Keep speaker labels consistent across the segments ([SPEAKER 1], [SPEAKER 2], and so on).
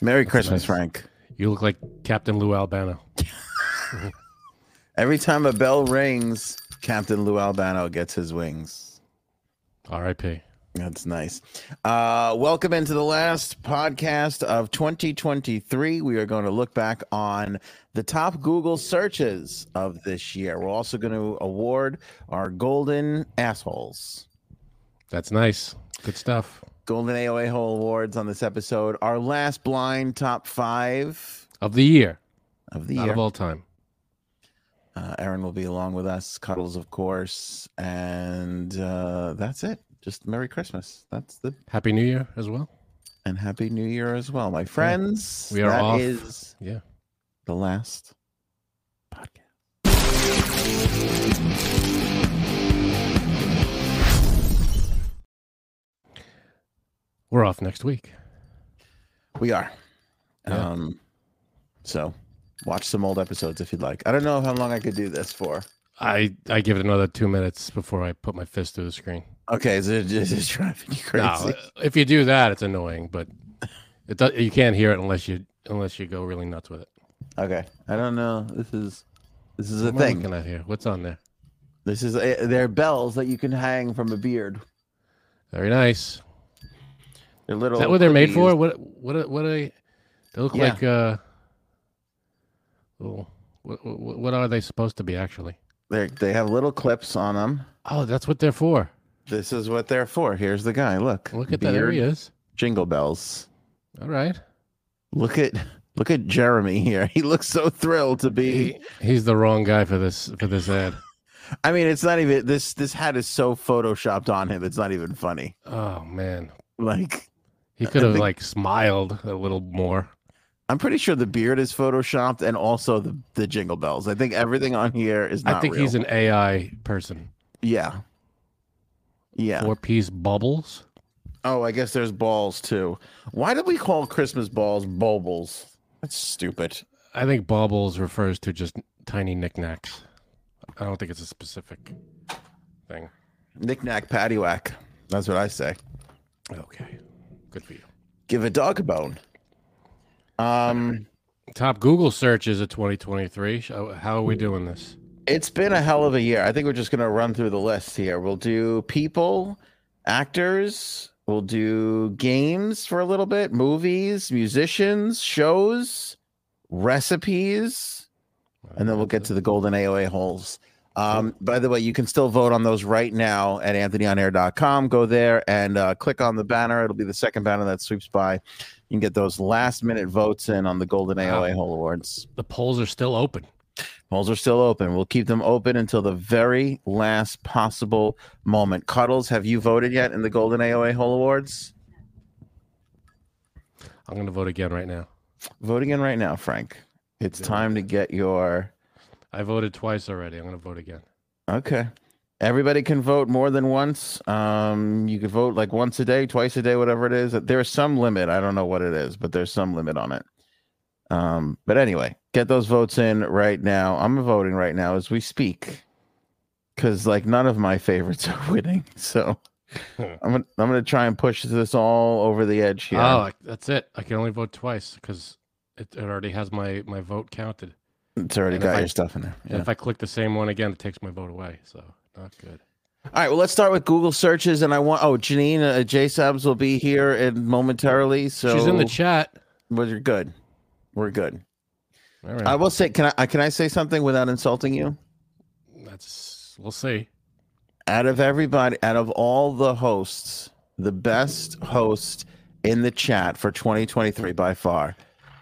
[SPEAKER 1] Merry Christmas, Frank.
[SPEAKER 2] You look like Captain Lou Albano.
[SPEAKER 1] Every time a bell rings, Captain Lou Albano gets his wings.
[SPEAKER 2] R.I.P.
[SPEAKER 1] That's nice. Uh, welcome into the last podcast of 2023. We are going to look back on the top Google searches of this year. We're also going to award our golden assholes.
[SPEAKER 2] That's nice. Good stuff.
[SPEAKER 1] Golden AOA Hole Awards on this episode. Our last blind top five
[SPEAKER 2] Of the year.
[SPEAKER 1] of the
[SPEAKER 2] Not
[SPEAKER 1] year.
[SPEAKER 2] of all time.
[SPEAKER 1] Uh, Aaron will be along with us, Cuddles, of course, and uh, that's it. Just Merry Christmas. That's the
[SPEAKER 2] Happy New Year as well.
[SPEAKER 1] and Happy New Year as well, my friends.
[SPEAKER 2] We are
[SPEAKER 1] that
[SPEAKER 2] off.
[SPEAKER 1] is
[SPEAKER 2] Yeah.
[SPEAKER 1] the last podcast.
[SPEAKER 2] We're off next week.
[SPEAKER 1] We are.
[SPEAKER 2] Yeah.
[SPEAKER 1] Um, so watch some old episodes if you'd like. I don't know how long I could do this for.
[SPEAKER 2] I, I give it another two minutes before I put my fist through the screen.
[SPEAKER 1] Okay, is it just it's driving you crazy?
[SPEAKER 2] No, if you do that, it's annoying, but it does, you can't hear it unless you unless you go really nuts with it.
[SPEAKER 1] Okay, I don't know. This is this is a
[SPEAKER 2] What am I
[SPEAKER 1] thing.
[SPEAKER 2] looking at here? What's on there?
[SPEAKER 1] This is a, they're bells that you can hang from a beard.
[SPEAKER 2] Very nice.
[SPEAKER 1] They're little.
[SPEAKER 2] Is that what they're made
[SPEAKER 1] clippies.
[SPEAKER 2] for? What what are- what are they? They look
[SPEAKER 1] Yeah.
[SPEAKER 2] like uh, little. What, what what are they supposed to be actually?
[SPEAKER 1] They they have little clips on them.
[SPEAKER 2] Oh, that's what they're for.
[SPEAKER 1] This is what they're for. Here's the guy. Look.
[SPEAKER 2] Look at that. There he
[SPEAKER 1] Beard,
[SPEAKER 2] is.
[SPEAKER 1] Jingle bells.
[SPEAKER 2] All right.
[SPEAKER 1] Look at look at Jeremy here. He looks so thrilled to be.
[SPEAKER 2] He, he's the wrong guy for this for this ad.
[SPEAKER 1] I mean, it's not even this this hat is so photoshopped on him. It's not even funny.
[SPEAKER 2] Oh man,
[SPEAKER 1] Like
[SPEAKER 2] he could have
[SPEAKER 1] think-
[SPEAKER 2] like smiled a little more.
[SPEAKER 1] I'm pretty sure the beard is photoshopped and also the, the jingle bells. I think everything on here is not
[SPEAKER 2] I think
[SPEAKER 1] real.
[SPEAKER 2] he's an AI person.
[SPEAKER 1] yeah. Yeah.
[SPEAKER 2] Four piece bubbles.
[SPEAKER 1] Oh, I guess there's balls too. Why did we call Christmas balls bulbils? That's stupid.
[SPEAKER 2] I think baubles refers to just tiny knickknacks. I don't think it's a specific thing.
[SPEAKER 1] Knick-knack paddywhack. That's what I say.
[SPEAKER 2] Okay, good for you.
[SPEAKER 1] Give a dog a bone. Um
[SPEAKER 2] Top Google searches of 2023. Sh- uh, How are
[SPEAKER 1] Hmm.
[SPEAKER 2] we doing this?
[SPEAKER 1] It's been a hell of a year. I think we're just going to run through the list here. We'll do people, actors, we'll do games for a little bit, movies, musicians, shows, recipes, and then we'll get to the golden AOA holes. Um, by the way, you can still vote on those right now at anthonyonair.com. Go there and uh, click on the banner. It'll be the second banner that sweeps by. You can get those last minute votes in on the Golden
[SPEAKER 2] Wow.
[SPEAKER 1] AOA Hole Awards.
[SPEAKER 2] The polls are still open.
[SPEAKER 1] Polls are still open. We'll keep them open until the very last possible moment. Cuddles, have you voted yet in the Golden AOA Hole Awards?
[SPEAKER 2] I'm going to vote again right now.
[SPEAKER 1] Voting in right now, Frank. It's time to get your.
[SPEAKER 2] I voted twice already. I'm going to vote again.
[SPEAKER 1] Okay. Everybody can vote more than once. Um, you could vote like once a day, twice a day, whatever it is. There's some limit. I don't know what it is, but there's some limit on it. Um, but anyway, get those votes in right now. I'm voting right now as we speak, because like none of my favorites are winning. So I'm gonna, I'm gonna try and push this all over the edge here.
[SPEAKER 2] Oh, I- that's it. I can only vote twice because it, it already has my, my vote counted.
[SPEAKER 1] it's already
[SPEAKER 2] and if
[SPEAKER 1] got
[SPEAKER 2] I-
[SPEAKER 1] your stuff in there. Yeah.
[SPEAKER 2] And if I click the same one again, it takes my vote away. So not good.
[SPEAKER 1] All right, well, let's start with Google searches, and I want oh Janine uh, J Subs will be here in momentarily. So
[SPEAKER 2] She's in the chat.
[SPEAKER 1] We're good. We're good.
[SPEAKER 2] All right.
[SPEAKER 1] I will say, can I- I can I say something without insulting you?
[SPEAKER 2] that's we'll see.
[SPEAKER 1] Out of everybody, out of all the hosts, the best host in the chat for 2023 by far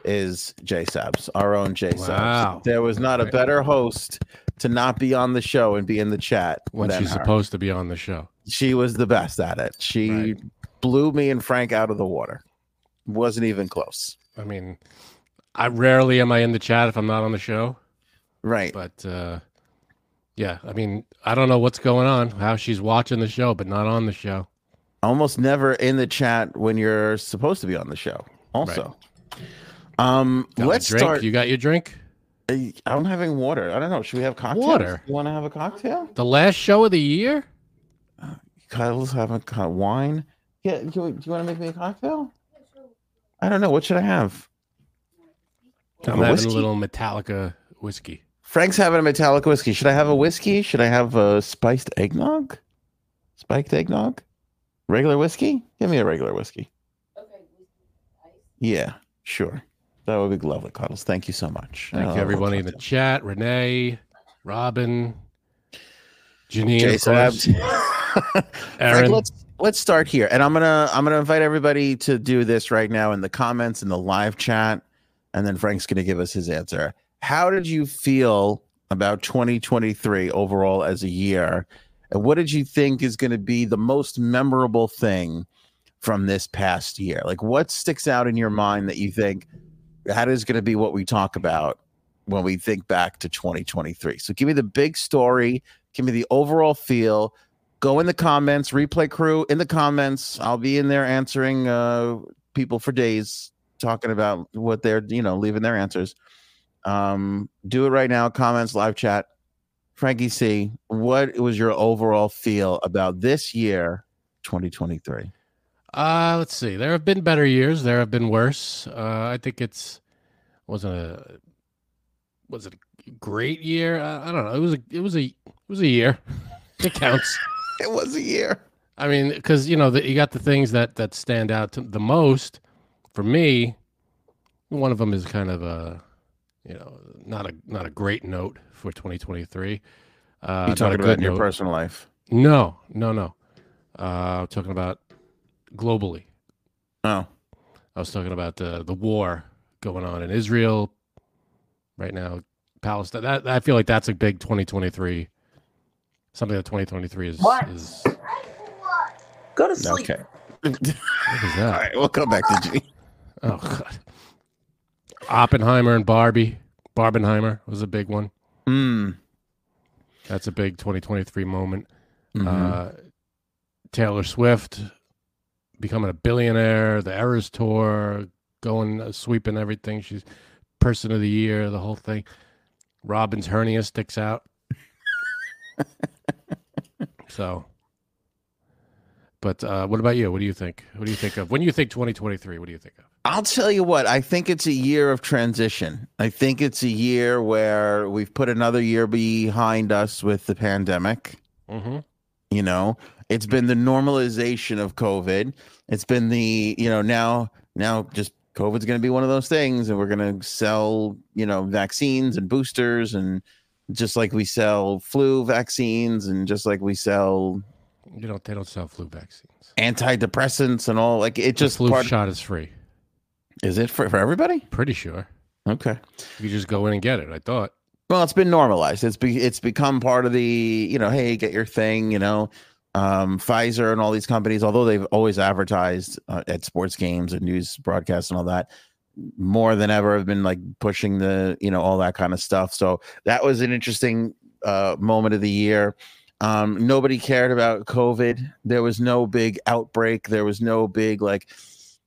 [SPEAKER 1] is J Sabs, our own J Sabs.
[SPEAKER 2] Wow.
[SPEAKER 1] There was not a better host to not be on the show and be in the chat
[SPEAKER 2] When
[SPEAKER 1] than
[SPEAKER 2] she's
[SPEAKER 1] her.
[SPEAKER 2] supposed to be on the show.
[SPEAKER 1] she was the best at it. She
[SPEAKER 2] Right.
[SPEAKER 1] blew me and Frank out of the water. Wasn't even close.
[SPEAKER 2] I mean, I rarely am I in the chat if I'm not on the show,
[SPEAKER 1] Right.
[SPEAKER 2] but uh, yeah, I mean, I don't know what's going on, how she's watching the show, but not on the show.
[SPEAKER 1] Almost never in the chat when you're supposed to be on the show. Also. Um
[SPEAKER 2] Got my
[SPEAKER 1] let's
[SPEAKER 2] drink.
[SPEAKER 1] start
[SPEAKER 2] You got your drink?
[SPEAKER 1] I- I'm having water. I don't know. Should we have cocktails?
[SPEAKER 2] Water?
[SPEAKER 1] You want to have a cocktail?
[SPEAKER 2] The last show of the year?
[SPEAKER 1] Kyle's having co- wine. Yeah. Do you, do you want to make me a cocktail? I don't know. What should I have?
[SPEAKER 2] I'm
[SPEAKER 1] A
[SPEAKER 2] having
[SPEAKER 1] whiskey?
[SPEAKER 2] a little Metallica whiskey.
[SPEAKER 1] Frank's having a metallic whiskey. Should I have a whiskey? Should I have a spiced eggnog? Spiked eggnog? Regular whiskey? Give me a regular whiskey. Yeah, sure. That would be lovely, Cuddles. Thank you so much.
[SPEAKER 2] Thank
[SPEAKER 1] Oh,
[SPEAKER 2] you, everybody in the chat. Renee, Robin, Janine, of
[SPEAKER 1] Jason
[SPEAKER 2] course.
[SPEAKER 1] Abs. Frank,
[SPEAKER 2] Aaron.
[SPEAKER 1] let's let's start here, and I'm gonna I'm gonna invite everybody to do this right now in the comments in the live chat, and then Frank's gonna give us his answer. How did you feel about 2023 overall as a year, and what did you think is gonna be the most memorable thing from this past year? Like, what sticks out in your mind that you think that is gonna be what we talk about when we think back to 2023? So, give me the big story. Give me the overall feel go in the comments replay crew in the comments i'll be in there answering uh people for days talking about what they're you know leaving their answers um do it right now comments live chat frankie c what was your overall feel about this year 2023
[SPEAKER 2] Uh, let's see. There have been better years. There have been worse. Uh, I think it's wasn't a was it a great year? I, I don't know. It was a it was a it was a year. It counts.
[SPEAKER 1] it was a year
[SPEAKER 2] I mean, because you know, the, you got the things that that stand out to, the most for me. One of them is kind of a, you know, not a not a great note for 2023. Uh,
[SPEAKER 1] you
[SPEAKER 2] not a
[SPEAKER 1] talking about
[SPEAKER 2] good
[SPEAKER 1] in your
[SPEAKER 2] note.
[SPEAKER 1] personal life
[SPEAKER 2] No, no, no. Uh, I'm talking about globally.
[SPEAKER 1] oh
[SPEAKER 2] I was talking about uh, the the war going on in Israel right now, Palestine. That I feel like that's a big 2023, something that 2023 is
[SPEAKER 3] What?
[SPEAKER 2] is
[SPEAKER 3] Go to sleep.
[SPEAKER 1] okay
[SPEAKER 2] what is
[SPEAKER 1] all
[SPEAKER 2] that?
[SPEAKER 1] right we'll come back to g
[SPEAKER 2] Oh God, Oppenheimer and Barbie. Barbenheimer was a big one.
[SPEAKER 1] mm.
[SPEAKER 2] That's a big 2023 moment.
[SPEAKER 1] Mhm.
[SPEAKER 2] Uh, Taylor Swift becoming a billionaire, the Eras tour, going uh, sweeping everything. She's person of the year, the whole thing. Robin's hernia sticks out. so, but uh, what about you? What do you think? What do you think of when you think 2023? What do you think of?
[SPEAKER 1] I'll tell you what, I think it's a year of transition. I think it's a year where we've put another year behind us with the pandemic.
[SPEAKER 2] Mm-hmm.
[SPEAKER 1] You know, it's been the normalization of COVID. It's been the, you know, now, now just COVID's going to be one of those things and we're going to sell, you know, vaccines and boosters and just like we sell flu vaccines and just like we sell
[SPEAKER 2] You don't. They don't sell flu vaccines.
[SPEAKER 1] antidepressants and all like it
[SPEAKER 2] Just
[SPEAKER 1] just
[SPEAKER 2] flu
[SPEAKER 1] part,
[SPEAKER 2] shot is free.
[SPEAKER 1] is it for, for everybody?
[SPEAKER 2] Pretty sure.
[SPEAKER 1] Okay.
[SPEAKER 2] You just go in and get it. I thought.
[SPEAKER 1] Well, it's been normalized. It's be, it's become part of the you know, hey, get your thing. You know, um, Pfizer and all these companies, although they've always advertised uh, at sports games and news broadcasts and all that, more than ever have been like pushing the you know all that kind of stuff. So that was an interesting uh, moment of the year. Um, nobody cared about COVID. There was no big outbreak. There was no big like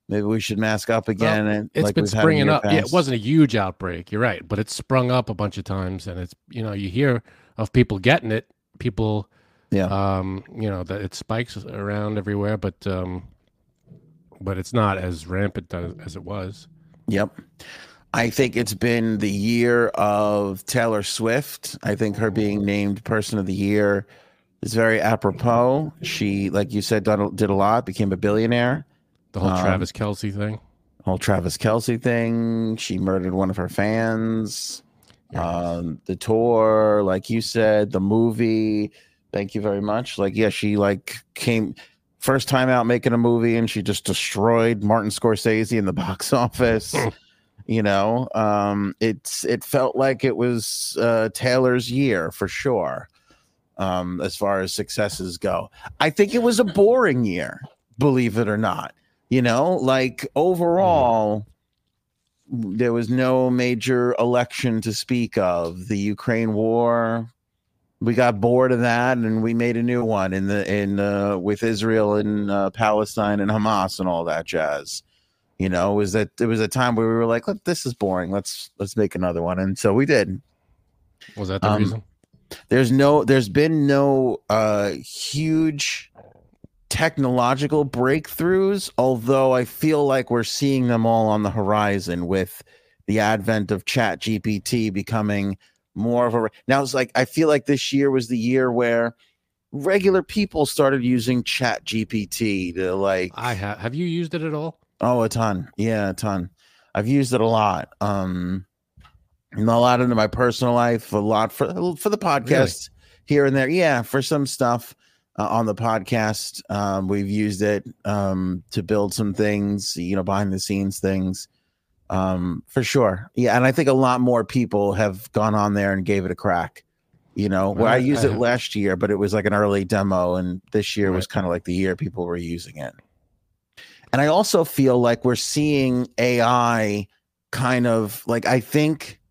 [SPEAKER 1] maybe we should mask up again. and
[SPEAKER 2] It's
[SPEAKER 1] like
[SPEAKER 2] been
[SPEAKER 1] we've had in
[SPEAKER 2] springing
[SPEAKER 1] year
[SPEAKER 2] up. Yeah, it
[SPEAKER 1] past.
[SPEAKER 2] wasn't a huge outbreak. You're right, but it's sprung up a bunch of times, and it's you know you hear of people getting it, people,
[SPEAKER 1] Yeah.
[SPEAKER 2] um, you know that it spikes around everywhere, but um, but it's not as rampant as, as it was.
[SPEAKER 1] Yep. I think it's been the year of Taylor Swift. I think her being named Person of the Year is very apropos. She, like you said, done, did a lot, became a billionaire.
[SPEAKER 2] The whole
[SPEAKER 1] Um,
[SPEAKER 2] Travis Kelsey thing.
[SPEAKER 1] Whole Travis Kelsey thing. She murdered one of her fans. Um, the tour, like you said, the movie. Thank you very much. Like, yeah, she like came first time out making a movie, and she just destroyed Martin Scorsese in the box office. you know, um, it's it felt like it was uh, Taylor's year for sure. um, as far as successes go. I think it was a boring year, believe it or not. You know, like overall, there was no major election to speak of. The Ukraine war, we got bored of that, and we made a new one in the in uh, with Israel and uh, Palestine and Hamas and all that jazz. You know, it was that it was a time where we were like, "Look, this is boring. Let's let's make another one," and so we did
[SPEAKER 2] Was that the
[SPEAKER 1] Um,
[SPEAKER 2] reason?
[SPEAKER 1] there's no there's been no uh huge technological breakthroughs although i feel like we're seeing them all on the horizon with the advent of chat gpt becoming more of a now it's like i feel like this year was the year where regular people started using chat gpt to like
[SPEAKER 2] I ha- have you used it at all?
[SPEAKER 1] Oh, a ton. Yeah, a ton. I've used it a lot. Um and a lot into my personal life, a lot for for the podcast here and there. Yeah, for some stuff uh, on the podcast. Um we've used it um to build some things, you know, behind the scenes things. Um for sure. Yeah, and I think a lot more people have gone on there and gave it a crack. You know, where I
[SPEAKER 2] Right,
[SPEAKER 1] used
[SPEAKER 2] I
[SPEAKER 1] it
[SPEAKER 2] have-
[SPEAKER 1] last year, but it was like an early demo and this year was
[SPEAKER 2] Right.
[SPEAKER 1] kind of like the year people were using it. And I also feel like we're seeing AI kind of like I think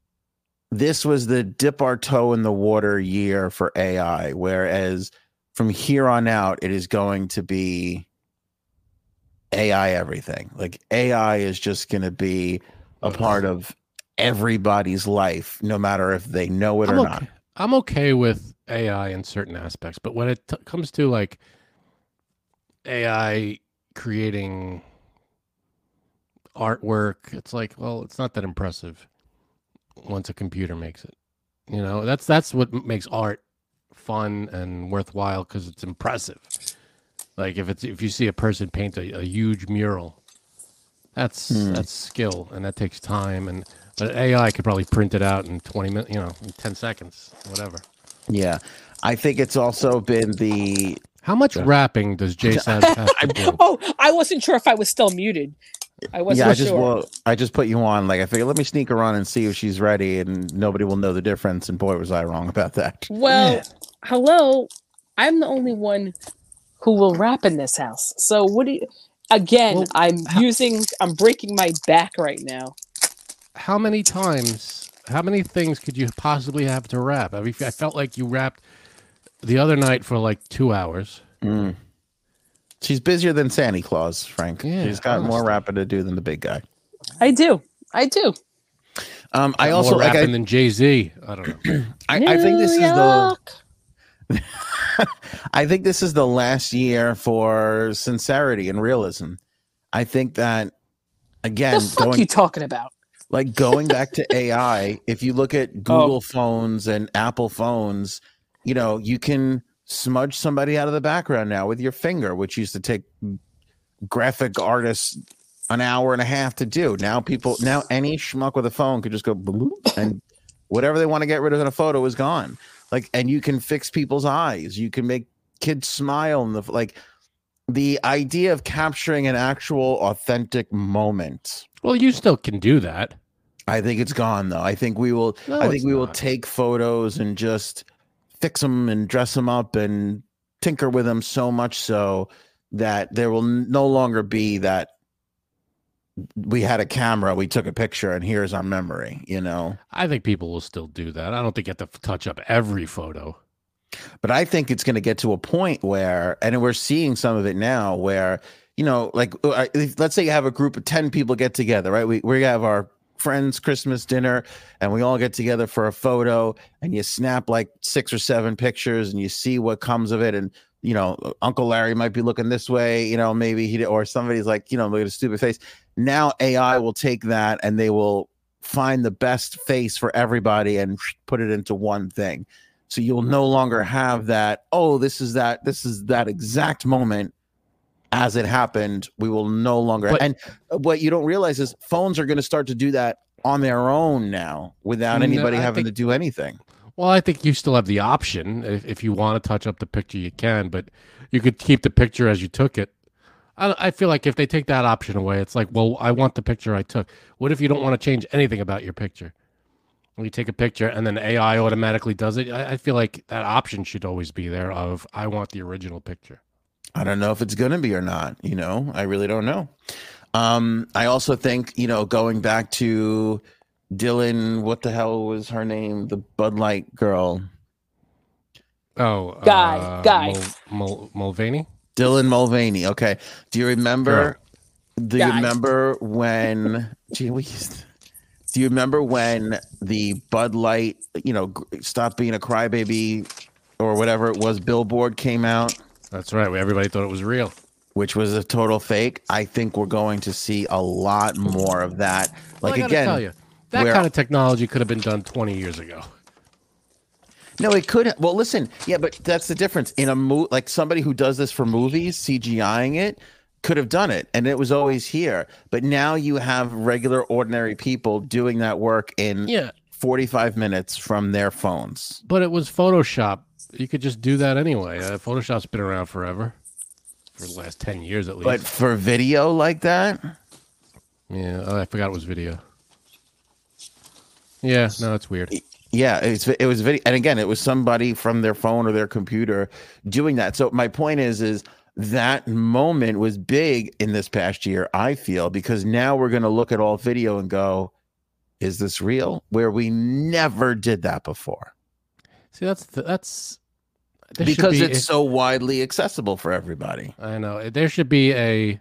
[SPEAKER 1] this was the dip our toe in the water year for AI, whereas from here on out, it is going to be AI everything. Like AI is just going to be a part of everybody's life, no matter if they know it
[SPEAKER 2] I'm
[SPEAKER 1] or
[SPEAKER 2] okay.
[SPEAKER 1] not.
[SPEAKER 2] I'm okay with AI in certain aspects, but when it t- comes to like AI creating artwork, it's like, well, it's not that impressive once a computer makes it. You know, that's that's what m- makes art fun and worthwhile because it's impressive. Like if it's if you see a person paint a, a huge mural, that's
[SPEAKER 1] Hmm.
[SPEAKER 2] that's skill and that takes time and but AI could probably print it out in 20 minutes, you know, in 10 seconds, whatever.
[SPEAKER 1] Yeah. I think it's also been the
[SPEAKER 2] How much
[SPEAKER 1] Yeah.
[SPEAKER 2] rapping does Jason have to do?
[SPEAKER 4] Oh, I wasn't sure if I was still muted. I wasn't
[SPEAKER 1] yeah, I
[SPEAKER 4] sure.
[SPEAKER 1] just well, I just put you on. Like I figured, let me sneak her on and see if she's ready, and nobody will know the difference. And boy, was I wrong about that.
[SPEAKER 4] Well, hello. I'm the only one who will rap in this house. So what do you again,
[SPEAKER 2] Well,
[SPEAKER 4] I'm using I'm breaking my back right now.
[SPEAKER 2] How many times, how many things could you possibly have to rap? I mean, I felt like you rapped the other night for like two hours.
[SPEAKER 1] Mm. She's busier than Santa Claus, Frank.
[SPEAKER 2] Yeah,
[SPEAKER 1] she's got more
[SPEAKER 2] honestly.
[SPEAKER 1] rapping to do than the big guy.
[SPEAKER 4] I do. I do.
[SPEAKER 1] Um, I
[SPEAKER 2] More
[SPEAKER 1] also like
[SPEAKER 2] rapping
[SPEAKER 1] I,
[SPEAKER 2] than Jay Z. I don't know.
[SPEAKER 1] I, I think this is the
[SPEAKER 4] York.
[SPEAKER 1] I think this is the last year for sincerity and realism. I think that again,
[SPEAKER 4] the fuck you talking about?
[SPEAKER 1] like going back to AI, if you look at Google phones and Apple phones, you know, you can smudge somebody out of the background now with your finger, which used to take graphic artists an hour and a half to do. Now people now any schmuck with a phone could just go bloop and whatever they want to get rid of in a photo is gone. Like and you can fix people's eyes. You can make kids smile and the like the idea of capturing an actual authentic moment.
[SPEAKER 2] Well, you still can do that.
[SPEAKER 1] I think it's gone though. I think we will.
[SPEAKER 2] No,
[SPEAKER 1] I think
[SPEAKER 2] it's
[SPEAKER 1] we will
[SPEAKER 2] not.
[SPEAKER 1] take photos and just fix them and dress them up and tinker with them so much so that there will n- no longer be that we had a camera, we took a picture, and here's our memory. You know.
[SPEAKER 2] I think people will still do that. I don't think you have to f- touch up every photo.
[SPEAKER 1] But I think it's going to get to a point where, and we're seeing some of it now, where you know, like uh, if- let's say you have a group of ten people get together, right? We we have our friends Christmas dinner, and we all get together for a photo, and you snap like six or seven pictures, and you see what comes of it, and you know, Uncle Larry might be looking this way, you know, maybe he or somebody's like, you know, look at a stupid face. Now AI will take that and they will find the best face for everybody and put it into one thing. So you'll no longer have that, oh, this is that, this is that exact moment as it happened. We will no longer.
[SPEAKER 2] But-
[SPEAKER 1] and what you don't realize is phones are going to start to do that on their own now without
[SPEAKER 2] No,
[SPEAKER 1] anybody
[SPEAKER 2] I
[SPEAKER 1] having
[SPEAKER 2] think-
[SPEAKER 1] to do anything.
[SPEAKER 2] Well, I think you still have the option. If, if you want to touch up the picture, you can, but you could keep the picture as you took it. I, I feel like if they take that option away, it's like, well, I want the picture I took. What if you don't want to change anything about your picture? When you take a picture and then AI automatically does it, I, I feel like that option should always be there. Of I want the original picture.
[SPEAKER 1] I don't know if it's going to be or not. You know, I really don't know. Um, I also think, you know, going back to Dylan, what the hell was her name? The Bud Light girl,
[SPEAKER 2] Oh,
[SPEAKER 4] Guy,
[SPEAKER 2] uh,
[SPEAKER 4] guy.
[SPEAKER 2] Mul- Mul- Mulvaney.
[SPEAKER 1] Dylan Mulvaney. Okay. Do you remember? Do you
[SPEAKER 4] Yeah, I-
[SPEAKER 1] remember when? Gee, we used. Do you remember when the Bud Light, you know, g- stop being a crybaby or whatever it was, billboard came out?
[SPEAKER 2] That's right. Everybody thought it was real.
[SPEAKER 1] which was a total fake. I think we're going to see a lot more of that.
[SPEAKER 2] Well,
[SPEAKER 1] Like
[SPEAKER 2] I gotta
[SPEAKER 1] again,
[SPEAKER 2] tell you, that
[SPEAKER 1] where-
[SPEAKER 2] kind of technology could have been done 20 years ago.
[SPEAKER 1] no, it could. Well, listen, yeah, but that's the difference in a movie. Like somebody who does this for movies, CGIing it could have done it, and it was always here. But now you have regular, ordinary people doing that work in
[SPEAKER 2] Yeah,
[SPEAKER 1] 45 minutes from their phones.
[SPEAKER 2] but it was Photoshop. You could just do that anyway. Uh, Photoshop's been around forever, for the last 10 years at least.
[SPEAKER 1] But for video like that,
[SPEAKER 2] yeah, oh, I forgot it was video. Yeah, no, it's weird.
[SPEAKER 1] Yeah, it's, it was video, and again, it was somebody from their phone or their computer doing that. So my point is, is that moment was big in this past year. I feel because now we're going to look at all video and go, "Is this real?" Where we never did that before
[SPEAKER 2] See, that's th- that's there should
[SPEAKER 1] because
[SPEAKER 2] be-
[SPEAKER 1] it's so widely accessible for everybody.
[SPEAKER 2] I know there should be a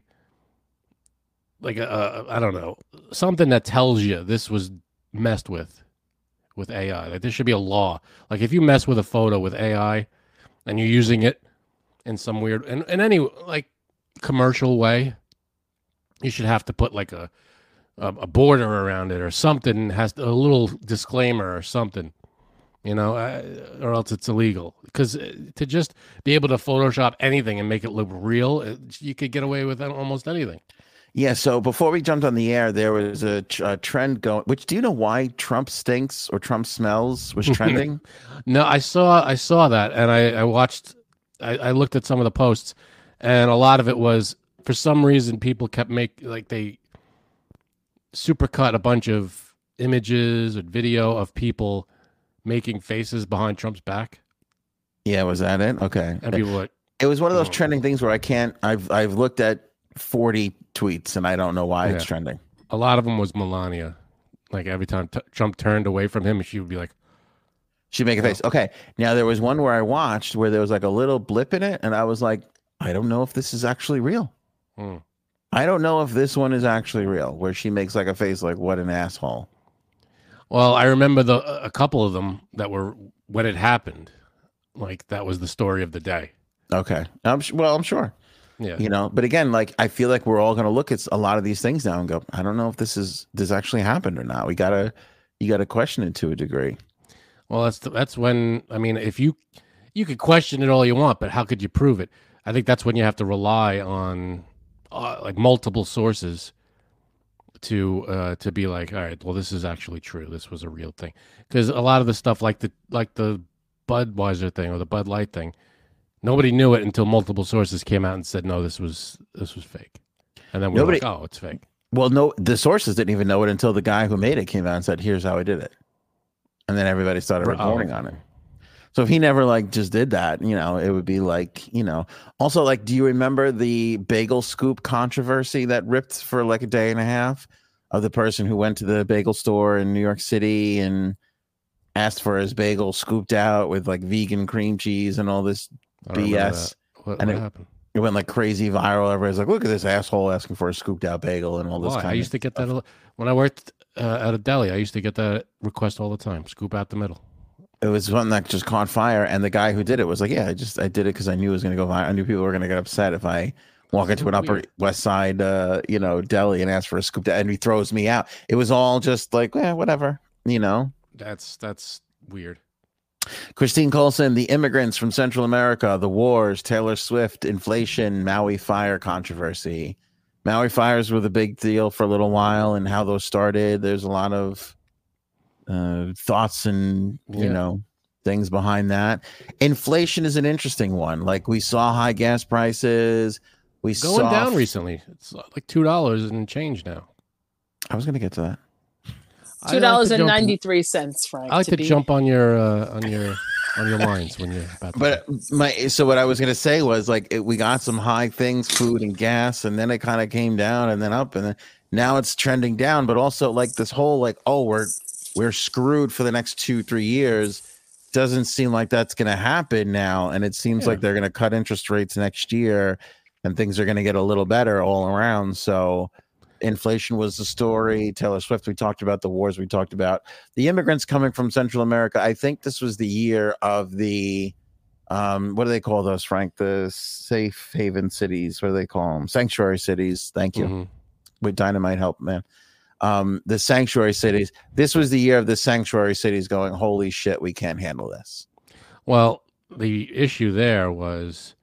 [SPEAKER 2] like a, a I don't know something that tells you this was messed with with AI. Like there should be a law. Like if you mess with a photo with AI and you're using it in some weird and in any like commercial way, you should have to put like a a, a border around it or something. Has to, a little disclaimer or something. You know, uh, or else it's illegal. Because to just be able to Photoshop anything and make it look real, it- you could get away with almost anything.
[SPEAKER 1] Yeah. So before we jumped on the air, there was a, tr- a trend going. Which do you know why Trump stinks or Trump smells was trending?
[SPEAKER 2] No, I saw I saw that, and I I watched, I, I looked at some of the posts, and a lot of it was for some reason people kept make like they supercut a bunch of images and video of people making faces behind Trump's back,
[SPEAKER 1] yeah, was that it? Okay.
[SPEAKER 2] and people were like,
[SPEAKER 1] It was one of those
[SPEAKER 2] Oh.
[SPEAKER 1] trending things where I can't. I've I've looked at forty tweets and I don't know why it's
[SPEAKER 2] Yeah.
[SPEAKER 1] trending.
[SPEAKER 2] a lot of them was Melania, like every time t- Trump turned away from him, she would be like,
[SPEAKER 1] She
[SPEAKER 2] Oh.
[SPEAKER 1] make a face. Okay, now there was one where I watched where there was like a little blip in it, and I was like, I don't know if this is actually real.
[SPEAKER 2] hmm.
[SPEAKER 1] I don't know if this one is actually real, where she makes like a face like what an asshole.
[SPEAKER 2] Well, I remember the a couple of them that were when it happened. Like that was the story of the day.
[SPEAKER 1] Okay, I'm su- well, I'm sure
[SPEAKER 2] Yeah.
[SPEAKER 1] you know, but again, like I feel like we're all gonna look at s- a lot of these things now and go, I don't know if this is this actually happened or not. We gotta you gotta question it to a degree.
[SPEAKER 2] Well, that's the, that's when I mean, if you you could question it all you want, but how could you prove it? I think that's when you have to rely on uh, like multiple sources to uh to be like, all right, well, this is actually true. This was a real thing. Cuz a lot of the stuff like the like the Budweiser thing or the Bud Light thing, nobody knew it until multiple sources came out and said, "No, this was this was fake." And then we we're
[SPEAKER 1] Nobody-
[SPEAKER 2] like, "Oh, it's fake."
[SPEAKER 1] Well, no, the sources didn't even know it until the guy who made it came out and said, "Here's how I did it," and then everybody started
[SPEAKER 2] Bro- oh.
[SPEAKER 1] reporting on it. So if he never like just did that, you know, it would be like, you know. Also, like, do you remember the bagel scoop controversy that ripped for like a day and a half of the person who went to the bagel store in New York City and asked for his bagel scooped out with like vegan cream cheese and all this?
[SPEAKER 2] I don't remember
[SPEAKER 1] BS.
[SPEAKER 2] that. What,
[SPEAKER 1] And
[SPEAKER 2] what
[SPEAKER 1] it-
[SPEAKER 2] happened?
[SPEAKER 1] It went like crazy viral. Everybody's like, "Look at this asshole asking for a scooped out bagel and all this."
[SPEAKER 2] Why?
[SPEAKER 1] kind
[SPEAKER 2] I
[SPEAKER 1] of
[SPEAKER 2] used to get that a lot. when I worked uh, at a deli. I used to get that request all the time. Scoop out the middle.
[SPEAKER 1] it was one that just caught fire and the guy who did it was like yeah i just i did it because i knew it was going to go viral i knew people were going to get upset if i walk into an upper
[SPEAKER 2] Weird.
[SPEAKER 1] west side uh you know deli and ask for a scoop and he throws me out it was all just like yeah whatever you know
[SPEAKER 2] That's that's weird.
[SPEAKER 1] christine colson the immigrants from central america the wars taylor swift inflation maui fire controversy maui fires were the big deal for a little while and how those started there's a lot of uh, thoughts and you
[SPEAKER 2] Yeah.
[SPEAKER 1] know things behind that. Inflation is an interesting one. Like we saw high gas prices. We
[SPEAKER 2] Going
[SPEAKER 1] saw
[SPEAKER 2] uh, down recently. It's like two dollars and change now.
[SPEAKER 1] I was going to get to that.
[SPEAKER 2] I like
[SPEAKER 4] Two
[SPEAKER 2] to
[SPEAKER 4] dollars and
[SPEAKER 2] jump-
[SPEAKER 4] ninety three cents, Frank.
[SPEAKER 2] I like to,
[SPEAKER 4] be-
[SPEAKER 2] jump on your uh, on your on your lines when you're about. To
[SPEAKER 1] But my so what I was gonna say was like it, we got some high things, food and gas, and then it kind of came down and then up, and then now it's trending down. But also like this whole like oh we're we're screwed for the next two three years doesn't seem like that's gonna happen now, and it seems
[SPEAKER 2] Yeah.
[SPEAKER 1] like they're gonna cut interest rates next year, and things are gonna get a little better all around. So inflation was the story. Taylor Swift, we talked about the wars, we talked about the immigrants coming from Central America. I think this was the year of the um, what do they call those, Frank? The safe haven cities. What do they call them? Sanctuary cities. Thank you.
[SPEAKER 2] Mhm.
[SPEAKER 1] With dynamite help, man. Um, the sanctuary cities. This was the year of the sanctuary cities going, holy shit, we can't handle this.
[SPEAKER 2] Well, the issue there was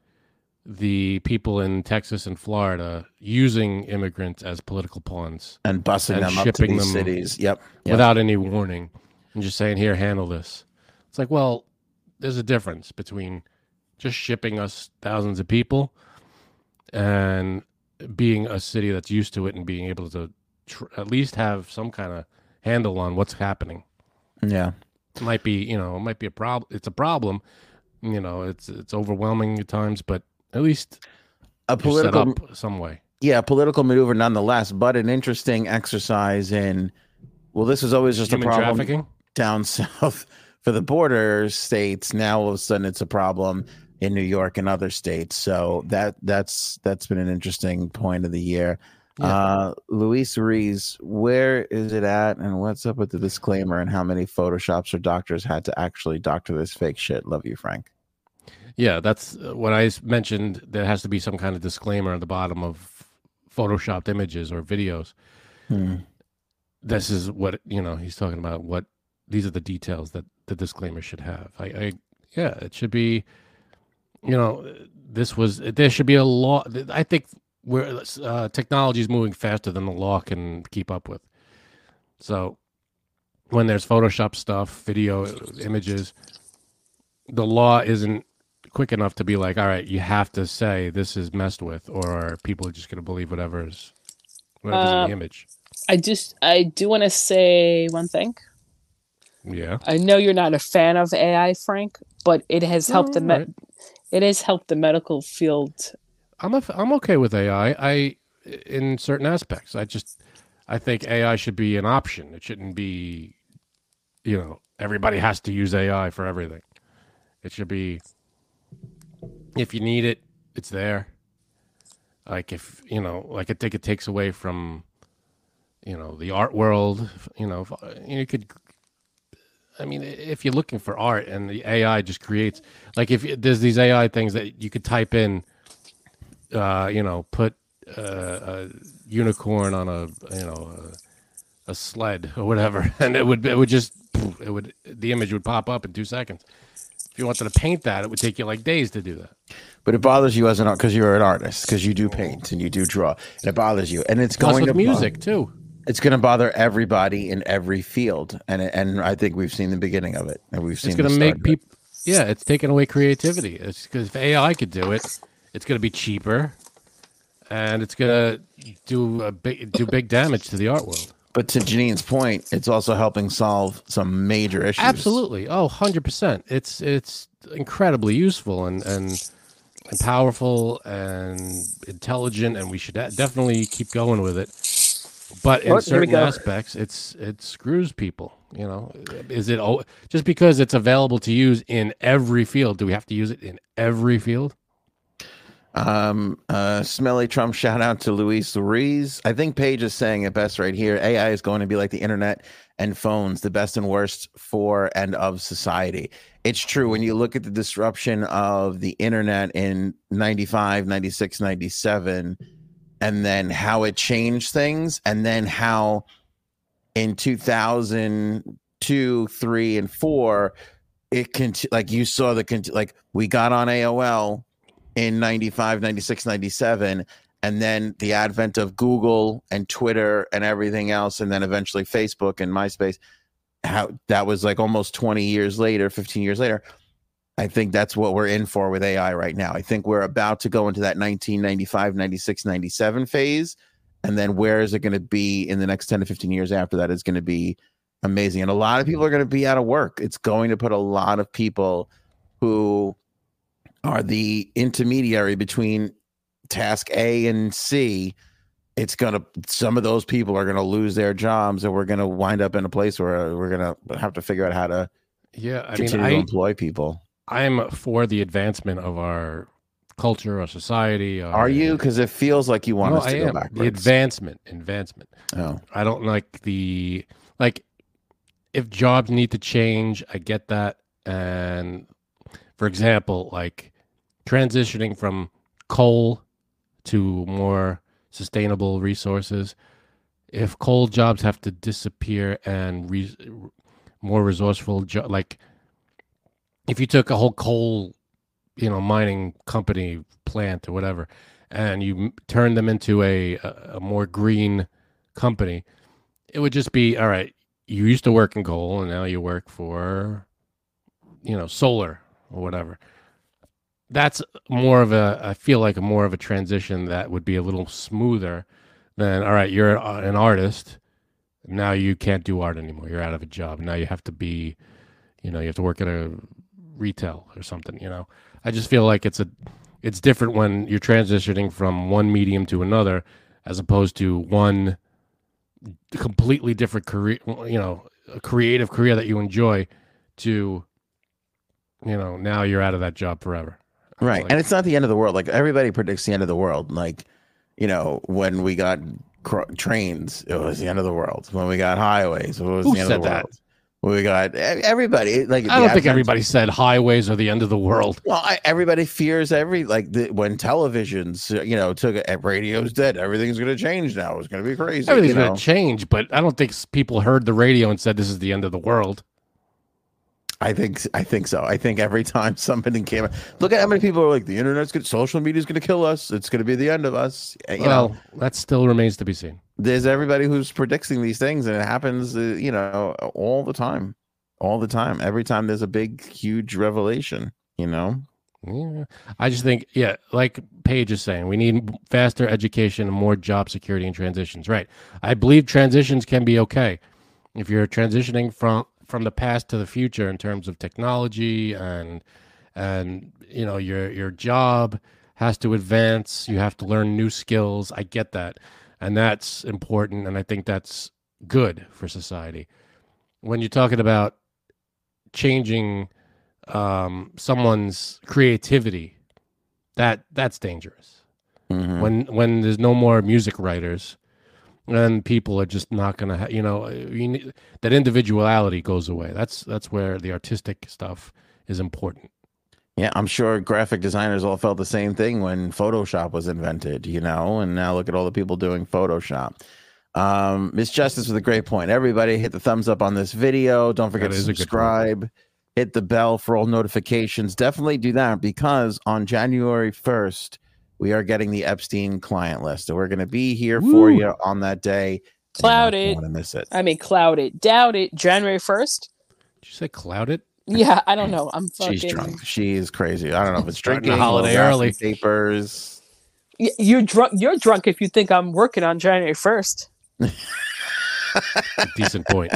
[SPEAKER 2] the people in Texas and Florida using immigrants as political pawns
[SPEAKER 1] And busing
[SPEAKER 2] And
[SPEAKER 1] them up to
[SPEAKER 2] shipping
[SPEAKER 1] these
[SPEAKER 2] them-
[SPEAKER 1] cities. Yep. Yeah.
[SPEAKER 2] without any warning and just saying, "Here, handle this." It's like, well, there's a difference between just shipping us thousands of people and being a city that's used to it and being able to tr- at least have some kind of handle on what's happening.
[SPEAKER 1] Yeah.
[SPEAKER 2] It might be you know it might be a problem it's a problem you know it's it's overwhelming at times but at least
[SPEAKER 1] A
[SPEAKER 2] you're set
[SPEAKER 1] political
[SPEAKER 2] up some way
[SPEAKER 1] yeah, a political maneuver nonetheless, but an interesting exercise in well, this was always just
[SPEAKER 2] Human
[SPEAKER 1] a problem.
[SPEAKER 2] trafficking
[SPEAKER 1] down south for the border states now all of a sudden it's a problem in new york and other states so that that's that's been an interesting point of the year
[SPEAKER 2] Yeah.
[SPEAKER 1] uh luis ruiz where is it at and what's up with the disclaimer and how many photoshops or doctors had to actually doctor this fake shit love you frank
[SPEAKER 2] yeah that's uh, what i s- mentioned there has to be some kind of disclaimer at the bottom of photoshopped images or videos Hmm. this is what you know he's talking about what these are the details that the disclaimer should have i, I yeah it should be you know this was there should be a law i think where uh, technology is moving faster than the law can keep up with so when there's photoshop stuff video images the law isn't quick enough to be like all right you have to say this is messed with or people are just going to believe whatever is whatever's in
[SPEAKER 4] Uh,
[SPEAKER 2] the image
[SPEAKER 4] I just I do want to say one thing.
[SPEAKER 2] yeah
[SPEAKER 4] I know you're not a fan of AI, Frank, but it has helped the
[SPEAKER 2] No,
[SPEAKER 4] med-
[SPEAKER 2] alright.
[SPEAKER 4] it has helped the medical field.
[SPEAKER 2] I'm a, I'm okay with AI. I in certain aspects. I just I think AI should be an option. It shouldn't be you know, everybody has to use AI for everything. It should be if you need it, it's there. Like if, you know, like I think it takes away from you know, the art world, you know, if- you could I mean, if you're looking for art and the AI just creates like if there's these AI things that you could type in uh, you know, put uh, a unicorn on a you know a, a sled or whatever, and it would it would just it would the image would pop up in two seconds. If you wanted to paint that, it would take you like days to do that.
[SPEAKER 1] but it bothers you as an art because you're an artist because you do paint and you do draw and it bothers you and it's
[SPEAKER 2] Plus
[SPEAKER 1] going to
[SPEAKER 2] with
[SPEAKER 1] bo-
[SPEAKER 2] music too.
[SPEAKER 1] it's going to bother everybody in every field and and i think we've seen the beginning of it and we've seen
[SPEAKER 2] It's going
[SPEAKER 1] the
[SPEAKER 2] to
[SPEAKER 1] start
[SPEAKER 2] make
[SPEAKER 1] of it.
[SPEAKER 2] people. Yeah, it's taking away creativity. It's because if AI could do it, it's going to be cheaper, and it's going to do a big do big damage to the art world.
[SPEAKER 1] But to Janine's point, it's also helping solve some major issues.
[SPEAKER 2] Absolutely. Oh, 100%. It's it's incredibly useful and and, and powerful and intelligent and we should de- definitely keep going with it. But in
[SPEAKER 4] Oh, here we
[SPEAKER 2] certain
[SPEAKER 4] go.
[SPEAKER 2] aspects, it's it screws people, you know. Is it al- just because it's available to use in every field, do we have to use it in every field?
[SPEAKER 1] Um, uh, Smelly Trump, shout out to Luis Ruiz. I think Paige is saying it best right here. AI is going to be like the internet and phones, the best and worst for and of society. It's true. When you look at the disruption of the internet in 95, 96, 97, and then how it changed things, and then how in 2002, 3, and 4, it can, like, you saw the, cont- like, we got on AOL in 95 96 97 and then the advent of google and twitter and everything else and then eventually facebook and myspace how that was like almost 20 years later 15 years later i think that's what we're in for with ai right now i think we're about to go into that 1995 96 97 phase and then where is it going to be in the next 10 to 15 years after that is going to be amazing. And a lot of people are going to be out of work. It's going to put a lot of people who are the intermediary between task A and C. It's going to, some of those people are going to lose their jobs and we're going to wind up in a place where we're going to have to figure out how to
[SPEAKER 2] Yeah, I mean,
[SPEAKER 1] continue to
[SPEAKER 2] I,
[SPEAKER 1] employ people.
[SPEAKER 2] I'm for the advancement of our culture, our society. Our,
[SPEAKER 1] Are you? Because it feels like you want
[SPEAKER 2] Oh, No,
[SPEAKER 1] us to
[SPEAKER 2] I
[SPEAKER 1] go
[SPEAKER 2] am. The
[SPEAKER 1] backwards.
[SPEAKER 2] advancement, advancement.
[SPEAKER 1] oh,
[SPEAKER 2] I don't like the like if jobs need to change, I get that. And for example, like transitioning from coal to more sustainable resources, if coal jobs have to disappear and re- more resourceful jo- like if you took a whole coal, you know, mining company plant or whatever and you m- turn them into a a a more green company, it would just be all right. You used to work in coal, and now you work for, you know, solar or whatever. That's more of a. I feel like a more of a transition that would be a little smoother than all right. You're a- an artist. Now you can't do art anymore. You're out of a job. Now you have to be, you know, you have to work at a retail or something. You know, I just feel like it's a. It's different when you're transitioning from one medium to another, as opposed to one completely different career, you know, a creative career that you enjoy to, you know, now you're out of that job forever.
[SPEAKER 1] right.
[SPEAKER 2] Like-
[SPEAKER 1] and it's not the end of the world. Like everybody predicts the end of the world. Like, you know, when we got cr- trains, it was the end of the world. When we got highways, it was
[SPEAKER 2] Who
[SPEAKER 1] the end
[SPEAKER 2] said
[SPEAKER 1] of the
[SPEAKER 2] that?
[SPEAKER 1] world. When we got e- everybody. Like,
[SPEAKER 2] I
[SPEAKER 1] the
[SPEAKER 2] don't think
[SPEAKER 1] advent-
[SPEAKER 2] everybody said highways are the end of the world.
[SPEAKER 1] Well, I, everybody fears every like the, when televisions, uh, you know, took it. eh, Radio's dead. Everything's going to change now. It's going to be crazy.
[SPEAKER 2] Everything's
[SPEAKER 1] you know?
[SPEAKER 2] going to change, but I don't think s- people heard the radio and said this is the end of the world.
[SPEAKER 1] I think I think so. I think every time something came, look at how many people are like, the internet's going, to social media's going to kill us. It's going to be the end of us. Uh, You
[SPEAKER 2] well,
[SPEAKER 1] know,
[SPEAKER 2] that still remains to be seen.
[SPEAKER 1] there's everybody who's predicting these things, and it happens, uh, you know, all the time, all the time. Every time there's a big, huge revelation, you know.
[SPEAKER 2] Yeah. I just think, yeah, like Paige is saying, we need faster education and more job security and transitions. Right. I believe transitions can be okay if you're transitioning from from the past to the future in terms of technology and and you know your your job has to advance. You have to learn new skills. I get that, and that's important, and I think that's good for society. When you're talking about changing um, someone's creativity, that that's dangerous.
[SPEAKER 1] Mhm.
[SPEAKER 2] When when there's no more music writers, then people are just not gonna, ha- you know, you need, that individuality goes away. That's that's where the artistic stuff is important.
[SPEAKER 1] Yeah, I'm sure graphic designers all felt the same thing when Photoshop was invented, you know, and now look at all the people doing Photoshop. Um, Miss Justice with a great point. Everybody hit the thumbs up on this video. Don't forget
[SPEAKER 2] That
[SPEAKER 1] to
[SPEAKER 2] is a good point.
[SPEAKER 1] subscribe. Hit the bell for all notifications. Definitely do that because on January 1st, we are getting the Epstein client list. And we're going to be here for
[SPEAKER 2] Woo.
[SPEAKER 1] you on that day.
[SPEAKER 4] Cloud
[SPEAKER 1] And you
[SPEAKER 4] it.
[SPEAKER 1] don't want to miss it.
[SPEAKER 4] I mean, cloud it, doubt it. January first.
[SPEAKER 2] Did you say cloud it?
[SPEAKER 4] Yeah, I don't know. I'm fucking.
[SPEAKER 1] She's drunk. She is crazy. I don't know if it's
[SPEAKER 2] Starting the
[SPEAKER 1] drinking,
[SPEAKER 2] holiday
[SPEAKER 1] little
[SPEAKER 2] early.
[SPEAKER 1] wrapping Papers.
[SPEAKER 4] Y- You're drunk. You're drunk if you think I'm working on January first.
[SPEAKER 2] Decent point.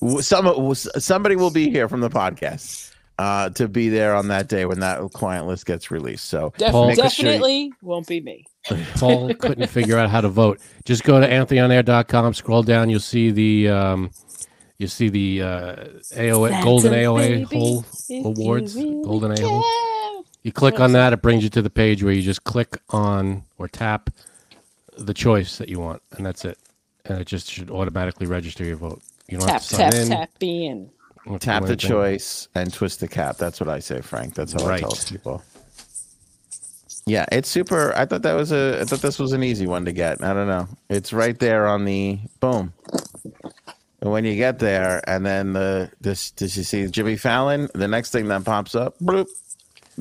[SPEAKER 1] W- some w- somebody will be here from the podcast uh, to be there on that day when that client list gets released. So
[SPEAKER 4] Def-
[SPEAKER 2] Paul- Make
[SPEAKER 1] sure you-
[SPEAKER 4] definitely won't be me.
[SPEAKER 2] Paul couldn't figure out how to vote. Just go to anthonyonair.com, scroll down, you'll see the um, you see the uh, AOA golden AOA hole awards, golden AOA. hole. You click on that, it brings you to the page where you just click on or tap the choice that you want, and that's it. And it just should automatically register your vote. You don't
[SPEAKER 4] Tap
[SPEAKER 2] have to sign
[SPEAKER 4] tap
[SPEAKER 2] in.
[SPEAKER 4] tap in.
[SPEAKER 2] you don't have to
[SPEAKER 1] tap
[SPEAKER 2] do
[SPEAKER 1] the
[SPEAKER 2] anything.
[SPEAKER 1] choice and twist the cap. That's what I say, Frank. That's how I tell
[SPEAKER 2] Right.
[SPEAKER 1] people. Yeah, it's super. I thought that was a. I thought this was an easy one to get. I don't know. It's right there on the boom. And when you get there, and then the this, did you see Jimmy Fallon? The next thing that pops up, bloop,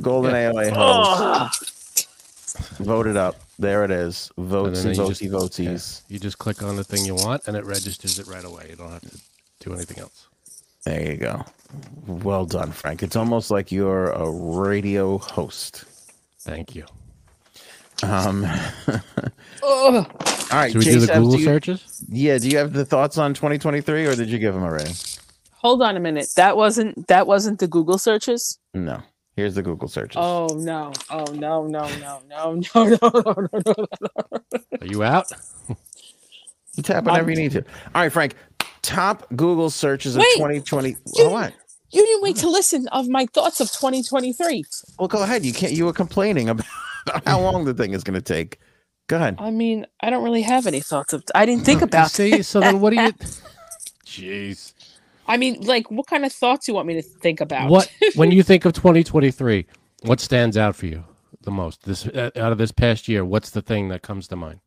[SPEAKER 1] golden AOA
[SPEAKER 4] Oh,
[SPEAKER 1] host
[SPEAKER 4] Ugh.
[SPEAKER 1] voted up. There it is. Votes
[SPEAKER 2] then
[SPEAKER 1] and
[SPEAKER 2] you
[SPEAKER 1] votesy
[SPEAKER 2] just-
[SPEAKER 1] votes.
[SPEAKER 2] You just click on the thing you want, and it registers it right away. You don't have to do anything else.
[SPEAKER 1] There you go. Well done, Frank. It's almost like you're a radio host.
[SPEAKER 2] Thank you.
[SPEAKER 1] Um,
[SPEAKER 4] Ugh.
[SPEAKER 1] All right,
[SPEAKER 2] Uh-huh. Should we do the
[SPEAKER 1] Chase,
[SPEAKER 2] Google
[SPEAKER 1] you,
[SPEAKER 2] searches?
[SPEAKER 1] Yeah, do you have the thoughts on 2023, or did you give them already?
[SPEAKER 4] Hold on a minute. That wasn't that wasn't the Google searches.
[SPEAKER 1] No. Here's the Google searches.
[SPEAKER 4] Oh no! Oh no! No! No! No! No! No! No! No! no, no.
[SPEAKER 2] Are you out?
[SPEAKER 1] You tap whenever you need to. All right, Frank. Top Google searches of
[SPEAKER 4] Wait.
[SPEAKER 1] 2020.
[SPEAKER 4] You-
[SPEAKER 1] what?
[SPEAKER 4] You didn't wait to listen of my thoughts of 2023.
[SPEAKER 1] Well, go ahead. You can't. You were complaining about how long the thing is going to take. Go ahead.
[SPEAKER 4] I mean, I don't really have any thoughts of. I didn't think
[SPEAKER 2] You
[SPEAKER 4] about.
[SPEAKER 2] See, so then what do you? Jeez.
[SPEAKER 4] I mean, like, what kind of thoughts you want me to think about?
[SPEAKER 2] What when you think of 2023, what stands out for you the most? This uh, out of this past year, what's the thing that comes to mind?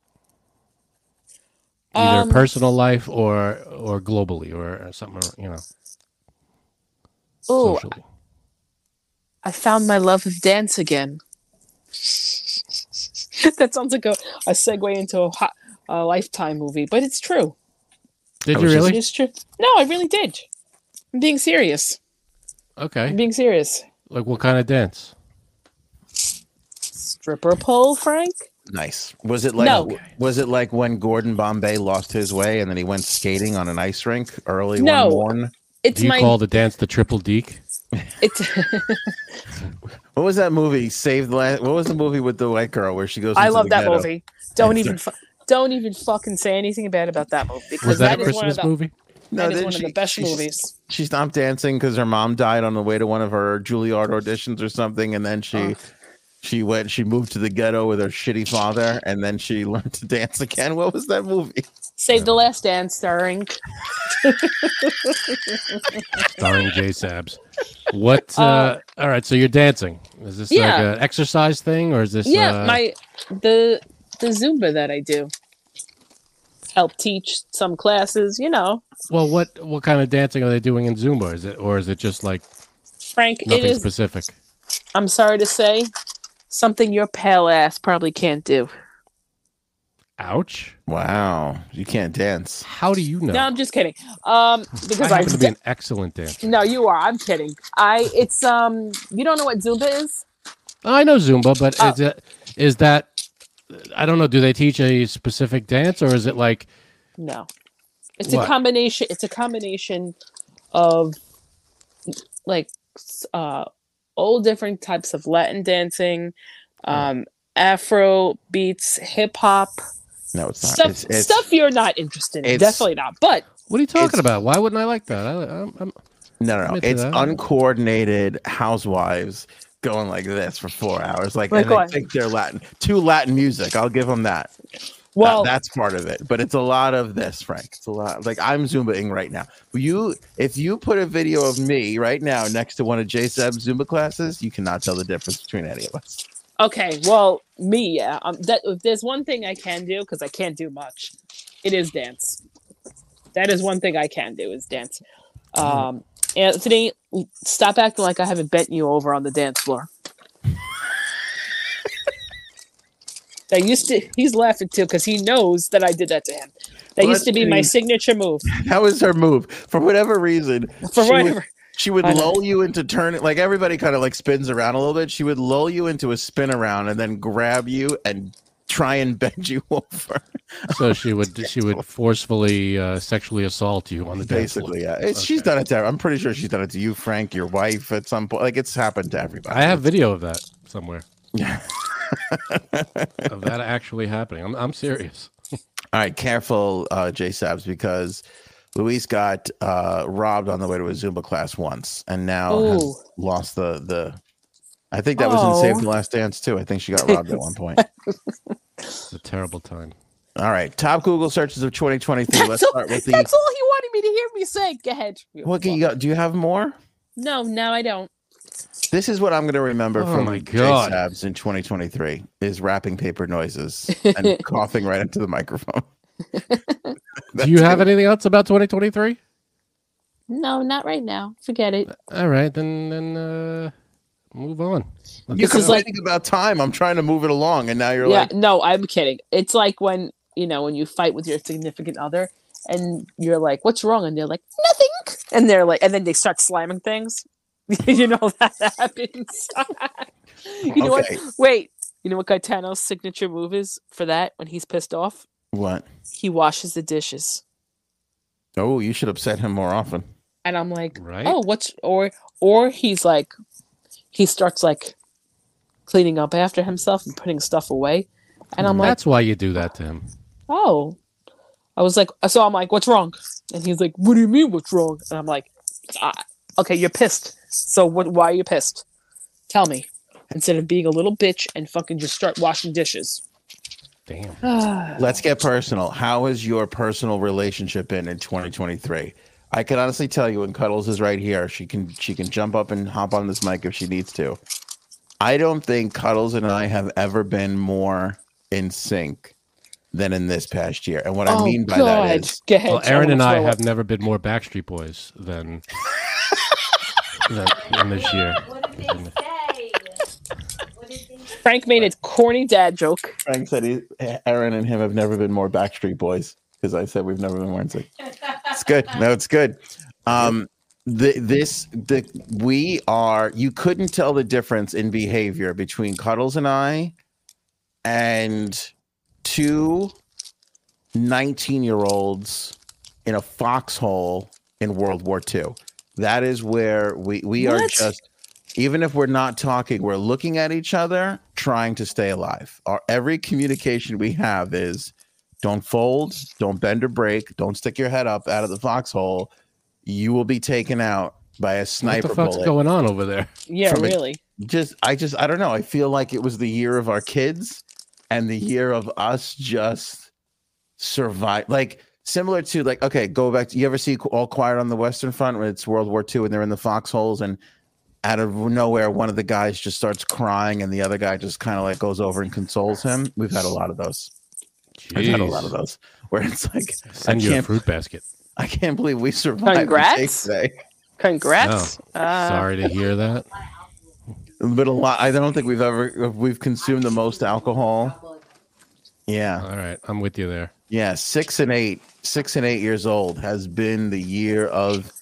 [SPEAKER 2] Either
[SPEAKER 4] Um,
[SPEAKER 2] personal life or or globally or something, you know.
[SPEAKER 4] Ooh,
[SPEAKER 2] socially.
[SPEAKER 4] I found my love of dance again. that sounds like a, a segue into a, hot, a lifetime movie, but it's true.
[SPEAKER 2] Did
[SPEAKER 1] I
[SPEAKER 2] you
[SPEAKER 1] was just-
[SPEAKER 2] really?
[SPEAKER 4] It is true. No, I really did. I'm being serious. I'm
[SPEAKER 2] Okay.
[SPEAKER 4] being serious.
[SPEAKER 2] Like what kind of dance?
[SPEAKER 4] Stripper pole, Frank?
[SPEAKER 1] Nice. Was it like?
[SPEAKER 4] No.
[SPEAKER 1] Was it like when Gordon Bombay lost his way and then he went skating on an ice rink early
[SPEAKER 4] No.
[SPEAKER 1] one morn?
[SPEAKER 4] It's
[SPEAKER 2] Do you
[SPEAKER 4] my.
[SPEAKER 2] call the dance the triple deke?
[SPEAKER 4] it's
[SPEAKER 1] What was that movie? Saved last. What was the movie with the white girl where she goes?
[SPEAKER 4] I
[SPEAKER 1] into
[SPEAKER 4] love
[SPEAKER 1] the
[SPEAKER 4] that
[SPEAKER 1] ghetto?
[SPEAKER 4] movie. Don't even. Fu- don't even fucking say anything bad about that movie because
[SPEAKER 2] Was that,
[SPEAKER 4] that
[SPEAKER 2] a
[SPEAKER 4] is one of
[SPEAKER 2] Christmas
[SPEAKER 4] the,
[SPEAKER 2] movie?
[SPEAKER 1] No,
[SPEAKER 4] that is
[SPEAKER 1] then
[SPEAKER 4] one
[SPEAKER 1] she-
[SPEAKER 4] of the best
[SPEAKER 1] she-
[SPEAKER 4] movies.
[SPEAKER 1] She stopped dancing because her mom died on the way to one of her Juilliard auditions or something, and then she. She went. She moved to the ghetto with her shitty father, and then she learned to dance again. What was that movie?
[SPEAKER 4] Save the Last Dance starring.
[SPEAKER 2] Starring J Sabs. What uh,
[SPEAKER 4] Uh,
[SPEAKER 2] all right, so you're dancing. Is this
[SPEAKER 4] yeah.
[SPEAKER 2] like an exercise thing or is this
[SPEAKER 4] yeah,
[SPEAKER 2] uh,
[SPEAKER 4] my the the Zumba that I do help teach some classes. You know,
[SPEAKER 2] Well, what what kind of dancing are they doing in Zumba? Is it or is it just like
[SPEAKER 4] Frank, it
[SPEAKER 2] nothing
[SPEAKER 4] is.
[SPEAKER 2] specific?
[SPEAKER 4] I'm sorry to say, something your pale ass probably can't do.
[SPEAKER 2] Ouch!
[SPEAKER 1] Wow, you can't dance.
[SPEAKER 2] How do you know?
[SPEAKER 4] No, I'm just kidding. Um,
[SPEAKER 2] I
[SPEAKER 4] because I,
[SPEAKER 2] happen to be an excellent dancer.
[SPEAKER 4] no, you are. I'm kidding. I it's um you don't know what Zumba is.
[SPEAKER 2] I know Zumba, but
[SPEAKER 1] Ah.
[SPEAKER 4] Oh.
[SPEAKER 2] is it is that I don't know. Do they teach a specific dance or is it like
[SPEAKER 4] No, it's
[SPEAKER 2] What?
[SPEAKER 4] a combination. It's a combination of like s- uh, all different types of Latin dancing,
[SPEAKER 1] Mm.
[SPEAKER 4] um, Afro beats, hip hop
[SPEAKER 1] No, it's not.
[SPEAKER 4] stuff.
[SPEAKER 1] it's, it's,
[SPEAKER 4] stuff you're not interested in.
[SPEAKER 1] it's-
[SPEAKER 4] Definitely not. But
[SPEAKER 2] what are you talking
[SPEAKER 1] It's-
[SPEAKER 2] about? Why wouldn't I like that? I, I'm, I'm,
[SPEAKER 1] No, no, no.
[SPEAKER 2] Admit to
[SPEAKER 1] It's
[SPEAKER 2] that.
[SPEAKER 1] uncoordinated housewives going like this for four hours. Like,
[SPEAKER 4] Like
[SPEAKER 1] and they
[SPEAKER 4] what?
[SPEAKER 1] think they're Latin. To Latin music. I'll give them that. That-
[SPEAKER 4] well,
[SPEAKER 1] that's part of it. But it's a lot of this, Frank. It's a lot. Like I'm Zumbaing right now. You, if you put a video of me right now next to one of J Seb's Zumba classes, you cannot tell the difference between any of us.
[SPEAKER 4] okay. Well, me, yeah. Um, that if there's one thing I can do because I can't do much, it is dance. That is one thing I can do is dance.
[SPEAKER 1] Mm-hmm.
[SPEAKER 4] Um, Anthony, stop acting like I haven't bent you over on the dance floor. that used to. He's laughing too because he knows that I did that to him. That
[SPEAKER 1] Well,
[SPEAKER 4] used to
[SPEAKER 1] that's
[SPEAKER 4] be my
[SPEAKER 1] pretty-
[SPEAKER 4] signature move.
[SPEAKER 1] That was her move. For whatever reason, she
[SPEAKER 4] For
[SPEAKER 1] was-
[SPEAKER 4] whatever.
[SPEAKER 1] She would
[SPEAKER 4] I know.
[SPEAKER 1] lull you into turning, like everybody kind of like spins around a little bit. She would lull you into a spin around and then grab you and try and bend you over.
[SPEAKER 2] so she would she would forcefully uh, sexually assault you on the dance floor.
[SPEAKER 1] Basically, yeah. It's, She's
[SPEAKER 2] Okay.
[SPEAKER 1] done it to. I'm pretty sure she's done it to you, Frank, your wife, at some point. Like it's happened to everybody.
[SPEAKER 2] I have video of that somewhere.
[SPEAKER 1] Yeah.
[SPEAKER 2] of that actually happening. I'm I'm serious.
[SPEAKER 1] All right, careful, uh, J Sabs, because Luis got uh, robbed on the way to a Zumba class once, and now
[SPEAKER 4] Ooh.
[SPEAKER 1] has lost the the. I think that was in
[SPEAKER 4] Oh.
[SPEAKER 1] Save the Last Dance too. I think she got robbed at one point.
[SPEAKER 2] It's a terrible time.
[SPEAKER 1] All right, top Google searches of 2023. Let's
[SPEAKER 4] That's all,
[SPEAKER 1] start with the.
[SPEAKER 4] that's all he wanted me to hear me say. Go ahead.
[SPEAKER 1] What can you got? Do you have more?
[SPEAKER 4] No, no, I don't.
[SPEAKER 1] This is what I'm going to remember
[SPEAKER 2] Oh
[SPEAKER 1] from
[SPEAKER 2] my
[SPEAKER 1] J
[SPEAKER 2] God.
[SPEAKER 1] Sabs in 2023 is wrapping paper noises and coughing right into the microphone.
[SPEAKER 2] Do you have anything else about 2023?
[SPEAKER 4] No, not right now. Forget it.
[SPEAKER 2] All right, then then uh, move on. Let's
[SPEAKER 1] You're
[SPEAKER 4] This is
[SPEAKER 2] go.
[SPEAKER 4] like-
[SPEAKER 1] complaining about time. I'm trying to move it along, and now you're
[SPEAKER 4] yeah,
[SPEAKER 1] like,
[SPEAKER 4] no, I'm kidding. It's like when you know when you fight with your significant other, and you're like, "What's wrong?" and they're like, "Nothing," and they're like, and then they start slamming things. you know that happens. you know
[SPEAKER 1] Okay.
[SPEAKER 4] what? Wait, you know what Gaetano's signature move is for that when he's pissed off?
[SPEAKER 1] What?
[SPEAKER 4] He washes the dishes,
[SPEAKER 1] Oh, you should upset him more often.
[SPEAKER 4] and I'm like,
[SPEAKER 2] Right.
[SPEAKER 4] oh, what's or or he's like, he starts like cleaning up after himself and putting stuff away, and I'm like,
[SPEAKER 2] That's why you do that to him.
[SPEAKER 4] oh, I was like, so I'm like, what's wrong? And he's like, what do you mean, what's wrong? And I'm like, ah, okay, you're pissed. So what? Why are you pissed? Tell me. Instead of being a little bitch and fucking just start washing dishes.
[SPEAKER 2] Damn.
[SPEAKER 1] Let's get personal. How has your personal relationship been in 2023? I can honestly tell you, when Cuddles is right here, she can she can jump up and hop on this mic if she needs to. I don't think Cuddles and I have ever been more in sync than in this past year. And what I mean by that is
[SPEAKER 4] Oh, Go ahead,
[SPEAKER 2] Well,
[SPEAKER 4] tell
[SPEAKER 2] Aaron and
[SPEAKER 4] them what's
[SPEAKER 2] I
[SPEAKER 4] wrong.
[SPEAKER 2] have never been more Backstreet Boys than than, than this year.
[SPEAKER 3] What did they say? What did they say?
[SPEAKER 4] Frank made a corny dad joke.
[SPEAKER 1] Frank said he, Aaron and him have never been more Backstreet Boys because I said we've never been more in sync. It's good. No, it's good. Um, the, this the we are. You couldn't tell the difference in behavior between Cuddles and I, and two 19 year olds in a foxhole in World War II. That is where we we are
[SPEAKER 4] What?
[SPEAKER 1] just. Even if we're not talking, we're looking at each other, trying to stay alive. Our every communication we have is don't fold, don't bend or break, don't stick your head up out of the foxhole. You will be taken out by a
[SPEAKER 2] What
[SPEAKER 1] sniper
[SPEAKER 2] the fuck's
[SPEAKER 1] bullet.
[SPEAKER 2] going on over there?
[SPEAKER 4] Yeah,
[SPEAKER 1] From a-
[SPEAKER 4] really.
[SPEAKER 1] just I just I don't know. I feel like it was the year of our kids and the year of us just survive like similar to like okay, go back to you ever see all quiet on the western front when it's World War II and they're in the foxholes and out of nowhere one of the guys just starts crying and the other guy just kind of like goes over and consoles him. We've had a lot of those. We've had a lot of
[SPEAKER 2] Jeez.
[SPEAKER 1] those where it's like
[SPEAKER 2] Send
[SPEAKER 1] I
[SPEAKER 2] you a
[SPEAKER 1] can't-
[SPEAKER 2] fruit basket.
[SPEAKER 1] I can't believe we survived. the
[SPEAKER 4] Congrats.
[SPEAKER 1] day today.
[SPEAKER 4] Congrats. Uh,
[SPEAKER 2] Oh, Sorry to hear that.
[SPEAKER 1] But a lot. I don't think we've ever we've consumed the most alcohol. Yeah,
[SPEAKER 2] All right, I'm with you there.
[SPEAKER 1] yeah. Six and eight, six and eight years old has been the year of.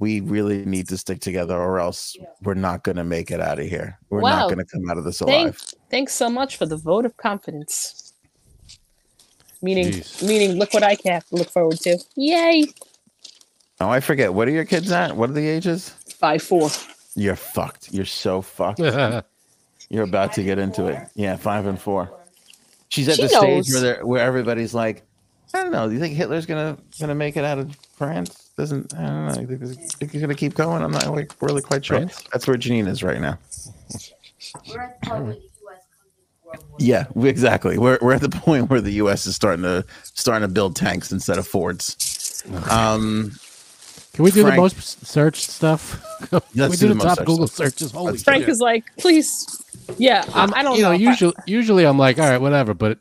[SPEAKER 1] We really need to stick together, or else we're not going to make it out of here. We're not
[SPEAKER 4] Wow.
[SPEAKER 1] going to come out of this alive.
[SPEAKER 4] Thank, thanks so much for the vote of confidence. Meaning,
[SPEAKER 2] Jeez.
[SPEAKER 4] meaning, look what I can look forward to. Yay!
[SPEAKER 1] Oh, I forget. What are your kids at? What are the ages?
[SPEAKER 4] Five four.
[SPEAKER 1] You're fucked. You're so fucked.
[SPEAKER 2] That's
[SPEAKER 1] You're about to get into it. Yeah, five and four. She's at
[SPEAKER 4] She
[SPEAKER 1] the
[SPEAKER 4] knows.
[SPEAKER 1] stage where they're, where everybody's like, I don't know. Do you think Hitler's gonna gonna make it out of France? Doesn't I don't know. You think, this- think he's gonna keep going? I'm not like, really quite sure.
[SPEAKER 2] France?
[SPEAKER 1] That's where Janine is right now.
[SPEAKER 3] We're at the point where the U.S. comes into World War.
[SPEAKER 1] Yeah, we, exactly. We're we're at the point where the U.S. is starting to starting to build tanks instead of Fords. Um,
[SPEAKER 2] Can we do
[SPEAKER 1] Frank-
[SPEAKER 2] the most s- searched stuff? Can
[SPEAKER 1] Let's do
[SPEAKER 2] we
[SPEAKER 1] the
[SPEAKER 2] do, the
[SPEAKER 1] most
[SPEAKER 2] top
[SPEAKER 1] searched
[SPEAKER 2] Google
[SPEAKER 1] stuff.
[SPEAKER 2] searches. Holy
[SPEAKER 1] Let's do
[SPEAKER 4] Frank
[SPEAKER 2] shit.
[SPEAKER 4] is like, please. Yeah, I'm, Um, I do not
[SPEAKER 2] you know,
[SPEAKER 4] know. if I-
[SPEAKER 2] usually usually I'm like, all right, whatever, but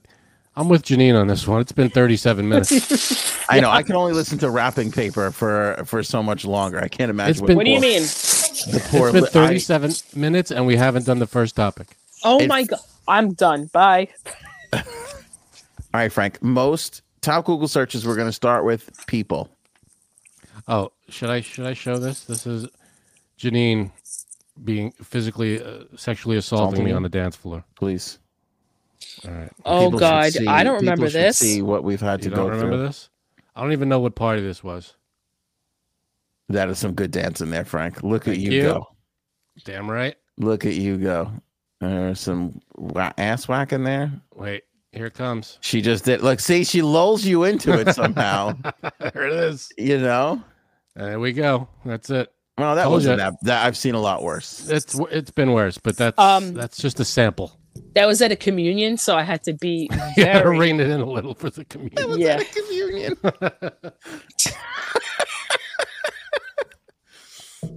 [SPEAKER 2] I'm with Janine on this one. It's been 37 minutes.
[SPEAKER 1] I know I can only listen to wrapping paper for for so much longer. I can't imagine.
[SPEAKER 2] It's been-
[SPEAKER 4] what do you
[SPEAKER 1] poor-
[SPEAKER 4] mean?
[SPEAKER 1] The poor
[SPEAKER 2] it's been
[SPEAKER 1] li- I-
[SPEAKER 2] 37 minutes and we haven't done the first topic.
[SPEAKER 4] Oh
[SPEAKER 1] It's-
[SPEAKER 4] my god! I'm done. Bye.
[SPEAKER 1] all right, Frank. Most top Google searches. We're gonna start with people.
[SPEAKER 2] Oh, should I should I show this? This is Janine being physically uh, sexually assaulting
[SPEAKER 1] Assaulting
[SPEAKER 2] me
[SPEAKER 1] you?
[SPEAKER 2] on the dance floor.
[SPEAKER 1] Please.
[SPEAKER 2] All right.
[SPEAKER 4] Oh
[SPEAKER 1] People should
[SPEAKER 4] god,
[SPEAKER 1] see-
[SPEAKER 4] I don't
[SPEAKER 1] people
[SPEAKER 4] remember
[SPEAKER 1] should
[SPEAKER 4] this.
[SPEAKER 1] See what we've had
[SPEAKER 2] You
[SPEAKER 1] to go
[SPEAKER 2] don't remember
[SPEAKER 1] through.
[SPEAKER 2] this? I don't even know what party this was.
[SPEAKER 1] That is some good dance in there, Frank. Look at
[SPEAKER 2] Thank
[SPEAKER 1] you,
[SPEAKER 2] you.
[SPEAKER 1] go.
[SPEAKER 2] Damn right.
[SPEAKER 1] Look at you go. There's some wa- ass whack in there.
[SPEAKER 2] Wait, here it comes.
[SPEAKER 1] She just did. Look, see, she lulls you into it somehow.
[SPEAKER 2] there it is.
[SPEAKER 1] you know.
[SPEAKER 2] There we go. That's it.
[SPEAKER 1] Well, that
[SPEAKER 2] Told
[SPEAKER 1] wasn't
[SPEAKER 2] ya.
[SPEAKER 1] that, that. I've seen a lot worse.
[SPEAKER 2] It's w- it's been worse, but that's
[SPEAKER 4] Um,
[SPEAKER 2] that's just a sample.
[SPEAKER 4] That was at a communion, so I had to be
[SPEAKER 2] You gotta
[SPEAKER 4] very.
[SPEAKER 2] rein it in a little for the community.
[SPEAKER 4] yeah.
[SPEAKER 1] Communion.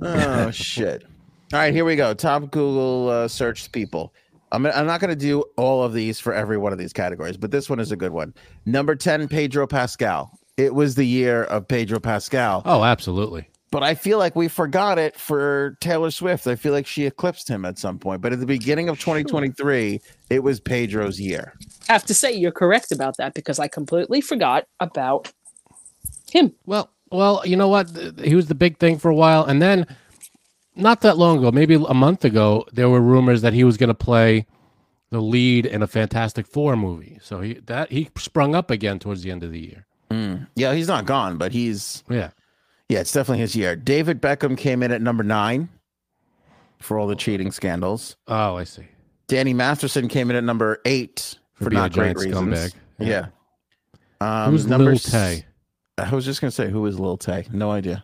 [SPEAKER 1] oh shit! All right, here we go. Top Google uh, search people. I'm I'm not going to do all of these for every one of these categories, but this one is a good one. Number ten, Pedro Pascal. It was the year of Pedro Pascal,
[SPEAKER 2] Oh, absolutely.
[SPEAKER 1] but I feel like we forgot it for Taylor Swift. I feel like she eclipsed him at some point, but at the beginning of 2023, it was Pedro's year.
[SPEAKER 4] have to say you're correct about that because I completely forgot about him.
[SPEAKER 2] Well, well, you know what? Th- He was the big thing for a while, and then not that long ago, maybe a month ago, there were rumors that he was going to play the lead in a Fantastic Four movie. So he that he sprung up again towards the end of the year.
[SPEAKER 1] Mm. Yeah, he's not gone, but he's
[SPEAKER 2] Yeah,
[SPEAKER 1] yeah, it's definitely his year. David Beckham came in at number nine for all the cheating scandals.
[SPEAKER 2] oh, I see.
[SPEAKER 1] Danny Masterson came in at number eight for,
[SPEAKER 2] being
[SPEAKER 1] not great reasons. Yeah. Um,
[SPEAKER 2] Who's
[SPEAKER 1] number
[SPEAKER 2] Lil
[SPEAKER 1] s-
[SPEAKER 2] Tay?
[SPEAKER 1] I was just gonna say who is Lil Tay. No idea.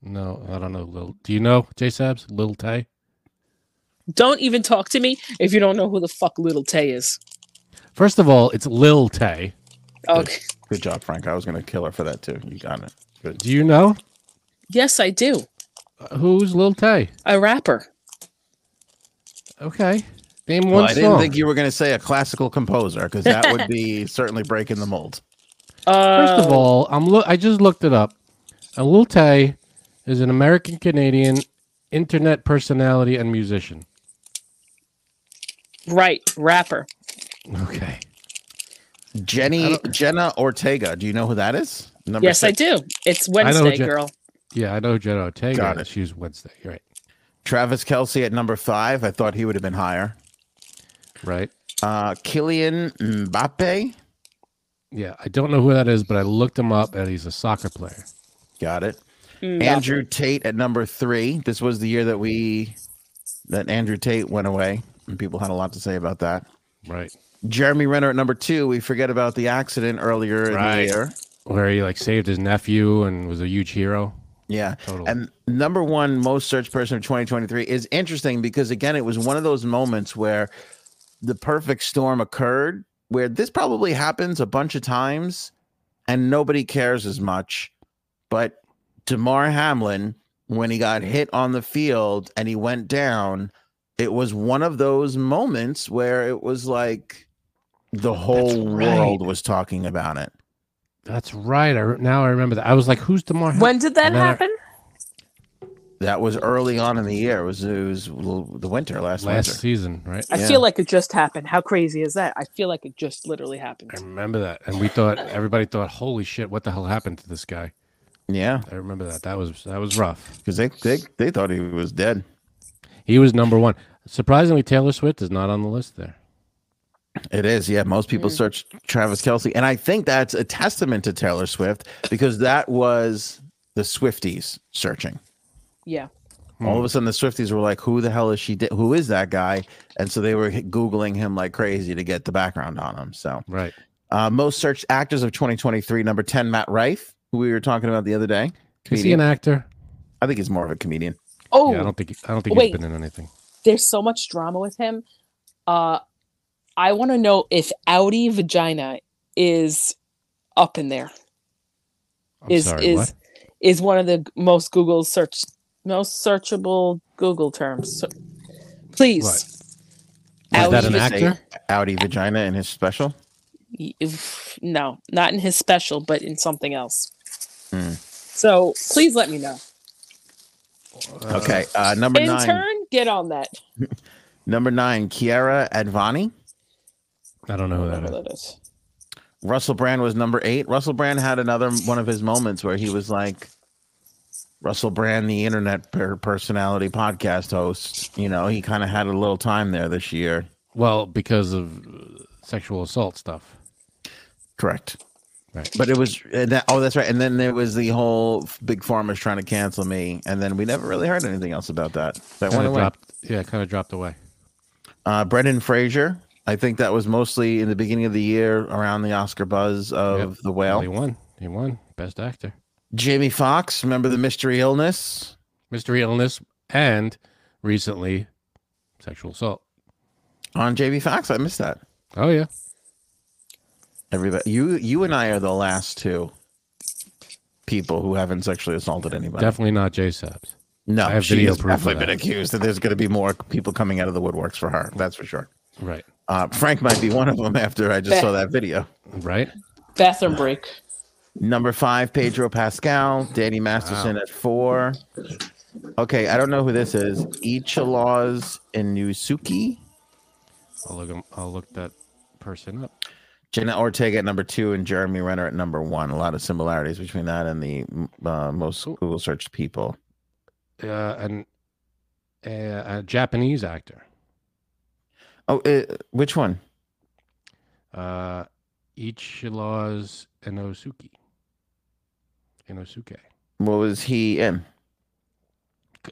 [SPEAKER 2] No, I don't know. Lil, do you know J Sabs? Lil Tay.
[SPEAKER 4] Don't even talk to me if you don't know who the fuck Little Tay is.
[SPEAKER 2] First of all, it's Lil Tay.
[SPEAKER 4] Okay.
[SPEAKER 1] Good job, Frank. I was gonna kill her for that too. You got it.
[SPEAKER 2] Do you know
[SPEAKER 4] Yes, I do.
[SPEAKER 2] Uh, who's Lil Tay?
[SPEAKER 4] A rapper.
[SPEAKER 2] Okay, name one
[SPEAKER 1] Well, I
[SPEAKER 2] song.
[SPEAKER 1] didn't think you were gonna say a classical composer because that would be certainly breaking the mold.
[SPEAKER 4] Uh,
[SPEAKER 2] First of
[SPEAKER 1] Oh.
[SPEAKER 2] all, I'm look. I just looked it up. Uh, Lil Tay is an American Canadian internet personality and musician.
[SPEAKER 4] right, rapper.
[SPEAKER 2] Okay.
[SPEAKER 1] Jenny Jenna Ortega. Do you know who that is? Number
[SPEAKER 4] Yes, I do. It's
[SPEAKER 2] know
[SPEAKER 4] Wednesday,
[SPEAKER 2] Ja-
[SPEAKER 4] girl.
[SPEAKER 2] Yeah, I know Jenna Ortega.
[SPEAKER 1] Got
[SPEAKER 2] and
[SPEAKER 1] it.
[SPEAKER 2] She's Wednesday. You're right.
[SPEAKER 1] Travis Kelsey at number five. I thought he would have been higher.
[SPEAKER 2] Right.
[SPEAKER 1] Uh, Killian Mbappe.
[SPEAKER 2] Yeah, I don't know who that is, but I looked him up, and he's a soccer player.
[SPEAKER 1] Got it.
[SPEAKER 4] Mm,
[SPEAKER 1] Andrew Tate at number three. This was the year that we that Andrew Tate went away, and people had a lot to say about that.
[SPEAKER 2] Right.
[SPEAKER 1] Jeremy Renner at number two. We forget about the accident earlier in
[SPEAKER 2] Right.
[SPEAKER 1] the year.
[SPEAKER 2] Where he like saved his nephew and was a huge hero.
[SPEAKER 1] Yeah.
[SPEAKER 2] Totally.
[SPEAKER 1] And number one most searched person of 2023 is interesting because again, it was one of those moments where the perfect storm occurred, where this probably happens a bunch of times and nobody cares as much. But Damar Hamlin, when he got hit on the field and he went down, it was one of those moments where it was like the whole
[SPEAKER 2] right.
[SPEAKER 1] world was talking about it.
[SPEAKER 2] That's right. I re- now I remember that. I was like, "Who's Demar?" Ham-
[SPEAKER 4] When did that
[SPEAKER 2] And then I-
[SPEAKER 4] happen?
[SPEAKER 1] That was early on in the year. It was it was l- the winter last,
[SPEAKER 2] last
[SPEAKER 1] winter.
[SPEAKER 2] season, right?
[SPEAKER 4] I
[SPEAKER 1] Yeah.
[SPEAKER 4] feel like it just happened. How crazy is that? I feel like it just literally happened.
[SPEAKER 2] I remember that, and we thought everybody thought, "Holy shit, what the hell happened to this guy?"
[SPEAKER 1] Yeah,
[SPEAKER 2] I remember that. That was that was rough.
[SPEAKER 1] because they, they they thought he was dead.
[SPEAKER 2] He was number one. Surprisingly, Taylor Swift is not on the list there.
[SPEAKER 1] It is, yeah. Most people
[SPEAKER 4] Mm.
[SPEAKER 1] search Travis Kelsey, and I think that's a testament to Taylor Swift because that was the Swifties searching.
[SPEAKER 4] Yeah.
[SPEAKER 1] All of a sudden, the Swifties were like, "Who the hell is she? Di- who is that guy?" And so they were googling him like crazy to get the background on him. So
[SPEAKER 2] Right.
[SPEAKER 1] uh, most searched actors of 2023, number ten, Matt Rife, who we were talking about the other day.
[SPEAKER 2] Is he an
[SPEAKER 1] Comedian.
[SPEAKER 2] actor?
[SPEAKER 1] I think he's more of a comedian.
[SPEAKER 4] Oh,
[SPEAKER 2] yeah, I don't think I don't think
[SPEAKER 4] Wait.
[SPEAKER 2] he's been in anything.
[SPEAKER 4] there's so much drama with him. Uh, I want to know if outie vagina is up in there.
[SPEAKER 2] I'm
[SPEAKER 4] Is
[SPEAKER 2] sorry.
[SPEAKER 4] is
[SPEAKER 2] what?
[SPEAKER 4] is one of the g- most Google search most searchable Google terms. So- please,
[SPEAKER 2] What?
[SPEAKER 4] Outie
[SPEAKER 2] Is that an
[SPEAKER 4] vag-
[SPEAKER 2] actor?
[SPEAKER 1] Audi vagina in his special.
[SPEAKER 4] y- if- no, not in his special, but in something else.
[SPEAKER 1] Hmm.
[SPEAKER 4] So please let me know.
[SPEAKER 1] Okay, uh, number
[SPEAKER 4] in
[SPEAKER 1] nine.
[SPEAKER 4] turn, get on that.
[SPEAKER 1] Number nine, Kiara Advani.
[SPEAKER 2] I don't know who that
[SPEAKER 4] Whatever
[SPEAKER 2] is.
[SPEAKER 4] that is.
[SPEAKER 1] Russell Brand was number eight. Russell Brand had another one of his moments where he was like, Russell Brand, the internet per- personality podcast host. You know, he kind of had a little time there this year.
[SPEAKER 2] Well, because of uh, sexual assault stuff.
[SPEAKER 1] Correct.
[SPEAKER 2] Right.
[SPEAKER 1] But it was, and that, oh, that's right. And then there was the whole big farmers trying to cancel me. And then we never really heard anything else about that. That
[SPEAKER 2] Kind
[SPEAKER 1] went
[SPEAKER 2] of
[SPEAKER 1] away.
[SPEAKER 2] dropped. Yeah, kind of dropped away.
[SPEAKER 1] Uh, Brendan Fraser. I think that was mostly in the beginning of the year around the Oscar buzz of
[SPEAKER 2] Yep.
[SPEAKER 1] The Whale.
[SPEAKER 2] Well, he won. He won best actor.
[SPEAKER 1] Jamie Foxx, remember the mystery illness?
[SPEAKER 2] Mystery illness and recently sexual assault.
[SPEAKER 1] on JB Fox. I missed that.
[SPEAKER 2] Oh yeah.
[SPEAKER 1] Everybody, you you and I are the last two people who haven't sexually assaulted anybody.
[SPEAKER 2] Definitely not J Sabs.
[SPEAKER 1] no,
[SPEAKER 2] I have
[SPEAKER 1] she
[SPEAKER 2] video
[SPEAKER 1] has
[SPEAKER 2] proof of
[SPEAKER 1] definitely been
[SPEAKER 2] that.
[SPEAKER 1] accused that there's going to be more people coming out of the woodworks for her. That's for sure.
[SPEAKER 2] Right.
[SPEAKER 1] Uh, Frank might be one of them after I just saw that video.
[SPEAKER 2] Right?
[SPEAKER 4] Bathroom break.
[SPEAKER 1] Number five, Pedro Pascal, Danny Masterson at four. Okay, I don't know who this is. Ichilaws Inusuki,
[SPEAKER 2] I'll look him, I'll look that person up.
[SPEAKER 1] Jenna Ortega at number two, and Jeremy Renner at number one. A lot of similarities between that and the uh, most Google searched people.
[SPEAKER 2] Uh, an uh, a Japanese actor.
[SPEAKER 1] Oh, uh, which one?
[SPEAKER 2] Uh, Ichila's Inosuke. Inosuke.
[SPEAKER 1] What was he in?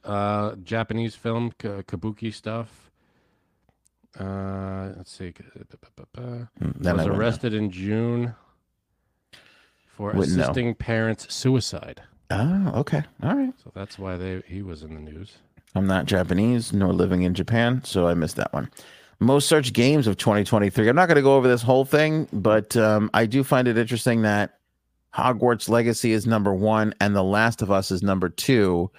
[SPEAKER 2] Uh, Japanese film, ka- kabuki stuff. Uh, let's see. ka- ba- ba- ba- ba.
[SPEAKER 1] Hmm, Then
[SPEAKER 2] was
[SPEAKER 1] I wouldn't know.
[SPEAKER 2] arrested in June for
[SPEAKER 1] Wouldn't know.
[SPEAKER 2] assisting parents' suicide.
[SPEAKER 1] Oh, okay. All right.
[SPEAKER 2] So that's why they he was in the news.
[SPEAKER 1] I'm not Japanese nor living in Japan, so I missed that one. Most searched games of 2023. I'm not going to go over this whole thing, but um, I do find it interesting that Hogwarts Legacy is number one and The Last of Us is number two,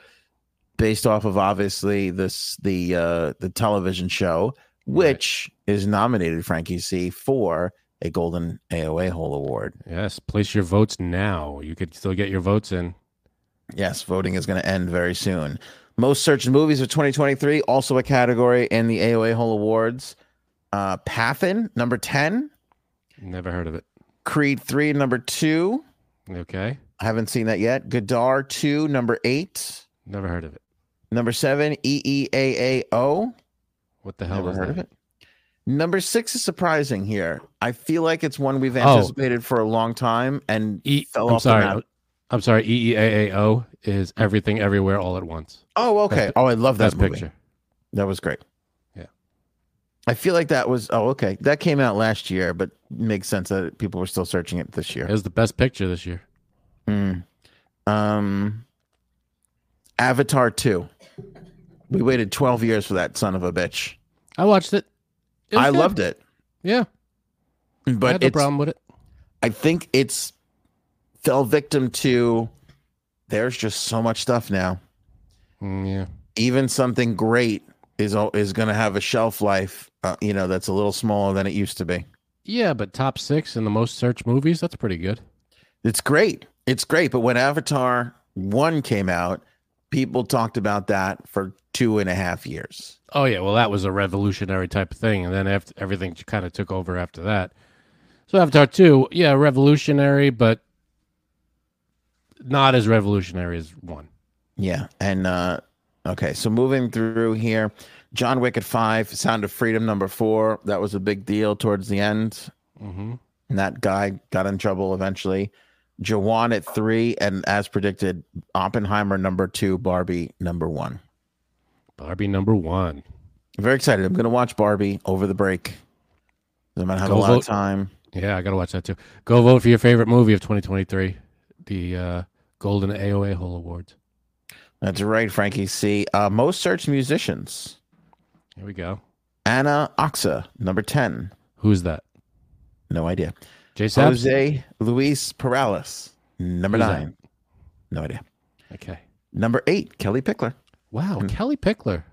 [SPEAKER 1] based off of obviously this the uh, the television show, which is nominated Frankie C for a Golden AOA Hole Award.
[SPEAKER 2] Yes, place your votes now. You could still get your votes in.
[SPEAKER 1] Yes, voting is going to end very soon. Most searched movies of 2023, also a category in the AOA Hole Awards. Uh, Pathin, number 10.
[SPEAKER 2] Never heard of it.
[SPEAKER 1] Creed 3, number 2.
[SPEAKER 2] Okay,
[SPEAKER 1] I haven't seen that yet. Godard 2, number 8.
[SPEAKER 2] never heard of it.
[SPEAKER 1] Number E 7, EEAAO.
[SPEAKER 2] What the hell
[SPEAKER 1] Never
[SPEAKER 2] was
[SPEAKER 1] heard
[SPEAKER 2] that?
[SPEAKER 1] of it. Number 6 is surprising here. I feel like it's one we've
[SPEAKER 2] Oh.
[SPEAKER 1] anticipated for a long time and
[SPEAKER 2] E-
[SPEAKER 1] fell
[SPEAKER 2] I'm
[SPEAKER 1] off the map.
[SPEAKER 2] sorry. I'm sorry. E EEAAO is everything everywhere all at once.
[SPEAKER 1] Oh, okay.
[SPEAKER 2] Best-
[SPEAKER 1] oh, I love that
[SPEAKER 2] Best
[SPEAKER 1] movie.
[SPEAKER 2] picture.
[SPEAKER 1] That was great.
[SPEAKER 2] Yeah.
[SPEAKER 1] I feel like that was oh okay. That came out last year, but makes sense that people were still searching it this
[SPEAKER 2] It
[SPEAKER 1] year.
[SPEAKER 2] was the best picture this year.
[SPEAKER 1] Mm. Um Avatar 2. We waited 12 years for that son of a bitch.
[SPEAKER 2] I watched it. It was
[SPEAKER 1] I
[SPEAKER 2] good.
[SPEAKER 1] loved it.
[SPEAKER 2] Yeah, I
[SPEAKER 1] But
[SPEAKER 2] had no
[SPEAKER 1] it's
[SPEAKER 2] problem with it.
[SPEAKER 1] I think it's fell victim to there's just so much stuff now.
[SPEAKER 2] Mm, yeah.
[SPEAKER 1] even something great is al- is going to have a shelf life, uh, you know, that's a little smaller than it used to be.
[SPEAKER 2] Yeah, but top six in the most searched movies, that's pretty good.
[SPEAKER 1] It's great. It's great. But when Avatar 1 came out, people talked about that for two and a half years.
[SPEAKER 2] Oh yeah, well that was a revolutionary type of thing, and then after everything kind of took over after that. So Avatar two, yeah, revolutionary, but not as revolutionary as one.
[SPEAKER 1] Yeah. And, uh, okay. So moving through here, John Wick at five, Sound of Freedom number four. That was a big deal towards the end.
[SPEAKER 2] hmm
[SPEAKER 1] And that guy got in trouble eventually. Jawan at three. And as predicted, Oppenheimer number two, Barbie number one.
[SPEAKER 2] Barbie number one.
[SPEAKER 1] I'm very excited. I'm going to watch Barbie over the break. I'm going to have
[SPEAKER 2] Go
[SPEAKER 1] a lot
[SPEAKER 2] vote.
[SPEAKER 1] of time.
[SPEAKER 2] Yeah, I gotta watch that too. Go vote for your favorite movie of 2023, the uh, Golden AOA Hole Awards.
[SPEAKER 1] That's right, Frankie C. Uh, most searched musicians.
[SPEAKER 2] Here we go.
[SPEAKER 1] Anna Oxa, number 10.
[SPEAKER 2] Who's that?
[SPEAKER 1] No idea.
[SPEAKER 2] Jay Sabs?
[SPEAKER 1] Jose Luis Perales, number
[SPEAKER 2] Who's that?
[SPEAKER 1] nine. No idea.
[SPEAKER 2] Okay.
[SPEAKER 1] Number eight, Kelly Pickler.
[SPEAKER 2] Wow,
[SPEAKER 1] Hmm.
[SPEAKER 2] Kelly Pickler.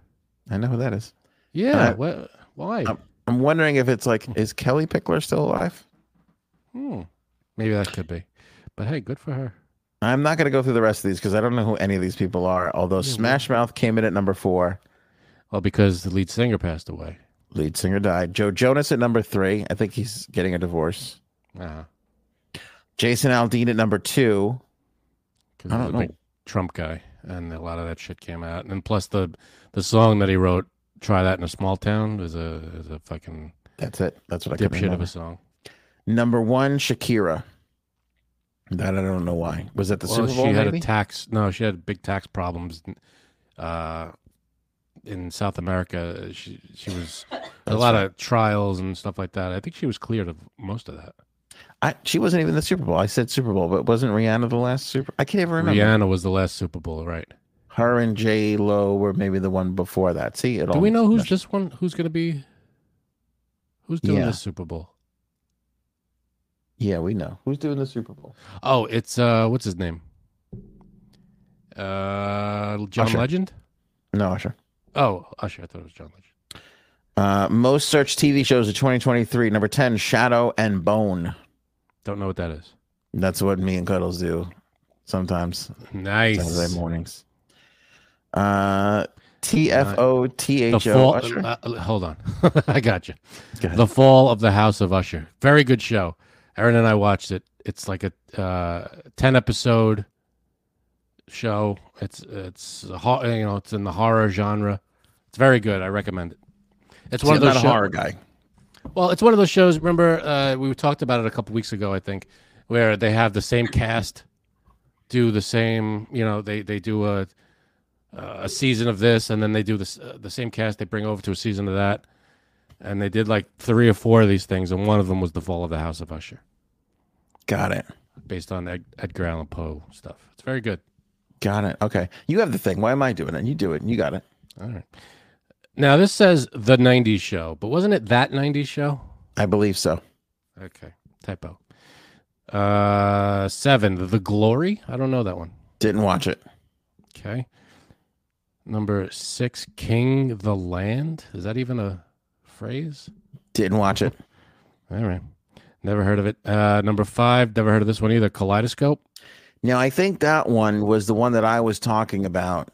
[SPEAKER 1] I know who that is.
[SPEAKER 2] Yeah.
[SPEAKER 1] Uh,
[SPEAKER 2] wha- why?
[SPEAKER 1] um, I'm wondering if it's like, is Kelly Pickler still alive?
[SPEAKER 2] hmm. Maybe that could be. But hey, good for her.
[SPEAKER 1] I'm not going to go through the rest of these because I don't know who any of these people are. Although
[SPEAKER 2] Yeah, we-
[SPEAKER 1] Smash Mouth came in at number four.
[SPEAKER 2] Well, because the lead singer passed away.
[SPEAKER 1] Lead singer died. Joe Jonas at number three. I think he's getting a divorce.
[SPEAKER 2] Ah,
[SPEAKER 1] Jason Aldean at number two.
[SPEAKER 2] because
[SPEAKER 1] I
[SPEAKER 2] he was
[SPEAKER 1] don't
[SPEAKER 2] a big Trump guy, and a lot of that shit came out. And plus the the song that he wrote, "Try That in a Small Town," is a is a fucking
[SPEAKER 1] That's it. That's what I could
[SPEAKER 2] dipshit of
[SPEAKER 1] remember.
[SPEAKER 2] a song.
[SPEAKER 1] Number one, Shakira. That I don't know why. Was that the
[SPEAKER 2] well,
[SPEAKER 1] Super Bowl?
[SPEAKER 2] she had
[SPEAKER 1] maybe?
[SPEAKER 2] a tax. No, she had big tax problems. Uh, in South America, she she was a
[SPEAKER 1] That's
[SPEAKER 2] lot
[SPEAKER 1] right.
[SPEAKER 2] of trials and stuff like that. I think she was cleared of most of that.
[SPEAKER 1] I, she wasn't even the Super Bowl. I said Super Bowl, but wasn't Rihanna the last Super? I can't even remember.
[SPEAKER 2] Rihanna was the last Super Bowl, right?
[SPEAKER 1] Her and J Lo were maybe the one before that. See, it all.
[SPEAKER 2] Do we know who's
[SPEAKER 1] meshed-
[SPEAKER 2] this one? Who's going to be? Who's doing
[SPEAKER 1] Yeah.
[SPEAKER 2] this Super Bowl?
[SPEAKER 1] Yeah, we know who's doing the Super Bowl.
[SPEAKER 2] Oh, it's uh, what's his name? Uh, John
[SPEAKER 1] Usher.
[SPEAKER 2] Legend.
[SPEAKER 1] No, sure.
[SPEAKER 2] Oh, Usher. I thought it was John Legend.
[SPEAKER 1] Uh, most searched TV shows of 2023. Number ten, Shadow and Bone.
[SPEAKER 2] Don't know what that is.
[SPEAKER 1] That's what me and Cuddles do sometimes.
[SPEAKER 2] Nice.
[SPEAKER 1] Saturday mornings. Uh, TFO
[SPEAKER 2] The fall. Uh, uh, hold on, I got you. The Fall of the House of Usher. Very good show. Aaron and I watched it. It's like a uh, ten episode show. It's it's a hor- you know it's in the horror genre. It's very good. I recommend it. It's
[SPEAKER 1] See,
[SPEAKER 2] one
[SPEAKER 1] I'm
[SPEAKER 2] of those
[SPEAKER 1] not a
[SPEAKER 2] show-
[SPEAKER 1] horror guy.
[SPEAKER 2] Well, it's one of those shows. Remember, uh, we talked about it a couple weeks ago, I think, where they have the same cast do the same. You know, they they do a a season of this, and then they do this uh, the same cast. They bring over to a season of that, and they did like three or four of these things, and one of them was the fall of the House of Usher,
[SPEAKER 1] Got it.
[SPEAKER 2] based on Ed, Edgar Allan Poe stuff. It's very good.
[SPEAKER 1] Got it. Okay. You have the thing. Why am I doing it? You do it. You got it.
[SPEAKER 2] All right. Now this says the '90s show, but wasn't it that '90s show?
[SPEAKER 1] I believe so.
[SPEAKER 2] Okay, typo. Uh, seven, The Glory. I don't know that one.
[SPEAKER 1] Didn't watch it.
[SPEAKER 2] Okay. Number six, King the Land. Is that even a phrase?
[SPEAKER 1] Didn't watch it.
[SPEAKER 2] All right. Never heard of it. Uh, number five, never heard of this one either. Kaleidoscope.
[SPEAKER 1] Now, I think that one was the one that I was talking about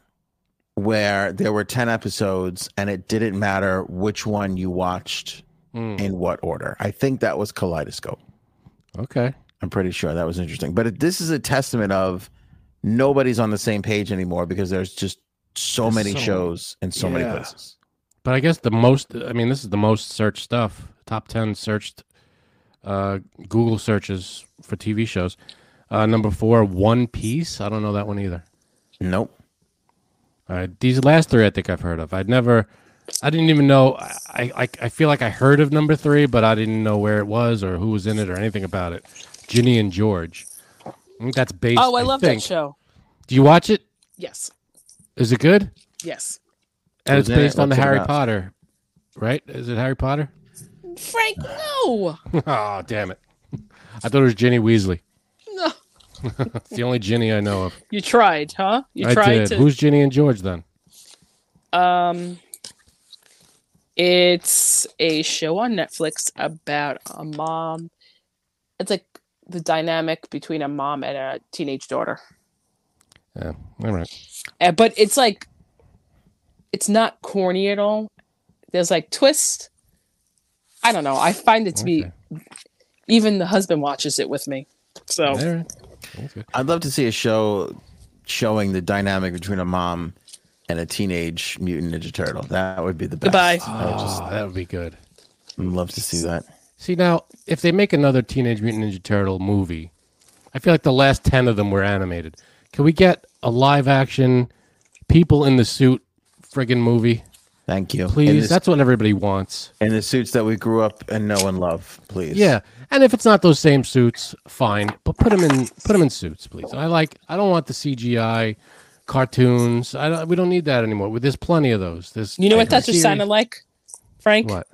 [SPEAKER 1] where there were 10 episodes and it didn't matter which one you watched
[SPEAKER 2] Hmm,
[SPEAKER 1] in what order. I think that was Kaleidoscope.
[SPEAKER 2] Okay.
[SPEAKER 1] I'm pretty sure that was interesting. But it, this is a testament of nobody's on the same page anymore because there's just so
[SPEAKER 2] There's
[SPEAKER 1] many
[SPEAKER 2] so-
[SPEAKER 1] shows in so many
[SPEAKER 2] Yeah.
[SPEAKER 1] places.
[SPEAKER 2] But I guess the most, I mean, this is the most searched stuff. Top 10 searched uh, Google searches for TV shows. Uh, number four, One Piece. I don't know that one either.
[SPEAKER 1] Nope.
[SPEAKER 2] All right, these last three I think I've heard of. I'd never, I didn't even know. I, I I feel like I heard of number three, but I didn't know where it was or who was in it or anything about it. Ginny and George. I think that's based.
[SPEAKER 4] Oh, I love
[SPEAKER 2] think.
[SPEAKER 4] that show.
[SPEAKER 2] Do you watch it?
[SPEAKER 4] Yes,
[SPEAKER 2] Is it good?
[SPEAKER 4] yes.
[SPEAKER 2] And
[SPEAKER 1] Who's
[SPEAKER 2] it's
[SPEAKER 1] in it?
[SPEAKER 2] based on the
[SPEAKER 1] What's it
[SPEAKER 2] Harry
[SPEAKER 1] about?
[SPEAKER 2] Potter, right? Is it Harry Potter?
[SPEAKER 4] Frank, no,
[SPEAKER 2] oh, damn it! I thought it was Ginny Weasley.
[SPEAKER 4] no.
[SPEAKER 2] It's the only Ginny I know of.
[SPEAKER 4] You tried, huh? You
[SPEAKER 2] I
[SPEAKER 4] tried
[SPEAKER 2] did. Who's Ginny and George then?
[SPEAKER 4] to. Um, it's a show on Netflix about a mom. It's like the dynamic between a mom and a teenage daughter.
[SPEAKER 2] Yeah. All right.
[SPEAKER 4] Uh, but it's like it's not corny at all there's like twist i don't know i find it to be
[SPEAKER 2] Okay.
[SPEAKER 4] even the husband watches it with me so
[SPEAKER 2] All right. That's good.
[SPEAKER 1] I'd love to see a show showing the dynamic between a mom and a teenage mutant ninja turtle. That would be the best.
[SPEAKER 4] Goodbye.
[SPEAKER 1] I would just
[SPEAKER 2] Oh, that would be good.
[SPEAKER 1] I'd love to see that.
[SPEAKER 2] See now, if they make another Teenage Mutant Ninja Turtle movie, I feel like the last ten of them were animated. Can we get a live action people in the suit friggin' movie?
[SPEAKER 1] Thank you. In,
[SPEAKER 2] Please.
[SPEAKER 1] this-
[SPEAKER 2] That's what everybody wants.
[SPEAKER 1] in the suits that we grew up and know and love, please.
[SPEAKER 2] Yeah. And if it's not those same suits, fine. But put them in put 'em in suits, please. I like I don't want the CGI cartoons. I don't, we don't need that anymore. There's plenty of those. There's
[SPEAKER 4] you know what
[SPEAKER 2] like,
[SPEAKER 4] that just
[SPEAKER 2] series-
[SPEAKER 4] sounded like frank
[SPEAKER 2] What?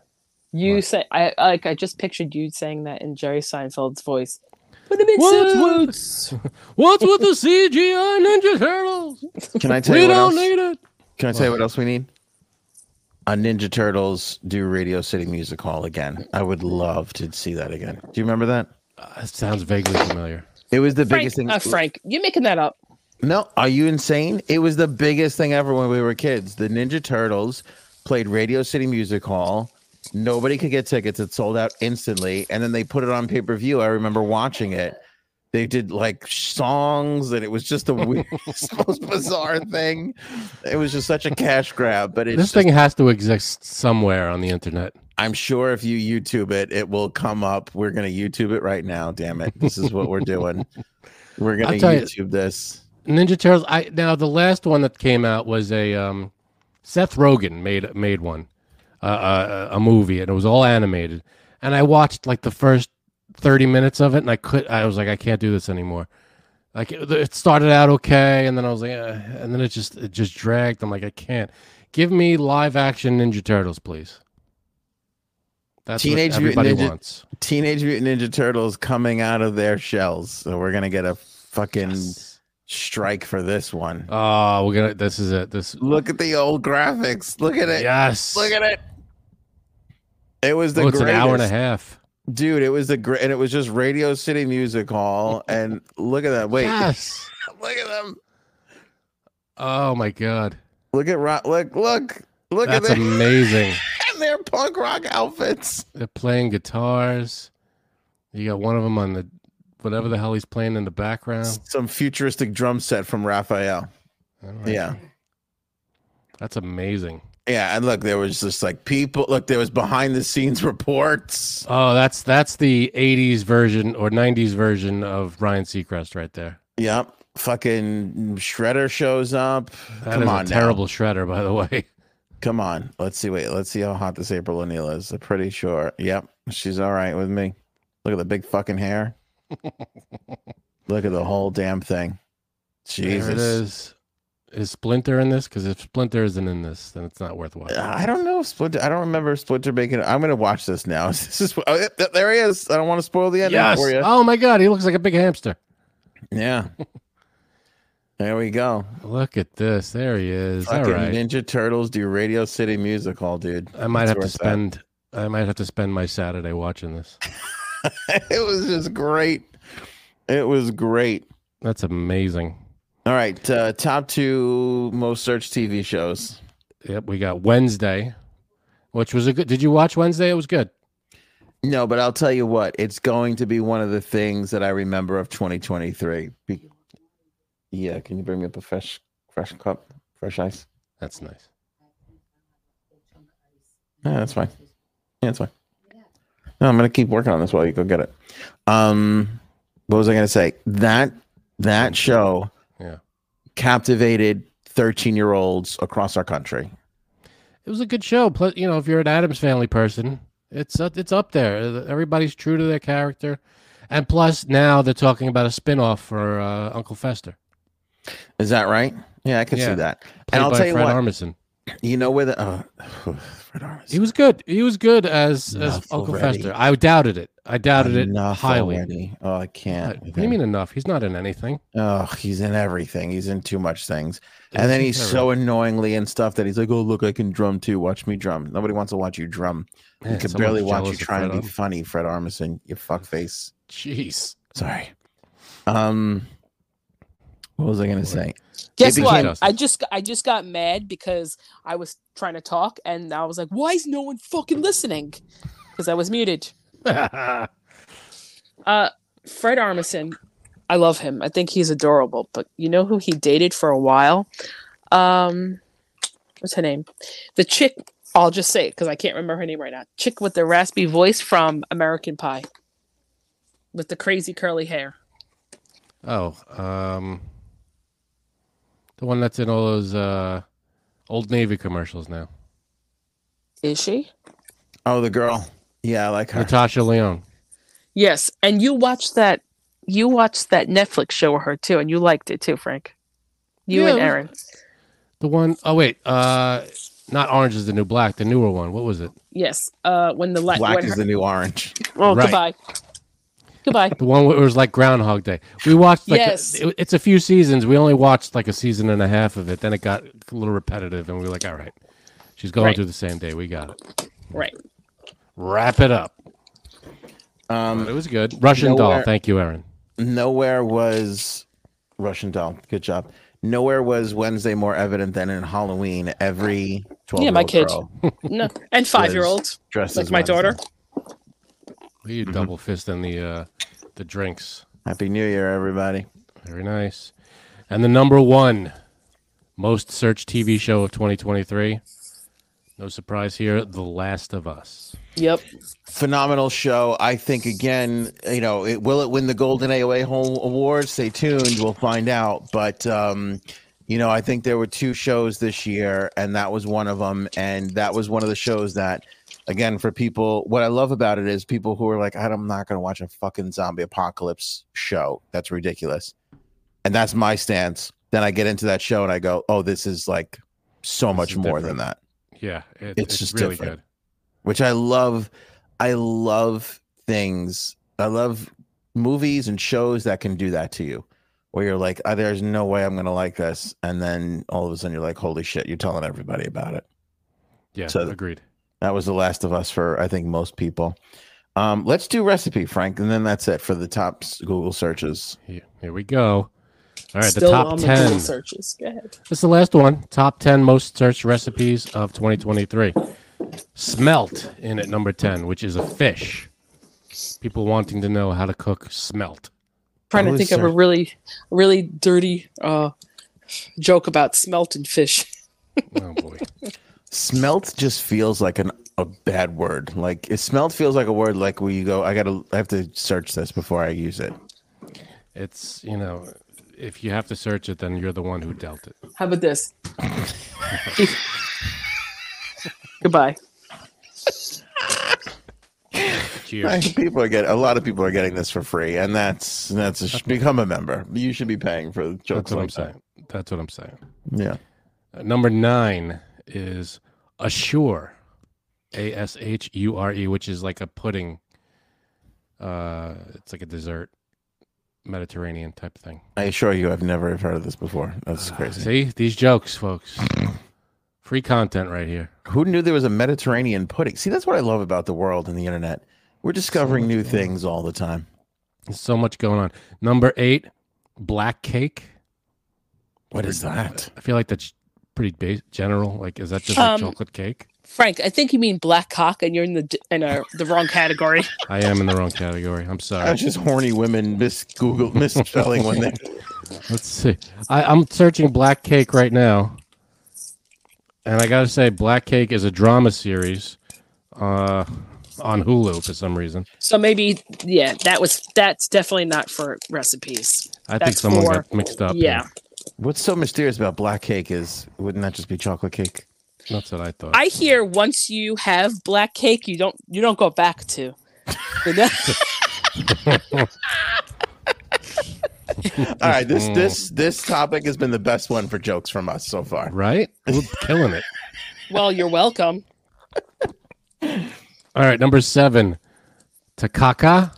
[SPEAKER 4] you
[SPEAKER 2] What?
[SPEAKER 4] say i I- like i just pictured you saying that in jerry seinfeld's voice Put him in
[SPEAKER 2] What's
[SPEAKER 4] suits.
[SPEAKER 2] What's with the CGI Ninja Turtles?
[SPEAKER 1] Can I tell
[SPEAKER 2] We
[SPEAKER 1] you what
[SPEAKER 2] don't
[SPEAKER 1] else?
[SPEAKER 2] need it.
[SPEAKER 1] Can I tell you what else we need? A Ninja Turtles do Radio City Music Hall again. I would love to see that again. Do you remember that?
[SPEAKER 2] Uh, sounds vaguely familiar.
[SPEAKER 1] It was the
[SPEAKER 4] Frank,
[SPEAKER 1] biggest thing.
[SPEAKER 4] uh, Frank, you're making that up.
[SPEAKER 1] No, are you insane? It was the biggest thing ever when we were kids. The Ninja Turtles played Radio City Music Hall. Nobody could get tickets. It sold out instantly. And then they put it on pay per view. I remember watching it. They did like songs, and it was just the weirdest, most bizarre thing. It was just such a cash grab. But it's
[SPEAKER 2] this
[SPEAKER 1] just-
[SPEAKER 2] thing has to exist somewhere on the internet.
[SPEAKER 1] I'm sure if you YouTube it, it will come up. We're gonna YouTube it right now. Damn it! This is what we're doing. We're gonna
[SPEAKER 2] I'll tell you-
[SPEAKER 1] YouTube this.
[SPEAKER 2] Ninja Turtles. I now the last one that came out was a um, Seth Rogen made made one, uh, uh, a movie, and it was all animated. And I watched like the first thirty minutes of it, and I could. I was like, I can't do this anymore. Like it, it started out okay, and then I was like, uh, and then it just it just dragged. I'm like, I can't. Give me live action Ninja Turtles, please. That's
[SPEAKER 1] Teenage
[SPEAKER 2] what
[SPEAKER 1] Mutant
[SPEAKER 2] everybody
[SPEAKER 1] Ninja-
[SPEAKER 2] wants.
[SPEAKER 1] Teenage Mutant Ninja Turtles coming out of their shells. So we're gonna get a fucking strike for this one.
[SPEAKER 2] Oh, we're gonna. This is it. This.
[SPEAKER 1] Look at the old graphics. Look at it.
[SPEAKER 2] Yes.
[SPEAKER 1] Look at it. It was the
[SPEAKER 2] Oh, it's an
[SPEAKER 1] greatest.
[SPEAKER 2] hour and a half.
[SPEAKER 1] dude. It was the great, and it was just Radio City Music Hall. And look at that. Wait,
[SPEAKER 2] Yes.
[SPEAKER 1] look at them.
[SPEAKER 2] Oh my god.
[SPEAKER 1] Look at Rock. Look, look, look
[SPEAKER 2] That's
[SPEAKER 1] at them.
[SPEAKER 2] amazing.
[SPEAKER 1] and their punk rock outfits.
[SPEAKER 2] They're playing guitars. You got one of them on the whatever the hell he's playing in the background.
[SPEAKER 1] Some futuristic drum set from Raphael.
[SPEAKER 2] All right.
[SPEAKER 1] Yeah.
[SPEAKER 2] That's amazing.
[SPEAKER 1] Yeah, and look, there was just like people. Look, there was behind the scenes reports.
[SPEAKER 2] Oh, that's that's the '80s version or '90s version of Ryan Seacrest right there.
[SPEAKER 1] Yep, fucking shredder shows up.
[SPEAKER 2] That
[SPEAKER 1] Come
[SPEAKER 2] is
[SPEAKER 1] on,
[SPEAKER 2] a
[SPEAKER 1] now.
[SPEAKER 2] terrible shredder, by the way.
[SPEAKER 1] Come on, let's see. Wait, let's see how hot this April O'Neil is. I'm pretty sure. Yep, she's all right with me. Look at the big fucking hair. look at the whole damn thing. Jesus.
[SPEAKER 2] There it is. Is Splinter in this? Because if Splinter isn't in this, then it's not worth watching.
[SPEAKER 1] I don't know if Splinter. I don't remember Splinter making. I'm gonna watch this now. This is oh, yep, yep, there he is. I don't want to spoil the ending
[SPEAKER 2] yes.
[SPEAKER 1] for you.
[SPEAKER 2] Oh my God, he looks like a big hamster.
[SPEAKER 1] Yeah. there we go.
[SPEAKER 2] Look at this. There he is. All
[SPEAKER 1] Fucking
[SPEAKER 2] right.
[SPEAKER 1] Ninja Turtles do Radio City Music Hall, dude.
[SPEAKER 2] I might
[SPEAKER 1] That's
[SPEAKER 2] have
[SPEAKER 1] where
[SPEAKER 2] to
[SPEAKER 1] it's at.
[SPEAKER 2] spend. I might have to spend my Saturday watching this.
[SPEAKER 1] it was just great. It was great.
[SPEAKER 2] That's amazing.
[SPEAKER 1] All right, uh, top two most searched TV shows.
[SPEAKER 2] Yep, we got Wednesday, which was a good. Did you watch Wednesday? It was good.
[SPEAKER 1] No, but I'll tell you what, it's going to be one of the things that I remember of 2023. Be- yeah, can you bring me up a fresh, fresh cup, fresh ice?
[SPEAKER 2] That's nice.
[SPEAKER 1] Yeah, that's fine. Yeah, that's fine. No, I'm gonna keep working on this while you go get it. Um, what was I gonna say? That that show,
[SPEAKER 2] Yeah.
[SPEAKER 1] captivated 13 year olds across our country.
[SPEAKER 2] It was a good show. Plus, you know, if you're an Adams Family person, it's up, it's up there. Everybody's true to their character, and plus now they're talking about a spin-off for uh, Uncle Fester,
[SPEAKER 1] Is that right? Yeah, I can see
[SPEAKER 2] Yeah.
[SPEAKER 1] that.
[SPEAKER 2] played
[SPEAKER 1] And I'll
[SPEAKER 2] by
[SPEAKER 1] tell you
[SPEAKER 2] Fred
[SPEAKER 1] what,
[SPEAKER 2] Armisen.
[SPEAKER 1] you know where the uh, Fred Armisen.
[SPEAKER 2] He was good. He was good as as
[SPEAKER 1] Enough
[SPEAKER 2] Uncle
[SPEAKER 1] already.
[SPEAKER 2] Fester. I doubted it. I doubted it
[SPEAKER 1] Enough
[SPEAKER 2] highly.
[SPEAKER 1] already. Oh, I
[SPEAKER 2] Uh,
[SPEAKER 1] can't.
[SPEAKER 2] What do you mean enough? He's not in anything.
[SPEAKER 1] Oh, he's in everything. He's in too much things. And
[SPEAKER 2] It's
[SPEAKER 1] then he's
[SPEAKER 2] terrible.
[SPEAKER 1] so annoyingly and stuff that he's like, "Oh, look, I can drum too. Watch me drum." Nobody wants to watch you drum.
[SPEAKER 2] Man,
[SPEAKER 1] you can
[SPEAKER 2] someone's
[SPEAKER 1] barely watch you
[SPEAKER 2] jealous of
[SPEAKER 1] try and
[SPEAKER 2] Fred
[SPEAKER 1] be
[SPEAKER 2] Armisen.
[SPEAKER 1] funny, Fred Armisen. You fuckface.
[SPEAKER 2] Jeez.
[SPEAKER 1] Sorry. Um, what was I gonna say?
[SPEAKER 4] Guess
[SPEAKER 1] Maybe
[SPEAKER 4] what?
[SPEAKER 2] he-
[SPEAKER 4] I just g- I just got mad because I was trying to talk and I was like, why is no one fucking listening? Because I was muted. Uh, Fred Armisen, I love him. I think he's adorable. But you know who he dated for a while? Um, what's her name? The chick. I'll just say it because I can't remember her name right now. Chick with the raspy voice from American Pie, with the crazy curly hair.
[SPEAKER 2] Oh, um, the one that's in all those uh, old Navy commercials now.
[SPEAKER 4] Is she?
[SPEAKER 1] Oh, the girl. Yeah, I like her.
[SPEAKER 2] Natasha Leon.
[SPEAKER 4] Yes. And you watched that. You watched that Netflix show with her too, and you liked it too, Frank. You
[SPEAKER 2] Yeah,
[SPEAKER 4] and
[SPEAKER 2] it was-
[SPEAKER 4] Aaron.
[SPEAKER 2] The one oh wait, uh, not Orange is the New Black, the newer one. What was it?
[SPEAKER 4] Yes. Uh, when the light.
[SPEAKER 1] Black
[SPEAKER 4] When
[SPEAKER 1] is
[SPEAKER 4] her,
[SPEAKER 1] the new orange.
[SPEAKER 4] oh,
[SPEAKER 2] Right.
[SPEAKER 4] goodbye. Goodbye.
[SPEAKER 2] The one where it was like Groundhog Day. We watched like
[SPEAKER 4] Yes.
[SPEAKER 2] it- it's a few seasons. We only watched like a season and a half of it. Then it got a little repetitive, and we were like, all right, she's going
[SPEAKER 4] Right.
[SPEAKER 2] through the same day. We got it.
[SPEAKER 4] Right.
[SPEAKER 2] Wrap it up. But
[SPEAKER 1] Um,
[SPEAKER 2] it was good. Russian doll.
[SPEAKER 1] Nowhere-
[SPEAKER 2] Thank you, Aaron.
[SPEAKER 1] nowhere was Russian doll. Good job. Nowhere was Wednesday more evident than in Halloween. Every twelve.
[SPEAKER 4] Yeah, my kid. No. And five year
[SPEAKER 1] Was
[SPEAKER 4] olds.
[SPEAKER 1] dressed
[SPEAKER 4] like
[SPEAKER 1] as
[SPEAKER 4] my
[SPEAKER 1] Wednesday.
[SPEAKER 4] daughter.
[SPEAKER 2] Look at You double fist in the uh, the drinks.
[SPEAKER 1] Happy New Year, everybody.
[SPEAKER 2] Very nice. And the number one most searched TV show of 2023. No surprise here, The Last of Us.
[SPEAKER 4] Yep.
[SPEAKER 1] phenomenal show. I think again, you know, it, will it win the Golden AOA Home Award? Stay tuned, we'll find out. But um, you know, I think there were two shows this year, and that was one of them. And that was one of the shows that, again, for people, what I love about it is people who are like, I'm not going to watch a fucking zombie apocalypse show. That's ridiculous. And that's my stance. Then I get into that show and I go, oh, this is like so
[SPEAKER 2] This
[SPEAKER 1] much
[SPEAKER 2] is
[SPEAKER 1] more
[SPEAKER 2] different.
[SPEAKER 1] than that
[SPEAKER 2] Yeah, it,
[SPEAKER 1] It's
[SPEAKER 2] it's,
[SPEAKER 1] just
[SPEAKER 2] really
[SPEAKER 1] different. which I love. I love things. I love movies and shows that can do that to you, where you're like, oh, "There's no way I'm gonna like this," and then all of a sudden you're like, "Holy shit!" You're telling everybody about it.
[SPEAKER 2] good. Yeah,
[SPEAKER 1] So-
[SPEAKER 2] agreed.
[SPEAKER 1] That was The Last of Us for I think most people. Um, let's do recipe, Frank, and then that's it for the top s- Google searches.
[SPEAKER 2] Here, here we go. All right,
[SPEAKER 4] Still
[SPEAKER 2] the top
[SPEAKER 4] on the Google
[SPEAKER 2] ten.
[SPEAKER 4] searches. Go ahead.
[SPEAKER 2] This is the last one. Top 10 most searched recipes of 2023. Smelt in at number 10, which is a fish. People wanting to know how to cook smelt.
[SPEAKER 4] Trying
[SPEAKER 1] Who
[SPEAKER 4] to
[SPEAKER 1] is
[SPEAKER 4] think of a
[SPEAKER 1] search-
[SPEAKER 4] really, really dirty uh, joke about smelt and fish.
[SPEAKER 2] Oh boy.
[SPEAKER 1] smelt just feels like an a bad word. Like it smelt feels like a word like where you go, I gotta I have to search this before I use it.
[SPEAKER 2] It's you know, if you have to search it, then you're the one who dealt it.
[SPEAKER 4] How about this? Goodbye.
[SPEAKER 2] Cheers.
[SPEAKER 1] Right, People are getting a lot of people are getting this for free, and that's that's a, sh- become a member. You should be paying for jokes
[SPEAKER 2] That's what I'm
[SPEAKER 1] like that.
[SPEAKER 2] saying. That's what I'm saying.
[SPEAKER 1] Yeah.
[SPEAKER 2] Uh, number nine is assure, A S H U R E, which is like a pudding. Uh, it's like a dessert, Mediterranean type thing.
[SPEAKER 1] I assure you, I've never heard of this before. That's crazy.
[SPEAKER 2] See these jokes, folks. Free content right here.
[SPEAKER 1] Who knew there was a Mediterranean pudding? See, that's what I love about the world and the internet. We're discovering new things all the time.
[SPEAKER 2] There's so much going on. Number eight, black cake.
[SPEAKER 1] What is that?
[SPEAKER 2] I feel like that's pretty base, general. Like, is that just
[SPEAKER 4] Um,
[SPEAKER 2] like chocolate cake?
[SPEAKER 4] Frank, I think you mean black cock, and you're in the d- in a, the wrong category.
[SPEAKER 2] I am in the wrong category. I'm sorry.
[SPEAKER 1] That's just horny women mis Google misspelling when they
[SPEAKER 2] Let's see. I, I'm searching black cake right now, and I gotta say, black cake is a drama series uh, on Hulu for some reason.
[SPEAKER 4] So maybe, yeah, that was that's definitely not for recipes.
[SPEAKER 2] I think
[SPEAKER 4] That's
[SPEAKER 2] someone
[SPEAKER 4] for-
[SPEAKER 2] got mixed up.
[SPEAKER 4] yeah,
[SPEAKER 1] What's so mysterious about black cake is wouldn't that just be chocolate cake?
[SPEAKER 2] here. that's what I thought.
[SPEAKER 4] I hear once you have black cake, you don't you don't go back to. the ne-
[SPEAKER 1] All right, this this this topic has been the best one for jokes from us so far.
[SPEAKER 2] right? We're killing it.
[SPEAKER 4] well, you're welcome.
[SPEAKER 2] All right, number seven, takaka.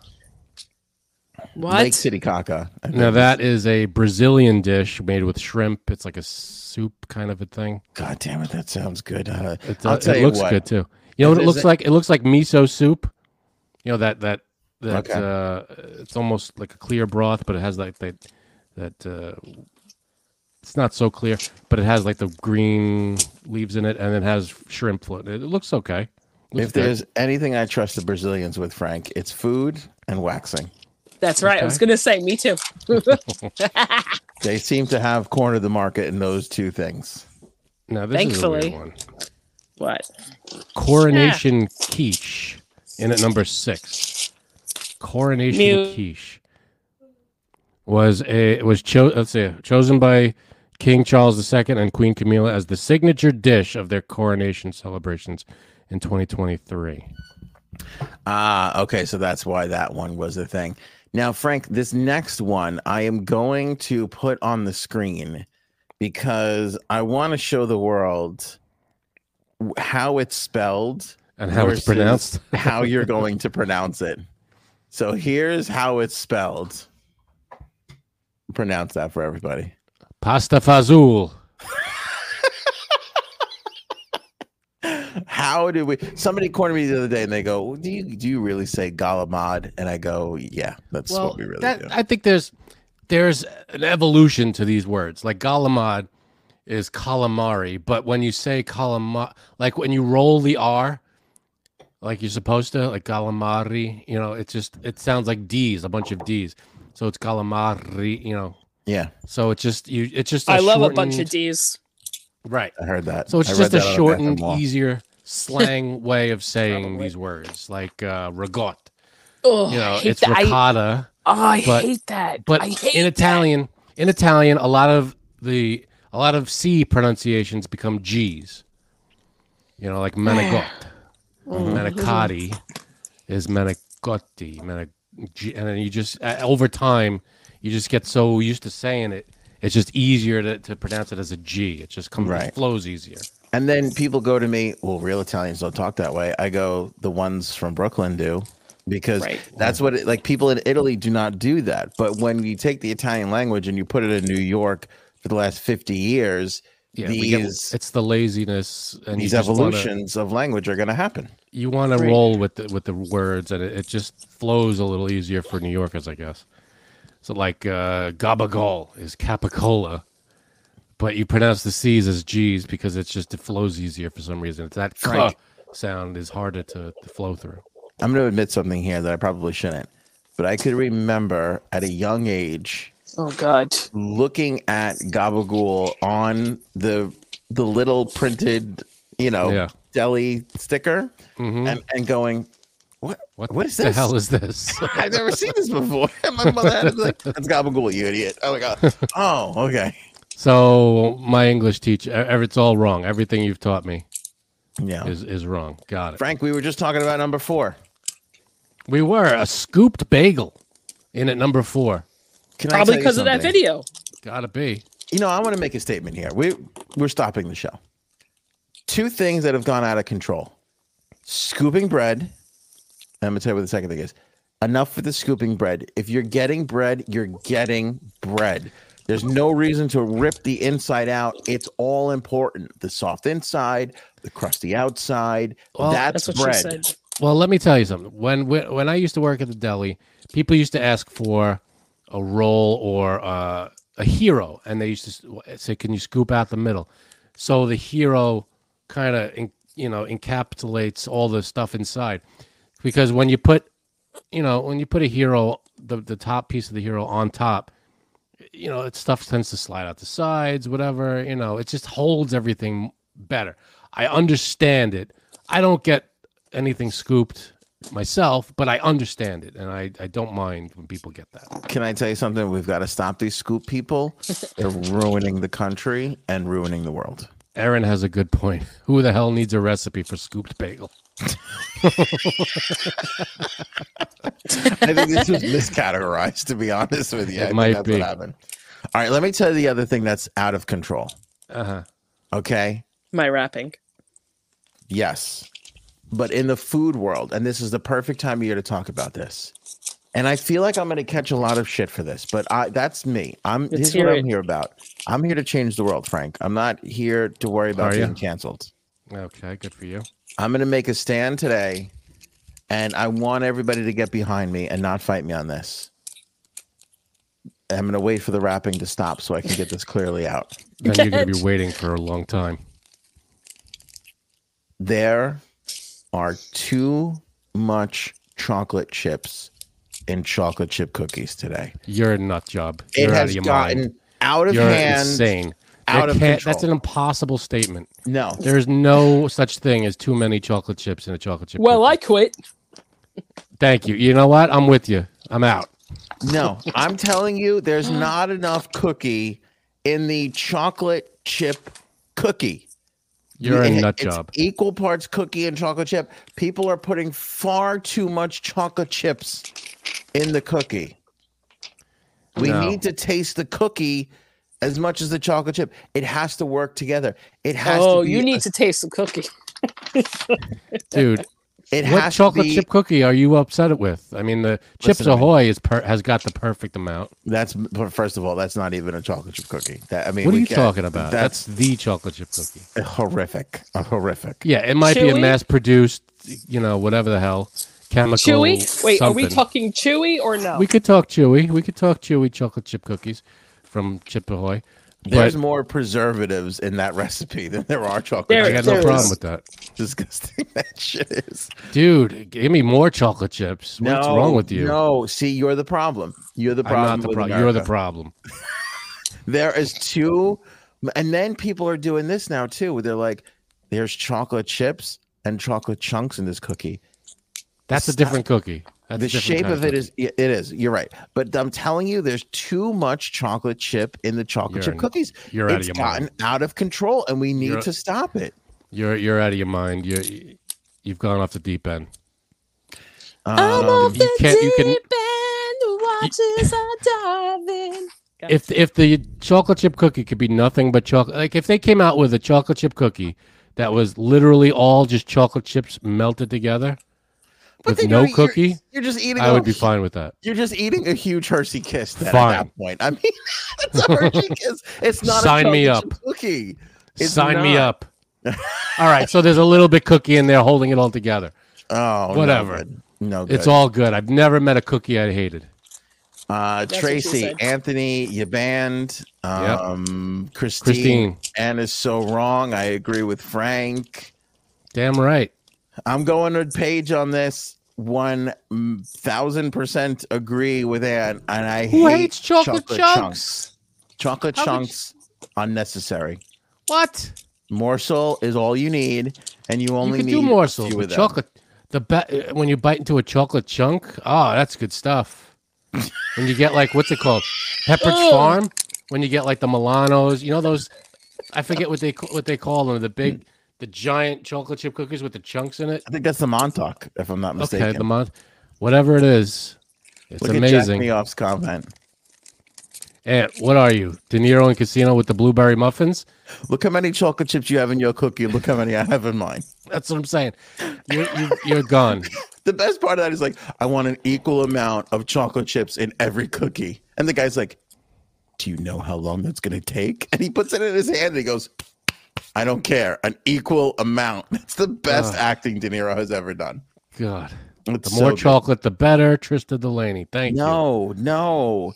[SPEAKER 4] What?
[SPEAKER 1] Lake City Caca.
[SPEAKER 2] Now that is a Brazilian dish made with shrimp. It's like a soup kind of a thing.
[SPEAKER 1] God damn it, that sounds good. Uh,
[SPEAKER 2] It,
[SPEAKER 1] I'll
[SPEAKER 2] uh,
[SPEAKER 1] tell
[SPEAKER 2] it
[SPEAKER 1] you
[SPEAKER 2] looks
[SPEAKER 1] what.
[SPEAKER 2] good too. You know what
[SPEAKER 1] It
[SPEAKER 2] it
[SPEAKER 1] is
[SPEAKER 2] looks
[SPEAKER 1] a-
[SPEAKER 2] like? It looks like miso soup. You know that that that
[SPEAKER 1] Okay.
[SPEAKER 2] uh, it's almost like a clear broth, but it has like that that uh, it's not so clear, but it has like the green leaves in it, and it has shrimp floating. It, it looks okay. Looks
[SPEAKER 1] If
[SPEAKER 2] good.
[SPEAKER 1] there's anything I trust the Brazilians with, Frank, it's food and waxing.
[SPEAKER 4] That's right. I was
[SPEAKER 2] Okay.
[SPEAKER 4] gonna say, me too.
[SPEAKER 1] They seem to have cornered the market in those two things.
[SPEAKER 2] now this is a
[SPEAKER 4] thankfully.
[SPEAKER 2] weird one.
[SPEAKER 4] what?
[SPEAKER 2] Coronation quiche in at number six. Coronation
[SPEAKER 4] New-
[SPEAKER 2] quiche was a was cho- let's see, chosen by King Charles II and Queen Camilla as the signature dish of their coronation celebrations in 2023.
[SPEAKER 1] Ah, okay. So that's why that one was the thing. Now, Frank, this next one I am going to put on the screen because I want to show the world w- how it's spelled,
[SPEAKER 2] And how
[SPEAKER 1] versus
[SPEAKER 2] it's pronounced?
[SPEAKER 1] how you're going to pronounce it. So here's how it's spelled. Pronounce that for everybody.
[SPEAKER 2] Pasta fazool.
[SPEAKER 1] How do we? Somebody cornered me the other day, and they go, "Do you do you really say galamad?" And I go, "Yeah, that's what we really
[SPEAKER 2] that-
[SPEAKER 1] do."
[SPEAKER 2] I think there's there's an evolution to these words. Like galamad is calamari, but when you say calamari, like when you roll the R, like you're supposed to, like calamari, you know, it's just it sounds like D's, a bunch of D's. So it's calamari, you know.
[SPEAKER 1] yeah,
[SPEAKER 2] So it's just you. It's just. I
[SPEAKER 4] I love a bunch of D's.
[SPEAKER 2] Right.
[SPEAKER 1] I heard that.
[SPEAKER 2] So it's
[SPEAKER 1] I read
[SPEAKER 2] just
[SPEAKER 1] that
[SPEAKER 2] a
[SPEAKER 1] on bathroom
[SPEAKER 2] shortened,
[SPEAKER 1] wall.
[SPEAKER 2] easier slang way of saying these words, like uh, rigot.
[SPEAKER 4] Oh,
[SPEAKER 2] You
[SPEAKER 4] I
[SPEAKER 2] know,
[SPEAKER 4] hate
[SPEAKER 2] it's
[SPEAKER 4] that. I,
[SPEAKER 2] ricotta.
[SPEAKER 4] oh, I
[SPEAKER 2] but-
[SPEAKER 4] hate that.
[SPEAKER 2] but
[SPEAKER 4] I hate
[SPEAKER 2] in Italian, in Italian, a lot of the a lot of C pronunciations become G's. You know, like manigot,
[SPEAKER 4] Oh,
[SPEAKER 2] manicotti is manicotti, menig- G- and then you just uh, over time you just get so used to saying it. It's just easier to, to pronounce it as a G. It just comes
[SPEAKER 1] Right.
[SPEAKER 2] it flows easier.
[SPEAKER 1] And then people go to me, well, real Italians don't talk that way. I go, the ones from Brooklyn do, because
[SPEAKER 4] Right.
[SPEAKER 1] that's what it, like people in Italy do not do that. But when you take the Italian language and you put it in New York for the last 50 years,
[SPEAKER 2] Yeah, we get-
[SPEAKER 1] these
[SPEAKER 2] it's the laziness and you
[SPEAKER 1] these
[SPEAKER 2] just wanna-
[SPEAKER 1] evolutions of language are going to happen.
[SPEAKER 2] you want to
[SPEAKER 4] Right.
[SPEAKER 2] roll with the, with the words and it, it just flows a little easier for new yorkers i guess so like uh gabagol is capicola but you pronounce the c's as g's because it's just it flows easier for some reason it's that
[SPEAKER 1] Frank.
[SPEAKER 2] "ka" sound is harder to, to flow through
[SPEAKER 1] I'm going to admit something here that I probably shouldn't, but I could remember at a young age
[SPEAKER 4] that. Oh God.
[SPEAKER 1] looking at Gabagool on the the little printed you know,
[SPEAKER 2] Yeah.
[SPEAKER 1] deli sticker
[SPEAKER 2] Mhm.
[SPEAKER 1] and, and going, what?
[SPEAKER 2] What,
[SPEAKER 1] Mm-hmm. what is
[SPEAKER 2] the
[SPEAKER 1] this?
[SPEAKER 2] hell is this?
[SPEAKER 1] I've never seen this before. And my mother had to be like, that's gabagool, you idiot. Oh my god. Oh, okay.
[SPEAKER 2] so my English teacher, e- it's all wrong. Everything you've taught me
[SPEAKER 1] Yeah.
[SPEAKER 2] is is wrong. Got it.
[SPEAKER 1] Frank, we were just talking about number four.
[SPEAKER 2] We were a scooped bagel in at number four.
[SPEAKER 1] Can I tell
[SPEAKER 4] Probably
[SPEAKER 1] you
[SPEAKER 4] because of that
[SPEAKER 1] something?
[SPEAKER 4] video.
[SPEAKER 2] Gotta be.
[SPEAKER 1] You know, I want to make a statement here. We we're stopping the show. Two things that have gone out of control: scooping bread. and I'm gonna tell you what the second thing is. Enough with the scooping bread. If you're getting bread, you're getting bread. There's no reason to rip the inside out. It's all important. The soft inside, the crusty outside.
[SPEAKER 2] Well,
[SPEAKER 1] that's,
[SPEAKER 4] That's what
[SPEAKER 1] bread.
[SPEAKER 4] she said.
[SPEAKER 2] Well, let me tell you something. When when when I used to work at the deli, people used to ask for a roll or uh, a hero, and they used to s- say, "Can you scoop out the middle?" So the hero kind of you know encapsulates all the stuff inside, because when you put you know when you put a hero the the top piece of the hero on top, you know it stuff tends to slide out the sides, whatever. You know it just holds everything better. I understand it. I don't get anything scooped myself, but I understand it and I, I don't mind when people get that.
[SPEAKER 1] Can I tell you something? We've got to stop these scoop people. They're ruining the country and ruining the world.
[SPEAKER 2] Aaron has a good point. Who the hell needs a recipe for scooped bagel?
[SPEAKER 1] I think this was miscategorized, to be honest with you. I
[SPEAKER 2] It
[SPEAKER 1] think
[SPEAKER 2] might
[SPEAKER 1] that's
[SPEAKER 2] be.
[SPEAKER 1] what happened. All right, let me tell you the other thing that's out of control.
[SPEAKER 2] Uh-huh.
[SPEAKER 1] Okay.
[SPEAKER 4] My rapping.
[SPEAKER 1] Yes. But in the food world, and this is the perfect time of year to talk about this. And I feel like I'm going to catch a lot of shit for this, but I, that's me. I'm
[SPEAKER 4] Let's
[SPEAKER 1] here's what
[SPEAKER 4] hear
[SPEAKER 1] I'm
[SPEAKER 4] it.
[SPEAKER 1] here about. I'm here to change the world, Frank. I'm not here to worry about
[SPEAKER 2] Are ya?
[SPEAKER 1] being canceled.
[SPEAKER 2] Okay, good for you.
[SPEAKER 1] I'm going to make a stand today, and I want everybody to get behind me and not fight me on this. I'm going to wait for the rapping to stop so I can get this clearly out.
[SPEAKER 2] Then you're gonna be waiting for a long time.
[SPEAKER 1] There are too much chocolate chips in chocolate chip cookies today.
[SPEAKER 2] You're a nut job.
[SPEAKER 1] It
[SPEAKER 2] You're out of
[SPEAKER 1] has
[SPEAKER 2] your
[SPEAKER 1] gotten
[SPEAKER 2] mind.
[SPEAKER 1] out of
[SPEAKER 2] You're
[SPEAKER 1] hand.
[SPEAKER 2] insane.
[SPEAKER 1] out
[SPEAKER 2] That
[SPEAKER 1] of
[SPEAKER 2] can't- that's an
[SPEAKER 1] control.
[SPEAKER 2] impossible statement.
[SPEAKER 1] No,
[SPEAKER 2] There is no such thing as too many chocolate chips in a chocolate chip.
[SPEAKER 4] Well, I
[SPEAKER 2] cookie.
[SPEAKER 4] quit.
[SPEAKER 2] thank you. You know what? I'm with you. I'm out.
[SPEAKER 1] No, I'm telling you, there's not enough cookie in the chocolate chip cookie.
[SPEAKER 2] You're a
[SPEAKER 1] It-
[SPEAKER 2] nut
[SPEAKER 1] it's
[SPEAKER 2] job.
[SPEAKER 1] Equal parts cookie and chocolate chip. People are putting far too much chocolate chips in the cookie. We
[SPEAKER 2] No.
[SPEAKER 1] need to taste the cookie as much as the chocolate chip. It has to work together. It has
[SPEAKER 4] Oh,
[SPEAKER 1] to be
[SPEAKER 4] you need
[SPEAKER 1] a-
[SPEAKER 4] to taste the cookie.
[SPEAKER 2] Dude,
[SPEAKER 1] it
[SPEAKER 2] what
[SPEAKER 1] has
[SPEAKER 2] chocolate
[SPEAKER 1] to be,
[SPEAKER 2] chip cookie are you upset with? I mean, the Chips
[SPEAKER 1] Listen to me.
[SPEAKER 2] Ahoy is per- has got the perfect amount.
[SPEAKER 1] That's first of all, that's not even a chocolate chip cookie. That I mean,
[SPEAKER 2] What are
[SPEAKER 1] we
[SPEAKER 2] you
[SPEAKER 1] can't-
[SPEAKER 2] talking about? That's,
[SPEAKER 1] That's
[SPEAKER 2] the chocolate chip cookie.
[SPEAKER 1] horrific. Horrific.
[SPEAKER 2] Yeah, it might be a
[SPEAKER 4] Chewy?
[SPEAKER 2] mass produced, you know, whatever the hell chemical.
[SPEAKER 4] Chewy? Wait, are we
[SPEAKER 2] something.
[SPEAKER 4] talking chewy or no?
[SPEAKER 2] We could talk chewy. We could talk chewy chocolate chip cookies from Chip Ahoy.
[SPEAKER 1] There's
[SPEAKER 2] But
[SPEAKER 1] more preservatives in that recipe than there are chocolate.
[SPEAKER 4] There
[SPEAKER 2] I
[SPEAKER 1] chips.
[SPEAKER 2] got
[SPEAKER 4] there
[SPEAKER 2] no
[SPEAKER 4] is.
[SPEAKER 2] problem with that,
[SPEAKER 1] disgusting that shit is.
[SPEAKER 2] dude. Give me more chocolate chips. What's wrong with you?
[SPEAKER 1] No, see, you're the problem. You're the
[SPEAKER 2] I'm
[SPEAKER 1] problem.
[SPEAKER 2] not the
[SPEAKER 1] with
[SPEAKER 2] problem. You're the
[SPEAKER 1] America.
[SPEAKER 2] problem.
[SPEAKER 1] There is two, and then people are doing this now too. Where they're like, "There's chocolate chips and chocolate chunks in this cookie."
[SPEAKER 2] That's a
[SPEAKER 1] Stop.
[SPEAKER 2] different cookie. That's
[SPEAKER 1] the
[SPEAKER 2] a different
[SPEAKER 1] shape
[SPEAKER 2] kind
[SPEAKER 1] of it is it is. You're right, but I'm telling you, there's too much chocolate chip in the chocolate
[SPEAKER 2] You're
[SPEAKER 1] chip
[SPEAKER 2] an-
[SPEAKER 1] cookies.
[SPEAKER 2] you're out
[SPEAKER 1] it's
[SPEAKER 2] of your
[SPEAKER 1] gotten
[SPEAKER 2] mind.
[SPEAKER 1] out of control, and we need
[SPEAKER 2] You're-
[SPEAKER 1] to stop it.
[SPEAKER 2] You're you're out of your mind. You're you've gone off the deep end.
[SPEAKER 1] Um,
[SPEAKER 2] You can't. You can. if if the chocolate chip cookie could be nothing but chocolate, like if they came out with a chocolate chip cookie that was literally all just chocolate chips melted together with
[SPEAKER 1] then
[SPEAKER 2] no
[SPEAKER 1] you're- you're-
[SPEAKER 2] cookie,
[SPEAKER 1] You're just eating.
[SPEAKER 2] I
[SPEAKER 1] a
[SPEAKER 2] would be
[SPEAKER 1] hu-
[SPEAKER 2] fine with that.
[SPEAKER 1] You're just eating a huge Hershey kiss. Then, At
[SPEAKER 2] Fine.
[SPEAKER 1] that point, I mean, it's a Hershey kiss. It's not.
[SPEAKER 2] Sign
[SPEAKER 1] a
[SPEAKER 2] me
[SPEAKER 1] chocolate
[SPEAKER 2] up.
[SPEAKER 1] chip Cookie. It's
[SPEAKER 2] Sign me
[SPEAKER 1] not.
[SPEAKER 2] up. all right, so there's a little bit cookie in there holding it all together.
[SPEAKER 1] Oh, no
[SPEAKER 2] Whatever.
[SPEAKER 1] good. No, good.
[SPEAKER 2] It's all good. I've never met a cookie I hated.
[SPEAKER 1] Uh,
[SPEAKER 4] she
[SPEAKER 1] Tracy,
[SPEAKER 4] said.
[SPEAKER 1] Anthony, you banned.
[SPEAKER 2] Yep.
[SPEAKER 1] Um, Christine,
[SPEAKER 2] Christine,
[SPEAKER 1] Anne is so wrong. I agree with Frank.
[SPEAKER 2] damn right.
[SPEAKER 1] I'm going to page on this. One thousand percent agree with Anne, and I
[SPEAKER 2] Who
[SPEAKER 1] hate
[SPEAKER 2] hates chocolate chunks?
[SPEAKER 1] Chocolate
[SPEAKER 2] How could
[SPEAKER 1] chunks, unnecessary.
[SPEAKER 2] What?
[SPEAKER 1] Morsel is all you need, and you only
[SPEAKER 2] you can
[SPEAKER 1] need
[SPEAKER 2] do
[SPEAKER 1] a
[SPEAKER 2] morsels
[SPEAKER 1] few
[SPEAKER 2] with
[SPEAKER 1] of them.
[SPEAKER 2] chocolate. The ba- when you bite into a chocolate chunk, oh, that's good stuff. when you get like what's it called, Pepperidge
[SPEAKER 4] Ugh.
[SPEAKER 2] Farm. When you get like the Milanos, you know those. I forget what they ca- what they call them. The big, the giant chocolate chip cookies with the chunks in it.
[SPEAKER 1] I think that's the Montauk, if I'm not mistaken.
[SPEAKER 2] Okay, the month, whatever it is, it's
[SPEAKER 1] Look at Jack
[SPEAKER 2] amazing.
[SPEAKER 1] Neoff's comment.
[SPEAKER 2] And what are you, De Niro in Casino with the blueberry muffins?
[SPEAKER 1] Look how many chocolate chips you have in your cookie. Look how many I have in mine.
[SPEAKER 2] That's what I'm saying. You're you, you're gone.
[SPEAKER 1] The best part of that is like, I want an equal amount of chocolate chips in every cookie. And the guy's like, Do you know how long that's going to take? And he puts it in his hand and he goes, I don't care. An equal amount. That's the best
[SPEAKER 2] Ugh.
[SPEAKER 1] acting De Niro has ever done.
[SPEAKER 2] God,
[SPEAKER 1] It's
[SPEAKER 2] the more
[SPEAKER 1] so good.
[SPEAKER 2] chocolate, the better. Trista Delaney, thank you.
[SPEAKER 1] No, no.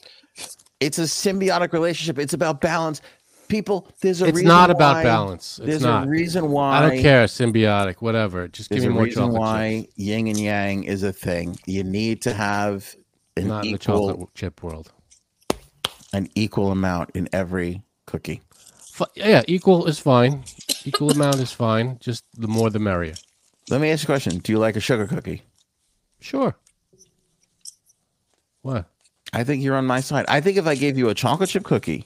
[SPEAKER 1] It's a symbiotic relationship. It's about balance. People, there's a
[SPEAKER 2] it's
[SPEAKER 1] reason
[SPEAKER 2] not about
[SPEAKER 1] why-
[SPEAKER 2] balance. It's
[SPEAKER 1] There's
[SPEAKER 2] not.
[SPEAKER 1] a reason why.
[SPEAKER 2] I don't care. Symbiotic, whatever. Just give
[SPEAKER 1] There's a
[SPEAKER 2] me more
[SPEAKER 1] reason
[SPEAKER 2] chocolate.
[SPEAKER 1] why
[SPEAKER 2] chips.
[SPEAKER 1] yin and yang is a thing. You need to have an
[SPEAKER 2] Not in the
[SPEAKER 1] equal
[SPEAKER 2] chocolate chip world.
[SPEAKER 1] an equal amount in every cookie.
[SPEAKER 2] F- yeah, equal is fine. Equal amount is fine. Just the more, the merrier.
[SPEAKER 1] Let me ask you a question. Do you like a sugar cookie?
[SPEAKER 2] Sure. What?
[SPEAKER 1] I think you're on my side. I think if I gave you a chocolate chip cookie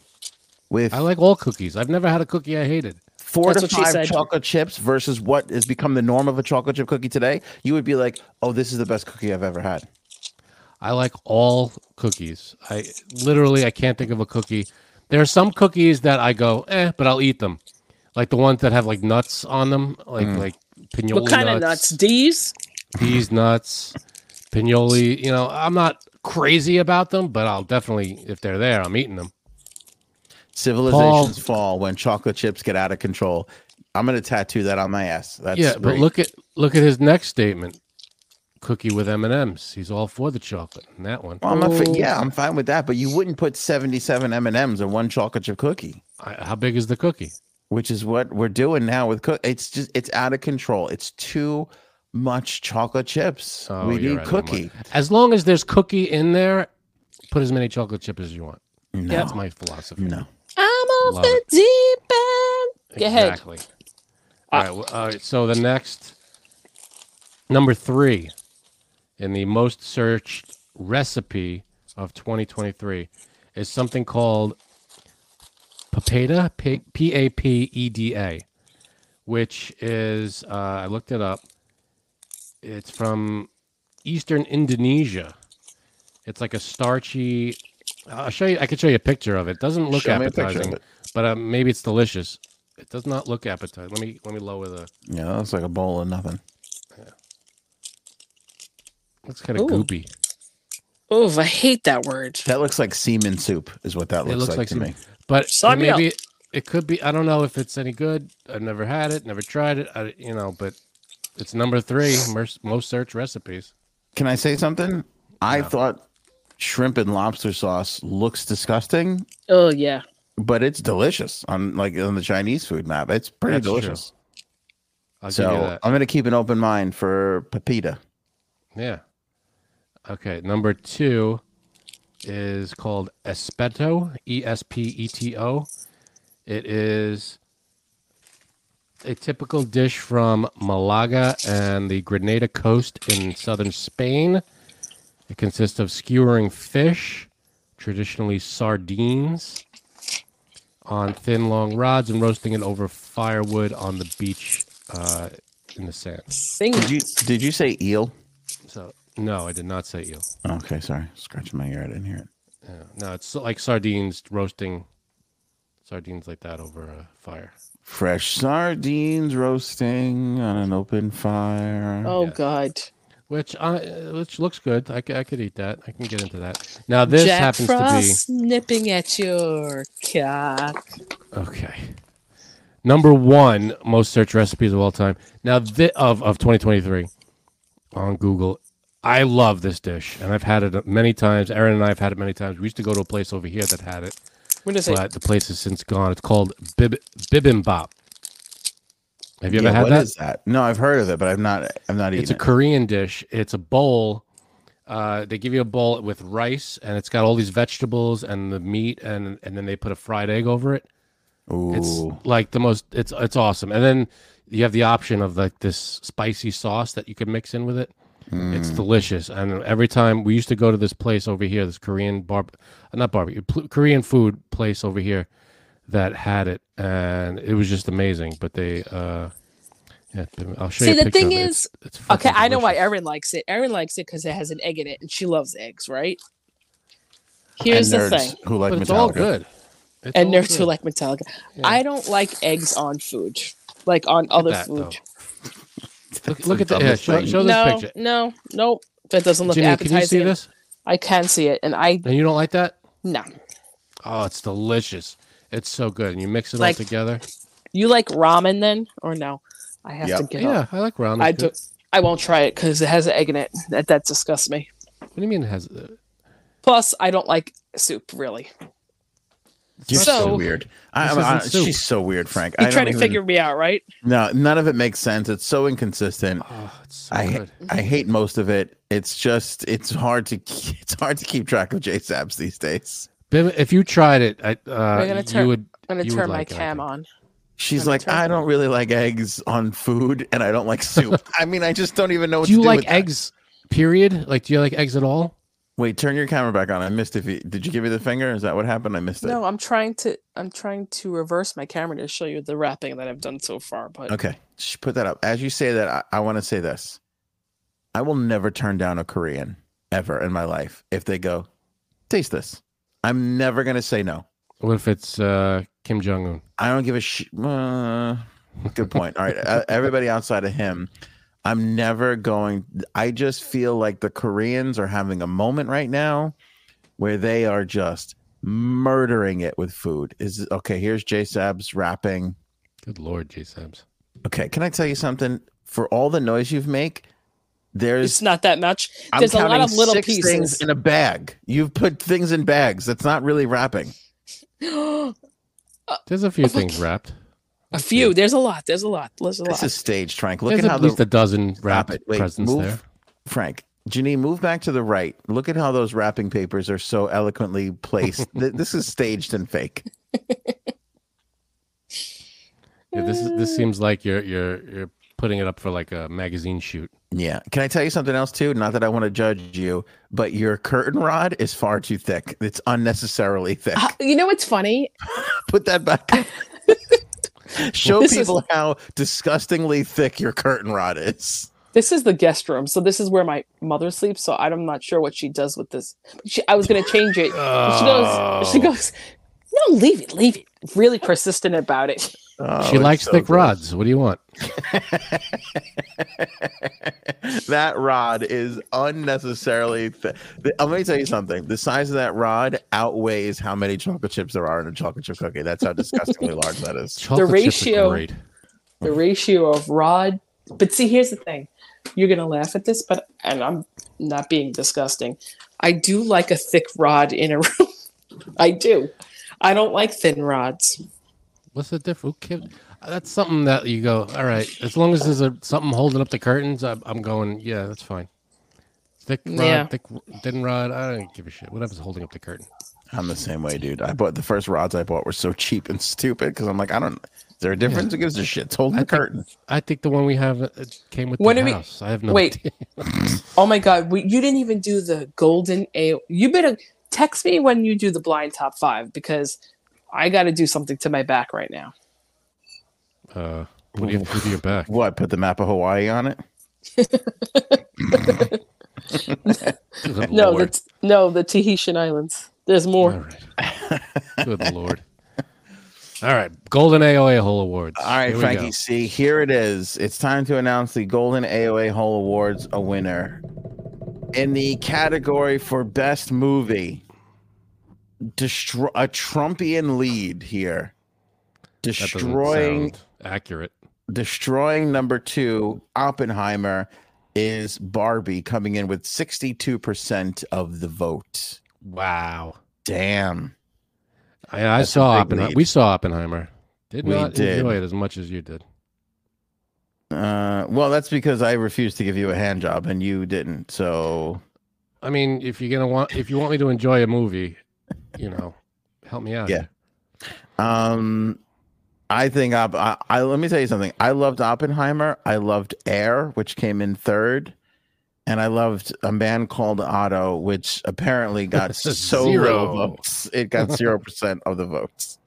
[SPEAKER 1] with
[SPEAKER 2] I like all cookies. I've never had a cookie I hated.
[SPEAKER 1] four
[SPEAKER 4] That's
[SPEAKER 1] to
[SPEAKER 4] what she
[SPEAKER 1] five
[SPEAKER 4] said.
[SPEAKER 1] chocolate chips versus what has become the norm of a chocolate chip cookie today, you would be like, "Oh, this is the best cookie I've ever had."
[SPEAKER 2] I like all cookies. I literally I can't think of a cookie. There are some cookies that I go, eh, but I'll eat them. Like the ones that have like nuts on them, like
[SPEAKER 1] Mm.
[SPEAKER 2] like pinoli
[SPEAKER 4] What kind of nuts? These?
[SPEAKER 2] These nuts, pinoli. You know, I'm not crazy about them, but I'll definitely if they're there, I'm eating them.
[SPEAKER 1] Civilizations fall when chocolate chips get out of control. I'm gonna tattoo that on my ass. That's
[SPEAKER 2] yeah, but
[SPEAKER 1] great.
[SPEAKER 2] look at look at his next statement. Cookie with M and M's. He's all for the chocolate and that one.
[SPEAKER 1] Well, I'm not, fi-
[SPEAKER 4] Oh.
[SPEAKER 1] yeah, I'm fine with that, but you wouldn't put 77 M and M's in one chocolate chip cookie,
[SPEAKER 2] I, how big is the cookie?
[SPEAKER 1] which is what we're doing now with cook. It's just it's out of control. It's too much chocolate chips.
[SPEAKER 2] Oh,
[SPEAKER 1] we
[SPEAKER 2] you're
[SPEAKER 1] need
[SPEAKER 2] right, I'm
[SPEAKER 1] cookie.
[SPEAKER 2] As long as there's cookie in there, put as many chocolate chips as you want.
[SPEAKER 1] No,
[SPEAKER 2] That's my philosophy.
[SPEAKER 1] no.
[SPEAKER 4] I'm off
[SPEAKER 2] Love
[SPEAKER 4] the
[SPEAKER 2] it.
[SPEAKER 4] deep end. Go ahead.
[SPEAKER 2] Exactly. All right. well, all right. So the next number three in the most searched recipe of 2023 is something called papeda, P A P E D A, which is uh, I looked it up. It's from Eastern Indonesia. It's like a starchy. I'll show you. I can show you a picture of it. Doesn't look
[SPEAKER 1] Show me a picture of
[SPEAKER 2] appetizing,
[SPEAKER 1] it.
[SPEAKER 2] but uh, maybe it's delicious. It does not look appetizing. Let me let me lower the.
[SPEAKER 1] Yeah, that looks like a bowl of nothing.
[SPEAKER 2] Looks kind of
[SPEAKER 4] Ooh.
[SPEAKER 2] goopy.
[SPEAKER 4] Oh, I hate that word.
[SPEAKER 1] That looks like semen soup, is what that
[SPEAKER 2] It
[SPEAKER 1] looks,
[SPEAKER 2] looks
[SPEAKER 1] like,
[SPEAKER 2] like
[SPEAKER 1] to
[SPEAKER 2] semen-
[SPEAKER 1] me.
[SPEAKER 2] But
[SPEAKER 4] Sign me up.
[SPEAKER 2] maybe it, it could be. I don't know if it's any good. I've never had it. Never tried it. I, you know, but it's number three most, most searched recipes.
[SPEAKER 1] Can I say something? I thought shrimp and lobster sauce looks disgusting,
[SPEAKER 4] Oh yeah.
[SPEAKER 1] but it's delicious on like on the Chinese food map. It's pretty
[SPEAKER 2] That's true.
[SPEAKER 1] delicious.
[SPEAKER 2] I'll give you
[SPEAKER 1] So
[SPEAKER 2] that.
[SPEAKER 1] I'm gonna keep an open mind for Pepita.
[SPEAKER 2] Yeah. Okay. Number two is called Espeto, E S P E T O. It is a typical dish from Malaga and the Grenada coast in southern Spain. It consists of skewering fish, traditionally sardines, on thin, long rods and roasting it over firewood on the beach uh, in the sand.
[SPEAKER 4] Sing.
[SPEAKER 1] Did you did you say eel?
[SPEAKER 2] So, no, I did not say eel.
[SPEAKER 1] Okay, sorry, scratching my ear. I didn't hear it.
[SPEAKER 2] Yeah. No, it's like sardines roasting sardines like that over a fire.
[SPEAKER 1] Fresh sardines roasting on an open fire.
[SPEAKER 4] Oh
[SPEAKER 2] Yeah.
[SPEAKER 4] God.
[SPEAKER 2] Which I uh, which looks good. I, c- I could eat that. I can get into that. Now this
[SPEAKER 4] Jack
[SPEAKER 2] happens
[SPEAKER 4] Frost nipping at your cock.
[SPEAKER 2] to be okay. Number one most searched recipes of all time. Now thi- of of 2023 on Google. I love this dish, and I've had it many times. Aaron and I have had it many times. We used to go to a place over here that had it,
[SPEAKER 4] What is it?
[SPEAKER 2] but the place has since gone. It's called bib- bibimbap. Have you ever
[SPEAKER 1] Yeah,
[SPEAKER 2] had
[SPEAKER 1] what
[SPEAKER 2] that?
[SPEAKER 1] is that? No, I've heard of it, but I've not. I've not
[SPEAKER 2] it's a
[SPEAKER 1] eaten it.
[SPEAKER 2] Korean dish. It's a bowl. Uh, they give you a bowl with rice, and it's got all these vegetables and the meat, and and then they put a fried egg over it.
[SPEAKER 1] Ooh.
[SPEAKER 2] It's like the most. It's it's awesome. And then you have the option of like this spicy sauce that you can mix in with it. It's
[SPEAKER 1] Mm.
[SPEAKER 2] delicious. And every time we used to go to this place over here, this Korean bar, not barbecue, pl- Korean food place over here that had it, and it was just amazing. But they, uh, yeah, I'll show
[SPEAKER 4] See,
[SPEAKER 2] you. a
[SPEAKER 4] the
[SPEAKER 2] picture
[SPEAKER 4] thing
[SPEAKER 2] of it.
[SPEAKER 4] is-
[SPEAKER 2] it's, it's
[SPEAKER 4] Okay,
[SPEAKER 2] freaking
[SPEAKER 4] I know why
[SPEAKER 2] delicious.
[SPEAKER 4] Erin likes it. Erin likes it because it has an egg in it, and she loves eggs, right? Here's
[SPEAKER 1] and
[SPEAKER 4] the
[SPEAKER 1] nerds
[SPEAKER 4] thing,
[SPEAKER 1] who like
[SPEAKER 2] but it's
[SPEAKER 1] Metallica.
[SPEAKER 2] all good. It's
[SPEAKER 4] and
[SPEAKER 2] all
[SPEAKER 4] nerds who
[SPEAKER 2] good.
[SPEAKER 4] like Metallica.
[SPEAKER 2] Yeah.
[SPEAKER 4] I don't like eggs on food, like on other
[SPEAKER 2] that,
[SPEAKER 4] food.
[SPEAKER 2] though. Look, look at the yeah,
[SPEAKER 1] dumbest
[SPEAKER 2] show,
[SPEAKER 1] thing.
[SPEAKER 2] show this
[SPEAKER 4] No,
[SPEAKER 2] picture.
[SPEAKER 4] no, nope. That doesn't look
[SPEAKER 2] Jimmy, can
[SPEAKER 4] appetizing.
[SPEAKER 2] you see this?
[SPEAKER 4] I can see it, and I
[SPEAKER 2] And you don't like that?
[SPEAKER 4] no.
[SPEAKER 2] Oh, it's delicious. It's so good. And you mix it
[SPEAKER 4] Like-
[SPEAKER 2] all together.
[SPEAKER 4] You like ramen then, or no? I have to
[SPEAKER 1] Yep.
[SPEAKER 4] get up.
[SPEAKER 2] Yeah, I like ramen.
[SPEAKER 4] I
[SPEAKER 2] It's good.
[SPEAKER 4] do. I won't try it because it has an egg in it. That that disgusts me.
[SPEAKER 2] What do you mean it has? Uh,
[SPEAKER 4] Plus, I don't like soup really.
[SPEAKER 1] You're so,
[SPEAKER 4] So-
[SPEAKER 1] weird. I,
[SPEAKER 2] This
[SPEAKER 1] I'm- I,
[SPEAKER 2] isn't soup.
[SPEAKER 1] she's so weird, Frank. I
[SPEAKER 4] You're
[SPEAKER 1] don't
[SPEAKER 4] trying to
[SPEAKER 1] even-
[SPEAKER 4] figure me out, right?
[SPEAKER 1] No, none of it makes sense. It's so inconsistent.
[SPEAKER 2] oh, it's so
[SPEAKER 1] I
[SPEAKER 2] good.
[SPEAKER 1] I hate most of it. It's just it's hard to ke- it's hard to keep track of J Sabs these days.
[SPEAKER 2] Bim, if you tried it, I, uh,
[SPEAKER 4] gonna turn-
[SPEAKER 2] you would.
[SPEAKER 4] I'm gonna
[SPEAKER 2] You would
[SPEAKER 4] turn
[SPEAKER 2] like it,
[SPEAKER 4] my
[SPEAKER 2] I
[SPEAKER 4] cam
[SPEAKER 2] think.
[SPEAKER 4] on.
[SPEAKER 1] She's
[SPEAKER 4] I'm
[SPEAKER 1] like,
[SPEAKER 4] terrible.
[SPEAKER 1] I don't really like eggs on food, and I don't like soup. I mean, I just don't even know what
[SPEAKER 2] Do
[SPEAKER 1] to
[SPEAKER 2] you
[SPEAKER 1] do
[SPEAKER 2] like
[SPEAKER 1] with that.
[SPEAKER 2] eggs? Period. Like, do you like eggs at all?
[SPEAKER 1] Wait, turn your camera back on. I missed if you did you give me the finger? Is that what happened? I missed it.
[SPEAKER 4] No, I'm trying to. I'm trying to reverse my camera to show you the wrapping that I've done so far. But
[SPEAKER 1] Okay, sh- put that up. As you say that, I, I want to say this. I will never turn down a Korean ever in my life if they go, taste this. I'm never gonna say no.
[SPEAKER 2] What if it's uh, Kim Jong Un?
[SPEAKER 1] I don't give a sh. Uh, good point. All right, uh, everybody outside of him, I'm never going. I just feel like the Koreans are having a moment right now where they are just murdering it with food. Is okay. Here's J Sab's rapping.
[SPEAKER 2] Good lord, J Sabs.
[SPEAKER 1] Okay, can I tell you something? For all the noise you've make, there's
[SPEAKER 4] it's not that much.
[SPEAKER 1] I'm
[SPEAKER 4] There's a lot
[SPEAKER 1] counting
[SPEAKER 4] of little
[SPEAKER 1] six
[SPEAKER 4] pieces.
[SPEAKER 1] things in a bag. You've put things in bags. That's not really wrapping.
[SPEAKER 2] There's a few
[SPEAKER 4] oh my
[SPEAKER 2] things wrapped.
[SPEAKER 4] a few. There's a lot. There's a lot. There's a
[SPEAKER 1] This
[SPEAKER 4] lot.
[SPEAKER 1] is staged, Frank. Look
[SPEAKER 2] There's
[SPEAKER 1] at how
[SPEAKER 2] at least
[SPEAKER 1] the
[SPEAKER 2] a dozen
[SPEAKER 1] Stop
[SPEAKER 2] wrapped
[SPEAKER 1] it. Wait,
[SPEAKER 2] presents
[SPEAKER 1] move.
[SPEAKER 2] there.
[SPEAKER 1] Frank, Janine, move back to the right. Look at how those wrapping papers are so eloquently placed. Th- this is staged and fake.
[SPEAKER 2] Yeah, this is this seems like you're you're you're putting it up for like a magazine shoot.
[SPEAKER 1] Yeah. Can I tell you something else too? Not that I want to judge you, but your curtain rod is far too thick. It's unnecessarily thick.
[SPEAKER 4] Uh, you know what's funny?
[SPEAKER 1] Put that back. Show
[SPEAKER 4] This is-
[SPEAKER 1] people how disgustingly thick your curtain rod is.
[SPEAKER 4] This is the guest room, so this is where my mother sleeps. So I'm not sure what she does with this. She, I was gonna change it. but She goes. She goes. No, leave it. Leave it. Really persistent about it.
[SPEAKER 1] Oh,
[SPEAKER 2] she
[SPEAKER 1] it's
[SPEAKER 2] likes
[SPEAKER 1] so
[SPEAKER 2] thick
[SPEAKER 1] gross.
[SPEAKER 2] rods. What do you want?
[SPEAKER 1] that rod is unnecessarily. Th- th- I'm going to tell you something. The size of that rod outweighs how many chocolate chips there are in a chocolate chip cookie. That's how disgustingly large that is.
[SPEAKER 2] Chocolate chips are
[SPEAKER 4] ratio-
[SPEAKER 2] great.
[SPEAKER 4] The ratio of rod. But see, here's the thing. You're gonna laugh at this, but and I'm not being disgusting. I do like a thick rod in a room. I do. I don't like thin rods.
[SPEAKER 2] What's the difference? Uh, That's something that you go. All right, as long as there's a, something holding up the curtains, I'm, I'm going. Yeah, that's fine. Thick rod,
[SPEAKER 4] Yeah.
[SPEAKER 2] thick thin rod. I don't give a shit. Whatever's holding up the curtain.
[SPEAKER 1] I'm the same way, dude. I bought the first rods I bought were so cheap and stupid because I'm like, I don't. Is there a difference? Who gives a shit? It's holding the curtain.
[SPEAKER 2] I think the one we have uh, it came with
[SPEAKER 4] When
[SPEAKER 2] the
[SPEAKER 4] do we-
[SPEAKER 2] house. I have no
[SPEAKER 4] Wait.
[SPEAKER 2] idea.
[SPEAKER 4] Oh my god, we, you didn't even do the golden A. You better text me when you do the blind top five because I got to do something to my back right now.
[SPEAKER 2] Uh, what do you have to do to your back?
[SPEAKER 1] What? Put the map of Hawaii on it?
[SPEAKER 2] Good
[SPEAKER 4] No, the
[SPEAKER 2] lord.
[SPEAKER 4] t- no, the Tahitian Islands. There's more.
[SPEAKER 2] All right. Good lord. All right, Golden AOA Hole Awards.
[SPEAKER 1] All right,
[SPEAKER 2] Here we
[SPEAKER 1] Frankie
[SPEAKER 2] go.
[SPEAKER 1] C. Here it is. It's time to announce the Golden AOA Hall Awards a winner in the category for best movie. Destro- a Trumpian lead here,
[SPEAKER 2] That doesn't
[SPEAKER 1] destroying
[SPEAKER 2] sound accurate.
[SPEAKER 1] destroying number two. Oppenheimer is Barbie coming in with sixty two percent of the vote.
[SPEAKER 2] Wow.
[SPEAKER 1] Damn.
[SPEAKER 2] I, I
[SPEAKER 1] That's a
[SPEAKER 2] saw
[SPEAKER 1] big
[SPEAKER 2] Oppenheimer.
[SPEAKER 1] lead.
[SPEAKER 2] We saw Oppenheimer. Did
[SPEAKER 1] We
[SPEAKER 2] not
[SPEAKER 1] did.
[SPEAKER 2] enjoy it as much as you did.
[SPEAKER 1] Uh, well, that's because I refused to give you a hand job and you didn't. So
[SPEAKER 2] I mean, if you're gonna want, if you want me to enjoy a movie, you know, help me out.
[SPEAKER 1] Yeah. Um, I think Opp- I, I let me tell you something. I loved Oppenheimer. I loved Air, which came in third, and I loved a man called Otto, which apparently got so
[SPEAKER 2] Zero.
[SPEAKER 1] little votes. It got zero percent of the votes.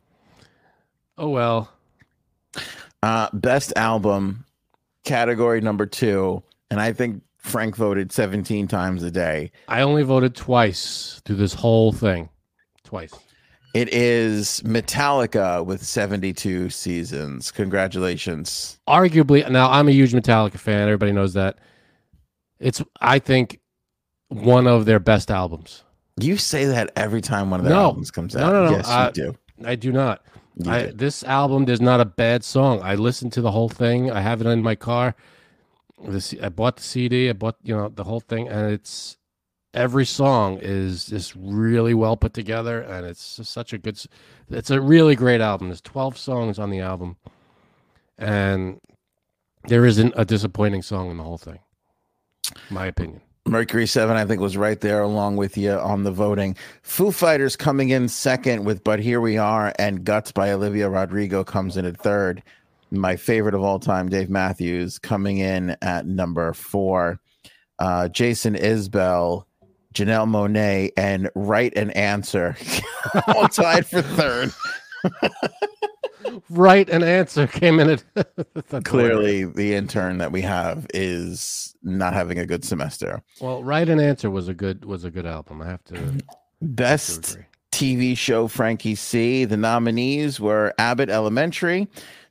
[SPEAKER 2] Oh well.
[SPEAKER 1] Uh, best album category number two, and I think Frank voted seventeen times a day.
[SPEAKER 2] I only voted twice through this whole thing. Twice.
[SPEAKER 1] It is Metallica with seventy-two seasons. Congratulations.
[SPEAKER 2] Arguably, now I'm a huge Metallica fan. Everybody knows that. It's, I think, one of their best albums.
[SPEAKER 1] You say that every time one of their
[SPEAKER 2] No.
[SPEAKER 1] albums comes
[SPEAKER 2] No,
[SPEAKER 1] out.
[SPEAKER 2] no, no.
[SPEAKER 1] Yes,
[SPEAKER 2] Uh,
[SPEAKER 1] you do.
[SPEAKER 2] I do not.
[SPEAKER 1] You
[SPEAKER 2] I,
[SPEAKER 1] do.
[SPEAKER 2] this album, there's not a bad song. I listened to the whole thing. I have it in my car. This I bought the CD. I bought you know the whole thing, and it's every song is just really well put together, and it's just such a good. s- It's a really great album. There's 12 songs on the album, and there isn't a disappointing song in the whole thing. My opinion.
[SPEAKER 1] Mercury Seven, I think, was right there along with you on the voting. Foo Fighters coming in second with "But Here We Are" and "Guts" by Olivia Rodrigo comes in at third. My favorite of all time, Dave Matthews, coming in at number four. Uh, Jason Isbell, Janelle Monet, and "Write an Answer" all tied for third.
[SPEAKER 2] Right, an answer came in it.
[SPEAKER 1] Clearly, the intern that we have is not having a good semester.
[SPEAKER 2] Well, right, an answer was a good was a good album. I have to- have to
[SPEAKER 1] Best
[SPEAKER 2] agree.
[SPEAKER 1] TV show Frankie C. The nominees were Abbott Elementary,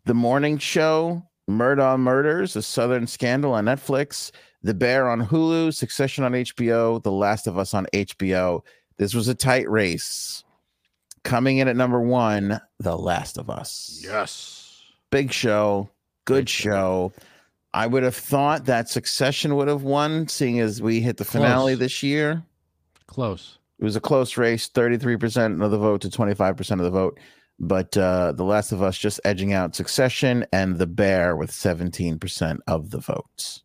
[SPEAKER 1] The Morning Show, Murder on Murders, A Southern Scandal on Netflix, The Bear on Hulu, Succession on HBO, The Last of Us on HBO. This was a tight race. Coming in at number one, The Last of Us.
[SPEAKER 2] Yes.
[SPEAKER 1] Big show, good
[SPEAKER 2] Great
[SPEAKER 1] show.
[SPEAKER 2] show.
[SPEAKER 1] I would have thought that Succession would have won, seeing as we hit the finale
[SPEAKER 2] Close.
[SPEAKER 1] this year.
[SPEAKER 2] Close.
[SPEAKER 1] It was a close race, 33% of the vote to 25% of the vote. But uh, The Last of Us just edging out Succession and The Bear with 17% of the votes.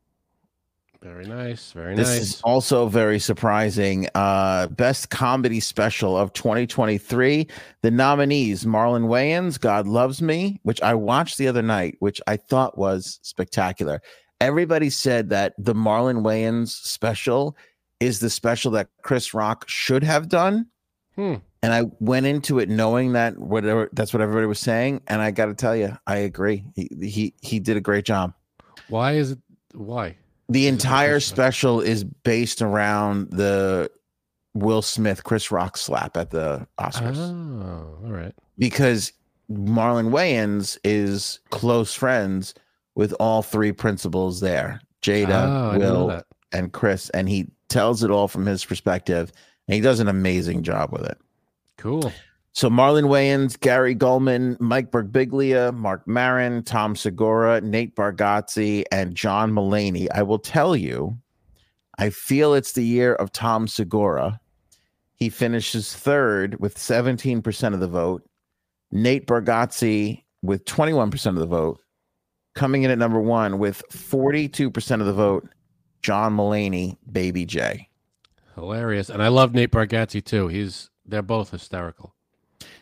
[SPEAKER 2] Very nice. Very
[SPEAKER 1] This
[SPEAKER 2] nice.
[SPEAKER 1] is also very surprising. Uh, best comedy special of 2023. The nominees Marlon Wayans, God Loves Me, which I watched the other night, which I thought was spectacular. Everybody said that the Marlon Wayans special is the special that Chris Rock should have done.
[SPEAKER 2] Hmm.
[SPEAKER 1] And I went into it knowing that whatever that's what everybody was saying. And I got to tell you, I agree. He, he, he did a great job.
[SPEAKER 2] Why is it? Why?
[SPEAKER 1] The
[SPEAKER 2] Is it
[SPEAKER 1] entire
[SPEAKER 2] Chris Rock?
[SPEAKER 1] special is based around the Will Smith Chris Rock slap at the Oscars
[SPEAKER 2] Oh, all right.
[SPEAKER 1] because Marlon Wayans is close friends with all three principals there
[SPEAKER 2] Oh,
[SPEAKER 1] Jada,
[SPEAKER 2] I didn't know
[SPEAKER 1] Will,
[SPEAKER 2] that.
[SPEAKER 1] and Chris. And he tells it all from his perspective. And he does an amazing job with it.
[SPEAKER 2] Cool.
[SPEAKER 1] So Marlon Wayans, Gary Gulman, Mike Birbiglia, Mark Marin, Tom Segura, Nate Bargatze, and John Mullaney. I will tell you, I feel it's the year of Tom Segura. He finishes third with 17% of the vote. Nate Bargatze with 21% of the vote. Coming in at number one with 42% of the vote, John Mullaney, Baby J.
[SPEAKER 2] Hilarious. And I love Nate Bargatze too. He's they're both hysterical.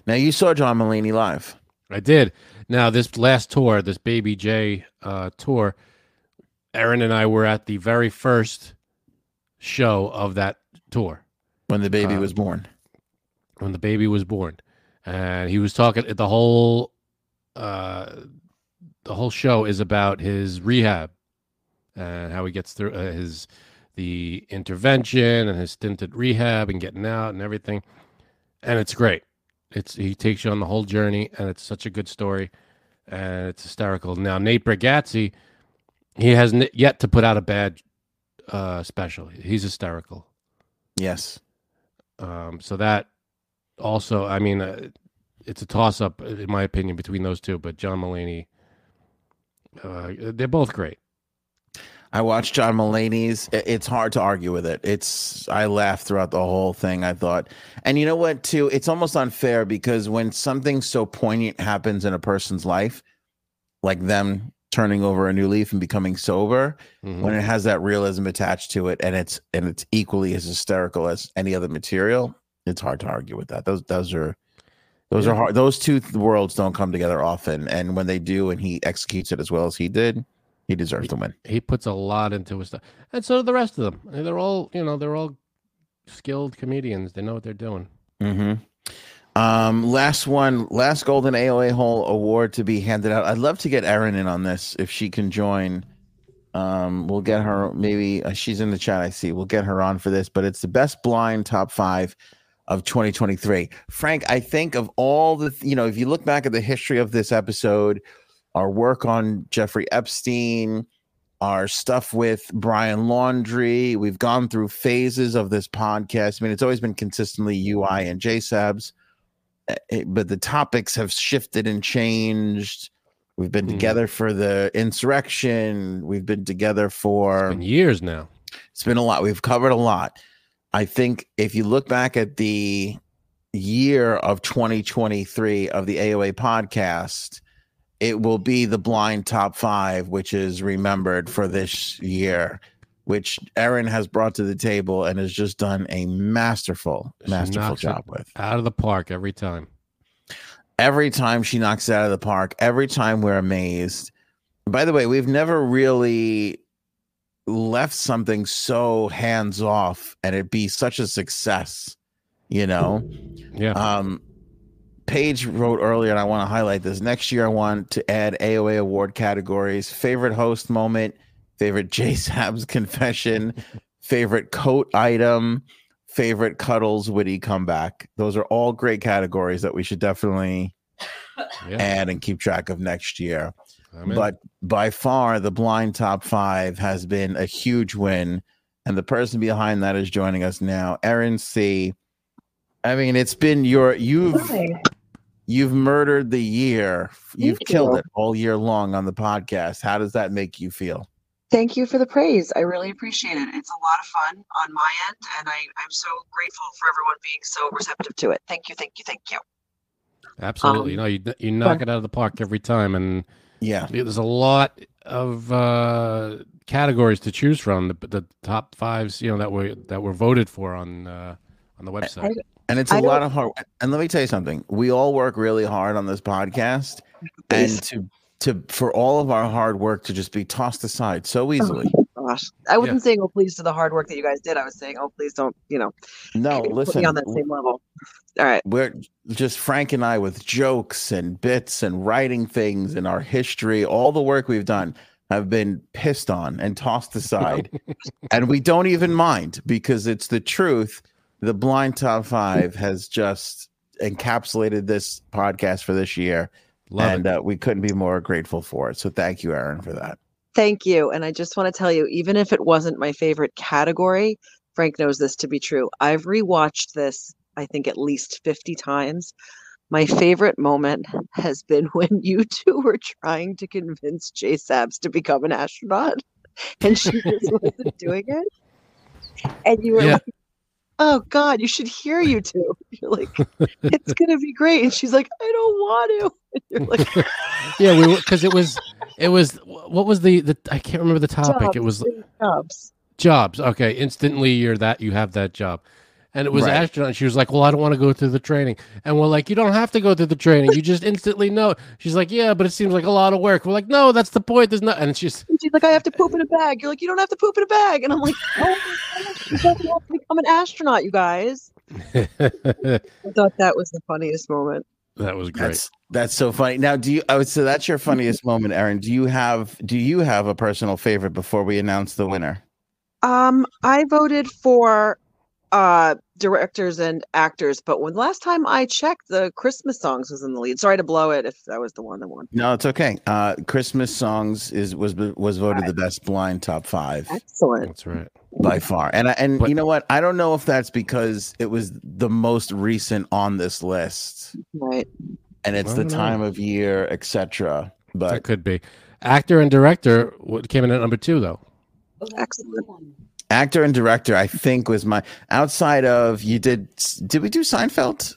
[SPEAKER 1] Now you saw John Mullaney live.
[SPEAKER 2] I did. Now this last tour, this Baby J uh, tour, Aaron and I were at the very first show of that tour
[SPEAKER 1] When the baby
[SPEAKER 2] Um,
[SPEAKER 1] was born,
[SPEAKER 2] when the baby was born, and he was talking. The whole uh, the whole show is about his rehab and how he gets through uh, his the intervention and his stint at rehab and getting out and everything. And it's great. It's he takes you on the whole journey, and it's such a good story, and it's hysterical. Now Nate Bargatze, he hasn't yet to put out a bad uh, special. He's hysterical.
[SPEAKER 1] yes.
[SPEAKER 2] Um, so that also, I mean, uh, it's a toss up in my opinion between those two. But John Mulaney, uh, they're both great.
[SPEAKER 1] I watched John Mulaney's. I- It's hard to argue with it. It's I laughed throughout the whole thing. I thought, and you know what? Too, it's almost unfair because when something so poignant happens in a person's life, like them turning over a new leaf and becoming sober,
[SPEAKER 2] Mhm.
[SPEAKER 1] when it has that realism attached to it, and it's and it's equally as hysterical as any other material, it's hard to argue with that. Those those are Those are hard. Those two th- worlds don't come together often, and when they do, and he executes it as well as he did, he deserves to win.
[SPEAKER 2] He puts a lot into his stuff, and so do the rest of them. And They're all, you know, they're all skilled comedians. They know what they're doing.
[SPEAKER 1] hmm Um, last one, last Golden AOA Hole award to be handed out. I'd love to get Erin in on this if she can join. Um, we'll get her maybe uh, she's in the chat. I see. We'll get her on for this, but it's the best blind top five of 2023. Frank, I think of all the you know, if you look back at the history of this episode, our work on Jeffrey Epstein, our stuff with Brian Laundry. We've gone through phases of this podcast. I mean, it's always been consistently UI and JSABs, eh, eh, but the topics have shifted and changed. We've been
[SPEAKER 2] Mhm.
[SPEAKER 1] together for the insurrection. We've been together
[SPEAKER 2] It's
[SPEAKER 1] for
[SPEAKER 2] been years now.
[SPEAKER 1] it's been a lot. We've covered a lot. I think if you look back at the year of 2023 of the AOA podcast, it will be the blind top five, which is remembered for this year, which Aaron has brought to the table and has just done a masterful,
[SPEAKER 2] She
[SPEAKER 1] masterful
[SPEAKER 2] knocks it
[SPEAKER 1] job with.
[SPEAKER 2] Out of the park every time.
[SPEAKER 1] Every time she knocks it out of the park, every time we're amazed. By the way, we've never really left something so hands off and it be such a success, you know?
[SPEAKER 2] Yeah.
[SPEAKER 1] Um, Paige wrote earlier, and I want to highlight this. Next year, I want to add AOA award categories favorite host moment, favorite J Sab's confession, favorite coat item, favorite Cuddles witty comeback. Those are all great categories that we should definitely
[SPEAKER 2] yeah.
[SPEAKER 1] add and keep track of next year.
[SPEAKER 2] I'm in.
[SPEAKER 1] But by far, the blind top five has been a huge win. And the person behind that is joining us now, Erin C. I mean, it's been your, you've, you've murdered the year. You've
[SPEAKER 5] Thank
[SPEAKER 1] killed
[SPEAKER 5] you.
[SPEAKER 1] it all year long on the podcast. How does that make you feel?
[SPEAKER 5] Thank you for the praise. I really appreciate it. It's a lot of fun on my end, and I, I'm so grateful for everyone being so receptive to it. Thank you, thank you, thank you.
[SPEAKER 2] Absolutely.
[SPEAKER 5] um,
[SPEAKER 2] no, you you knock it out of the park every time, and
[SPEAKER 1] Yeah.
[SPEAKER 2] there's a lot of uh, categories to choose from. The, the top fives, you know, that were that were voted for on uh, on the website.
[SPEAKER 1] And it's a
[SPEAKER 5] I
[SPEAKER 1] lot
[SPEAKER 5] don't-
[SPEAKER 1] of hard and let me tell you something. We all work really hard on this podcast and
[SPEAKER 5] Please.
[SPEAKER 1] to to for all of our hard work to just be tossed aside so easily.
[SPEAKER 5] Oh Gosh, I wasn't saying oh please to the hard work that you guys did. I was saying oh please don't you know
[SPEAKER 1] No,
[SPEAKER 5] put me
[SPEAKER 1] listen.
[SPEAKER 5] on that same level. All right,
[SPEAKER 1] We're just Frank and I with jokes and bits and writing things and our history, all the work we've done have been pissed on and tossed aside. and we don't even mind because it's the truth. The blind top five has just encapsulated this podcast for this year.
[SPEAKER 2] Love
[SPEAKER 1] and
[SPEAKER 2] it.
[SPEAKER 1] Uh, we couldn't be more grateful for it. So thank you, Aaron, for that.
[SPEAKER 5] thank you. And I just want to tell you, even if it wasn't my favorite category, Frank knows this to be true. I've rewatched this, I think, at least 50 times. My favorite moment has been when you two were trying to convince Jay Sabs to become an astronaut, and she just wasn't doing it. And you were
[SPEAKER 2] Yeah.
[SPEAKER 5] like, "Oh God, you should hear you two. You're like, "It's gonna be great," and she's like, "I don't want to." And you're like,
[SPEAKER 2] yeah, we because it was it was what was the the I can't remember the topic. It was
[SPEAKER 5] "Jobs."
[SPEAKER 2] jobs. Okay, instantly you're that you have that job. And it was
[SPEAKER 1] Right.
[SPEAKER 2] astronaut. She was like, "Well, I don't want to go through the training." And we're like, "You don't have to go through the training. You just instantly know." it." She's like, "Yeah, but it seems like a lot of work." We're like, "No, that's the point. There's not." And she's
[SPEAKER 5] And she's like, I have to poop in a bag. You're like, you don't have to poop in a bag. And I'm like, oh my gosh, you don't want to become an astronaut, you guys.
[SPEAKER 2] that
[SPEAKER 5] I thought that was the funniest moment.
[SPEAKER 2] was great.
[SPEAKER 1] That's that's so funny. Now, do you? I would say that's your funniest moment, Aaron. Do you have? Do you have a personal favorite before we announce the winner?
[SPEAKER 5] Um, I voted for uh directors and actors, but when last time I checked, the Christmas songs was in the lead. Sorry to blow it if that was the one that won.
[SPEAKER 1] No, it's okay. Uh, Christmas songs is was was voted the best blind top five
[SPEAKER 5] Excellent.
[SPEAKER 2] That's right.
[SPEAKER 1] by far, and I, and
[SPEAKER 2] But-
[SPEAKER 1] you know what? I don't know if that's because it was the most recent on this list,
[SPEAKER 2] Mm.
[SPEAKER 5] Right.
[SPEAKER 1] and it's
[SPEAKER 2] I
[SPEAKER 1] the
[SPEAKER 2] don't know.
[SPEAKER 1] time of year, etc.
[SPEAKER 2] That
[SPEAKER 1] But
[SPEAKER 2] could be. Actor and director what came in at number two though.
[SPEAKER 5] Excellent.
[SPEAKER 1] actor and director, I think, was my outside of you did. Did we do Seinfeld,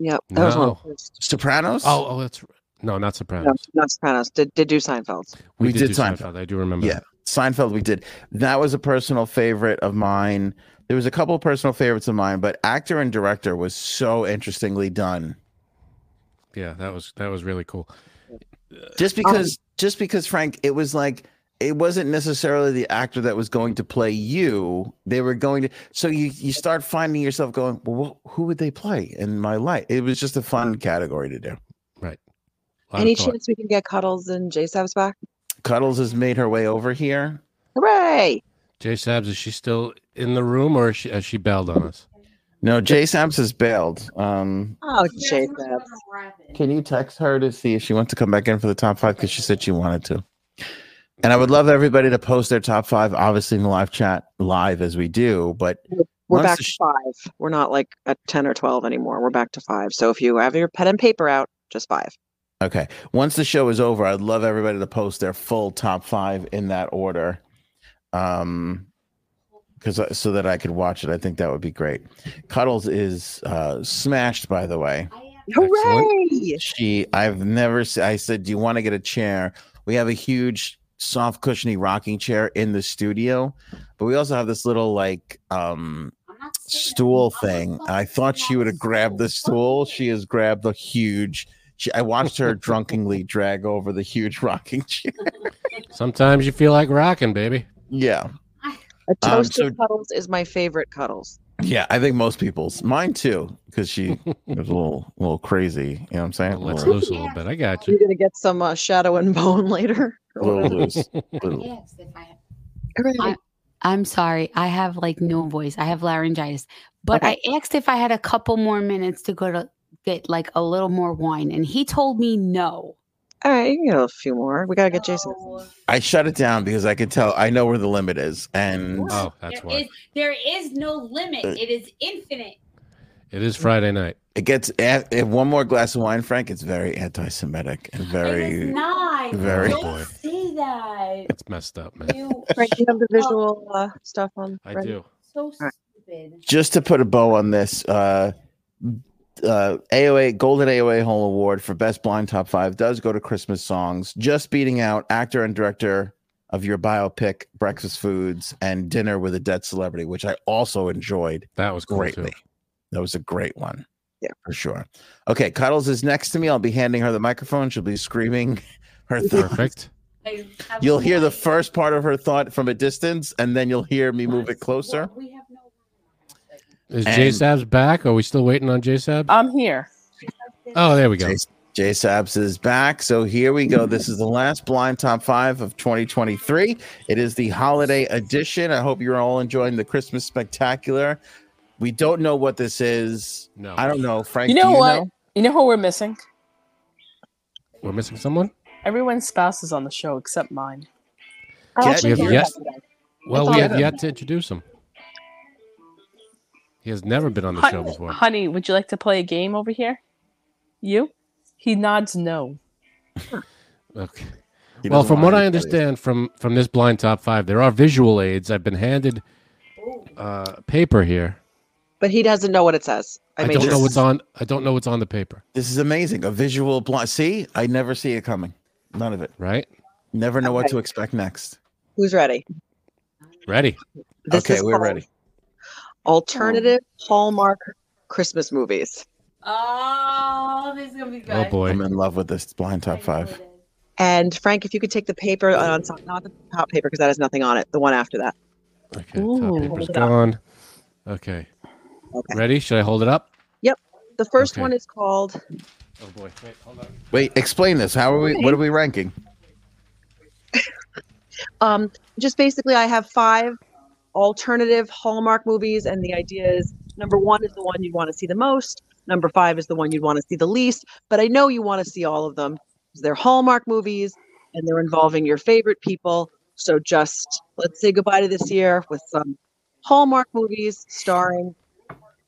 [SPEAKER 5] Yep. That was one of the
[SPEAKER 2] No.
[SPEAKER 5] first.
[SPEAKER 1] Sopranos?
[SPEAKER 2] Oh, oh, that's no, not
[SPEAKER 5] No,
[SPEAKER 2] Sopranos.
[SPEAKER 5] not Sopranos. Did, did do Seinfeld.
[SPEAKER 1] we did
[SPEAKER 2] do
[SPEAKER 1] Seinfeld.
[SPEAKER 2] I do remember.
[SPEAKER 1] Yeah.
[SPEAKER 2] that.
[SPEAKER 1] Seinfeld we did. That was a personal favorite of mine. There was a couple of personal favorites of mine, but actor and director was so interestingly done
[SPEAKER 2] Yeah, that was that was really cool.
[SPEAKER 1] just because just because frank it was like it wasn't necessarily the actor that was going to play you they were going to so you you start finding yourself going well wh- who would they play in my life it was just a fun category to do
[SPEAKER 2] A lot of
[SPEAKER 5] Any
[SPEAKER 2] thought.
[SPEAKER 5] chance we can get Cuddles and J Sab's back?
[SPEAKER 1] cuddles has made her way over here
[SPEAKER 5] Hooray!
[SPEAKER 2] Jay Sabs, is she still in the room or is she, has she bailed on us?
[SPEAKER 1] no jay samps has bailed um
[SPEAKER 5] Oh,
[SPEAKER 3] Here's
[SPEAKER 5] J
[SPEAKER 3] one
[SPEAKER 5] Sab.
[SPEAKER 3] from Rabbit.
[SPEAKER 1] can you text her to see if she wants to come back in for the top five because she said she wanted to and i would love everybody to post their top five obviously in the live chat live as we do but
[SPEAKER 5] We're
[SPEAKER 1] Wants
[SPEAKER 5] back
[SPEAKER 1] to
[SPEAKER 5] to
[SPEAKER 1] sh-
[SPEAKER 5] five. We're not like at 10 or 12 anymore. We're back to five. So if you have your pen and paper out, just five.
[SPEAKER 1] Okay. Once the show is over, I'd love everybody to post their full top five in that order. Um, because so that I could watch it, I think that would be great. Cuddles is uh smashed, by the way.
[SPEAKER 3] I am
[SPEAKER 2] Excellent.
[SPEAKER 5] Hooray!
[SPEAKER 1] She, I've never. se- I said, do you want to get a chair? We have a huge soft cushiony rocking chair in the studio, but we also have this little like um
[SPEAKER 3] I'm not saying that.
[SPEAKER 1] stool
[SPEAKER 3] I'm
[SPEAKER 1] thing.
[SPEAKER 3] fucking
[SPEAKER 1] I thought she would have
[SPEAKER 3] not
[SPEAKER 1] grabbed the
[SPEAKER 3] fucking
[SPEAKER 1] stool. She has grabbed the huge. She, I watched her drunkenly drag over the huge rocking chair.
[SPEAKER 2] Sometimes you feel like rocking, baby.
[SPEAKER 1] Yeah,
[SPEAKER 5] A
[SPEAKER 1] Um,
[SPEAKER 5] toasted
[SPEAKER 1] so-
[SPEAKER 5] Cuddles is my favorite Cuddles.
[SPEAKER 1] yeah. I think most people's, mine too, because she was a little, little crazy. You know what I'm saying?
[SPEAKER 2] Let's
[SPEAKER 1] a little,
[SPEAKER 3] Well,
[SPEAKER 2] loose a little bit. I got
[SPEAKER 5] You're
[SPEAKER 2] you.
[SPEAKER 5] going to get some uh, Shadow and Bone later. or
[SPEAKER 1] little
[SPEAKER 5] whatever.
[SPEAKER 1] loose. Little.
[SPEAKER 3] Yes, if I
[SPEAKER 5] Hooray.
[SPEAKER 6] I'm sorry. I have like no voice. I have laryngitis. But
[SPEAKER 5] Okay.
[SPEAKER 6] I asked if I had a couple more minutes to go to get like a little more wine, and he told me no.
[SPEAKER 5] All right, you know, a few more. We got to get Jason.
[SPEAKER 3] No.
[SPEAKER 1] I shut it down because I could tell. I know where the limit is, and Uh,
[SPEAKER 2] Oh, that's
[SPEAKER 3] There
[SPEAKER 2] why.
[SPEAKER 3] is there is no limit. It is infinite.
[SPEAKER 2] It is Friday night.
[SPEAKER 1] it gets. eh, If one more glass of wine, Frank, it's very anti-Semitic and
[SPEAKER 3] it is
[SPEAKER 1] very.
[SPEAKER 3] not.
[SPEAKER 1] very-
[SPEAKER 3] Don't
[SPEAKER 2] Boy.
[SPEAKER 3] say that.
[SPEAKER 2] It's messed up, man.
[SPEAKER 3] You
[SPEAKER 5] Frank, you have the visual uh, stuff on.
[SPEAKER 2] I
[SPEAKER 5] ready?
[SPEAKER 2] do.
[SPEAKER 3] so
[SPEAKER 5] right.
[SPEAKER 3] stupid.
[SPEAKER 1] just to put a bow on this, uh, uh, AOA Golden AOA Home Award for Best Blind Top Five does go to Christmas songs, just beating out actor and director of your biopic Breakfast Foods and Dinner with a Dead Celebrity, which I also enjoyed
[SPEAKER 2] That was cool too.
[SPEAKER 1] greatly. That was a great one.
[SPEAKER 5] Yeah.
[SPEAKER 1] for sure. Okay, Cuddles is next to me. I'll be handing her the microphone. She'll be screaming her thought.
[SPEAKER 2] Perfect.
[SPEAKER 3] I have
[SPEAKER 1] You'll
[SPEAKER 3] no
[SPEAKER 1] hear the
[SPEAKER 3] idea.
[SPEAKER 1] first part of her thought from a distance, and then you'll hear me move it
[SPEAKER 3] What?
[SPEAKER 1] closer.
[SPEAKER 3] We have no.
[SPEAKER 2] Is
[SPEAKER 1] And-
[SPEAKER 2] J Sabs back? Are we still waiting on J Sabs?
[SPEAKER 5] Uh,
[SPEAKER 4] I'm here.
[SPEAKER 2] Oh, there we go.
[SPEAKER 1] Jason. Jay Sabs is back. So here we go. This is the last blind top five of 2023. It is the holiday edition. I hope you're all enjoying the Christmas spectacular. We don't know what this is.
[SPEAKER 2] No.
[SPEAKER 1] I don't know. Frank,
[SPEAKER 4] You know
[SPEAKER 1] do you
[SPEAKER 4] what?
[SPEAKER 1] know?
[SPEAKER 4] You know who we're missing?
[SPEAKER 2] We're missing someone?
[SPEAKER 4] Everyone's spouse is on the show except mine.
[SPEAKER 5] I'll
[SPEAKER 1] Get-
[SPEAKER 5] Oh, actually
[SPEAKER 2] we have
[SPEAKER 5] hear
[SPEAKER 2] yet-
[SPEAKER 5] that today.
[SPEAKER 2] Well,
[SPEAKER 5] It's
[SPEAKER 2] we
[SPEAKER 5] all
[SPEAKER 2] have
[SPEAKER 5] good.
[SPEAKER 2] yet to introduce him. He has never been on the show
[SPEAKER 4] Honey,
[SPEAKER 2] before.
[SPEAKER 4] honey, would you like to play a game over here? You? He nods no.
[SPEAKER 2] Okay.
[SPEAKER 1] He
[SPEAKER 2] Well,
[SPEAKER 1] doesn't
[SPEAKER 2] from
[SPEAKER 1] want
[SPEAKER 2] what I
[SPEAKER 1] anybody.
[SPEAKER 2] understand from from this blind top five, there are visual aids. I've been handed
[SPEAKER 3] Oh.
[SPEAKER 2] uh, paper here.
[SPEAKER 5] But he doesn't know what it says. I,
[SPEAKER 2] I,
[SPEAKER 5] made
[SPEAKER 2] don't
[SPEAKER 5] sure.
[SPEAKER 2] know what's on. I don't know what's on the paper.
[SPEAKER 1] This is amazing. A visual blind. See, I never see it coming. None of it.
[SPEAKER 2] Right?
[SPEAKER 1] Never know what
[SPEAKER 5] Okay.
[SPEAKER 1] to expect next.
[SPEAKER 5] Who's ready?
[SPEAKER 2] Ready?
[SPEAKER 5] This
[SPEAKER 1] okay,
[SPEAKER 5] is
[SPEAKER 1] we're
[SPEAKER 5] called
[SPEAKER 1] ready.
[SPEAKER 5] Alternative Hallmark Christmas movies.
[SPEAKER 3] Oh, this is gonna be good.
[SPEAKER 2] Oh boy.
[SPEAKER 1] I'm in love with this blind top
[SPEAKER 3] I
[SPEAKER 1] five.
[SPEAKER 3] know it is.
[SPEAKER 5] And Frank, if you could take the paper on top, not the top paper because that has nothing on it. The one after that.
[SPEAKER 2] Okay.
[SPEAKER 4] Ooh.
[SPEAKER 2] Top paper's
[SPEAKER 5] Hold it up.
[SPEAKER 2] gone. Okay.
[SPEAKER 5] Okay.
[SPEAKER 2] Ready? Should I hold it up?
[SPEAKER 5] The first
[SPEAKER 2] Okay.
[SPEAKER 5] one is called
[SPEAKER 2] Oh boy. Wait. Hold on.
[SPEAKER 1] Wait, explain this. How are we? What are we ranking?
[SPEAKER 5] um, just basically I have five alternative Hallmark movies, and the idea is number one is the one you'd want to see the most, number five is the one you'd want to see the least. But I know you want to see all of them because they're Hallmark movies and they're involving your favorite people. So just let's say goodbye to this year with some Hallmark movies starring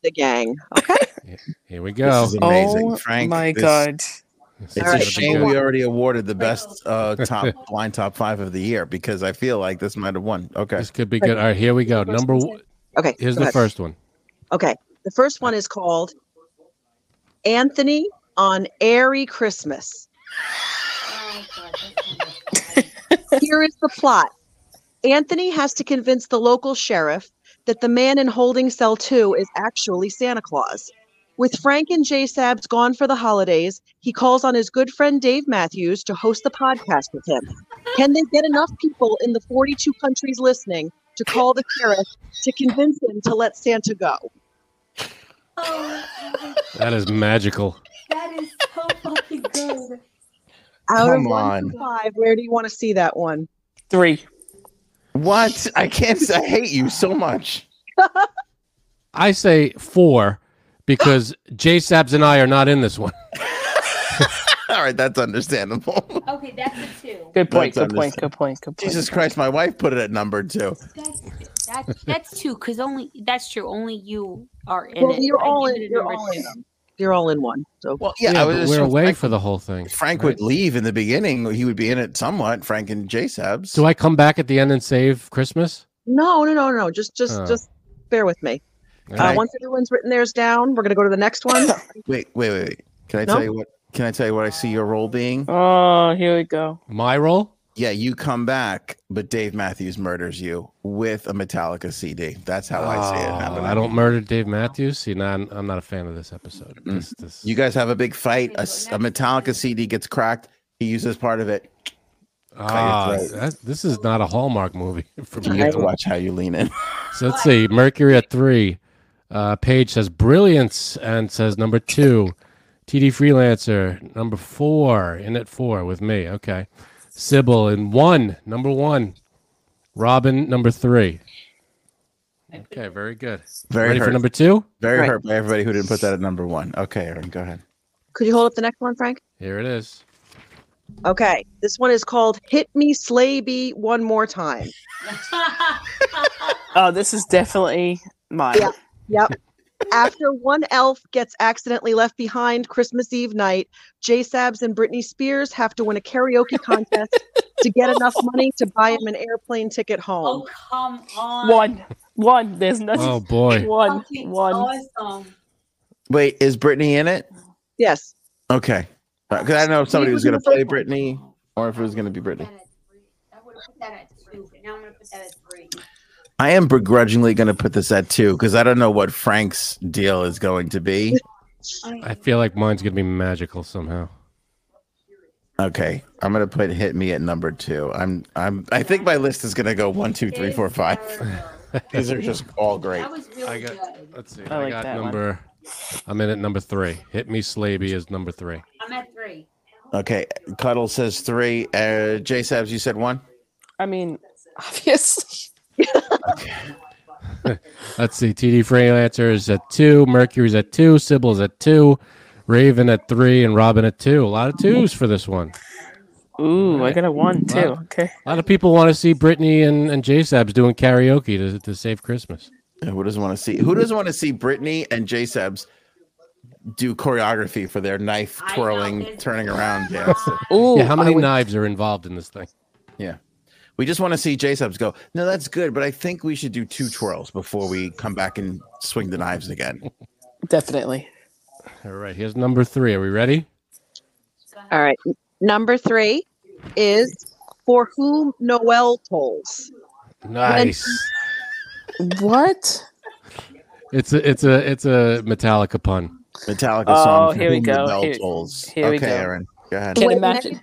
[SPEAKER 5] the gang. Okay.
[SPEAKER 2] Here we go.
[SPEAKER 1] This is
[SPEAKER 4] Oh
[SPEAKER 1] amazing, Frank. this-
[SPEAKER 2] Let's
[SPEAKER 1] It's
[SPEAKER 2] see
[SPEAKER 5] All
[SPEAKER 1] a
[SPEAKER 5] right.
[SPEAKER 2] if we
[SPEAKER 1] shame
[SPEAKER 2] can-
[SPEAKER 1] we already awarded the best uh, top blind top five of the year because I feel like this might have won. Okay,
[SPEAKER 2] This could be good. All right. Here we go. Number one.
[SPEAKER 5] Okay.
[SPEAKER 2] Here's
[SPEAKER 5] go
[SPEAKER 2] the
[SPEAKER 5] ahead.
[SPEAKER 2] first one.
[SPEAKER 5] Okay. The first one is called Anthony on Airy Christmas.
[SPEAKER 3] Oh, God, that's gonna be good.
[SPEAKER 5] Here is the plot Anthony has to convince the local sheriff that the man in holding cell two is actually Santa Claus. With Frank and Jay Sabs gone for the holidays, he calls on his good friend Dave Matthews to host the podcast with him. Can they get enough people in the 42 countries listening to call the sheriff to convince him to let Santa go?
[SPEAKER 3] Oh,
[SPEAKER 2] That is magical.
[SPEAKER 3] that is so fucking good.
[SPEAKER 5] Out
[SPEAKER 1] Come
[SPEAKER 5] of one to five, where do you want to see that one?
[SPEAKER 4] Three.
[SPEAKER 1] What? I can't. I hate you so much.
[SPEAKER 2] I say four because J Sabs and I are not in this one.
[SPEAKER 1] All right, that's understandable.
[SPEAKER 3] Okay, that's a two.
[SPEAKER 4] Good point.
[SPEAKER 1] That's
[SPEAKER 4] Good point. Good point. Good point.
[SPEAKER 1] Jesus Christ, my wife put it at number two.
[SPEAKER 3] That's
[SPEAKER 6] That's that's two because only that's true. Only you are in
[SPEAKER 5] Well,
[SPEAKER 6] it.
[SPEAKER 5] you're
[SPEAKER 6] I
[SPEAKER 5] all
[SPEAKER 6] give
[SPEAKER 5] in.
[SPEAKER 6] it a
[SPEAKER 5] You're
[SPEAKER 6] number
[SPEAKER 5] all in.
[SPEAKER 6] two.
[SPEAKER 5] them. You're all in one. So
[SPEAKER 1] Well, yeah, I
[SPEAKER 2] but
[SPEAKER 1] was just
[SPEAKER 2] we're
[SPEAKER 1] Frank,
[SPEAKER 2] away for the whole thing.
[SPEAKER 1] Frank
[SPEAKER 2] right?
[SPEAKER 1] would leave in the beginning. He would be in it somewhat. Frank and J Sabs.
[SPEAKER 2] Do I come back at the end and save Christmas?
[SPEAKER 5] no, no, no, no. Just, just,
[SPEAKER 2] Oh.
[SPEAKER 5] just bear with me.
[SPEAKER 2] All
[SPEAKER 5] Uh,
[SPEAKER 2] right.
[SPEAKER 5] once everyone's written theirs down, we're gonna go to the next one.
[SPEAKER 1] Wait, wait, wait, wait. Can I
[SPEAKER 5] No?
[SPEAKER 1] tell you what? Can I tell you what I see your role being?
[SPEAKER 4] Oh, here we go.
[SPEAKER 2] My role?
[SPEAKER 1] Yeah, you come back, but Dave Matthews murders you with a Metallica CD. That's how I see it.
[SPEAKER 2] Oh,
[SPEAKER 1] happening.
[SPEAKER 2] I don't murder Dave Matthews. See, now I'm, I'm not a fan of this episode. This, this,
[SPEAKER 1] Mm. You guys have a big fight. A, s- a Metallica CD gets cracked. He uses part of it.
[SPEAKER 2] Ah,
[SPEAKER 1] throat.
[SPEAKER 2] that, this is not a Hallmark movie for
[SPEAKER 1] You
[SPEAKER 2] me.
[SPEAKER 1] get to watch how you lean in.
[SPEAKER 2] So let's see. Mercury at three. Uh, Page says brilliance and says number two. TD Freelancer number four in at four with me. Okay. Sybil in one number one. Robin number three. Okay, very good.
[SPEAKER 1] Very
[SPEAKER 2] Ready for
[SPEAKER 1] hurt.
[SPEAKER 2] number two?
[SPEAKER 1] Very
[SPEAKER 5] Right.
[SPEAKER 1] hurt by everybody who didn't put that at number one. Okay, Aaron, go ahead.
[SPEAKER 5] Could you hold up the next one, Frank?
[SPEAKER 2] Here it is.
[SPEAKER 5] Okay. This one is called "Hit Me, Slay Me One More Time."
[SPEAKER 4] Oh, this is definitely mine.
[SPEAKER 5] Yeah. Yep. After one elf gets accidentally left behind Christmas Eve night, J Sabs and Britney Spears have to win a karaoke contest to get enough money to buy him an airplane ticket home.
[SPEAKER 3] Oh, come on.
[SPEAKER 4] One. One. There's nothing.
[SPEAKER 2] Oh boy.
[SPEAKER 4] One.
[SPEAKER 3] Fucking
[SPEAKER 4] One.
[SPEAKER 3] Awesome.
[SPEAKER 1] Wait, is Brittany in it?
[SPEAKER 5] Yes.
[SPEAKER 1] Okay. Because I don't know if somebody was
[SPEAKER 5] was in
[SPEAKER 1] going to
[SPEAKER 5] the
[SPEAKER 1] play
[SPEAKER 5] first one.
[SPEAKER 1] Brittany or if it was going to be Brittany.
[SPEAKER 3] I would have put that at two, but now I'm gonna put that at three.
[SPEAKER 1] I am begrudgingly going to put this at two because I don't know what Frank's deal is going to be.
[SPEAKER 2] I feel like mine's gonna be magical somehow.
[SPEAKER 1] Okay, I'm going to put "Hit Me" at number two. I'm, I'm. I think my list is going to go one, two, three, four, five. These are just all great.
[SPEAKER 3] That was really
[SPEAKER 2] I got-
[SPEAKER 3] good.
[SPEAKER 2] Let's see.
[SPEAKER 4] I
[SPEAKER 2] I,
[SPEAKER 4] like
[SPEAKER 2] got
[SPEAKER 4] that one.
[SPEAKER 2] number I'm in at number three. Hit me slaby is number three.
[SPEAKER 3] I'm at three.
[SPEAKER 1] Okay, Cuddle says three. Uh, J Sabs, you said one.
[SPEAKER 4] I mean, obviously.
[SPEAKER 2] Let's see. TD Freelancer is at two. Mercury's at two. Sybil's at two. Raven at three. And Robin at two. A lot of twos for this one.
[SPEAKER 4] Ooh, I got a one too.
[SPEAKER 2] Wow.
[SPEAKER 4] Okay.
[SPEAKER 2] A lot of people want to see Brittany and, and J Sabs doing karaoke to, to save Christmas.
[SPEAKER 1] Yeah, Uh, Who doesn't want to see? Who doesn't want to see Brittany and J Sabs do choreography for their knife
[SPEAKER 3] I know,
[SPEAKER 1] twirling,
[SPEAKER 3] there's-
[SPEAKER 1] turning around dance?
[SPEAKER 4] Ooh.
[SPEAKER 2] yeah, how many
[SPEAKER 4] I would-
[SPEAKER 2] knives are involved in this thing?
[SPEAKER 1] We just want to see J Subs go, no, that's good, but I think we should do two twirls before we come back and swing the knives again.
[SPEAKER 4] Definitely.
[SPEAKER 2] All right, here's number three. Are we ready?
[SPEAKER 5] All right. N- Number three is "For Whom Noel Tolls."
[SPEAKER 2] Nice.
[SPEAKER 4] What?
[SPEAKER 2] It's a it's a it's a Metallica pun.
[SPEAKER 1] Metallica
[SPEAKER 4] Oh,
[SPEAKER 1] song. for
[SPEAKER 4] here we
[SPEAKER 1] whom the
[SPEAKER 4] go.
[SPEAKER 1] bell
[SPEAKER 4] Here-
[SPEAKER 1] tolls.
[SPEAKER 4] here we
[SPEAKER 1] okay,
[SPEAKER 4] go.
[SPEAKER 1] Aaron, go ahead.
[SPEAKER 4] Can't
[SPEAKER 5] Wait,
[SPEAKER 4] imagine.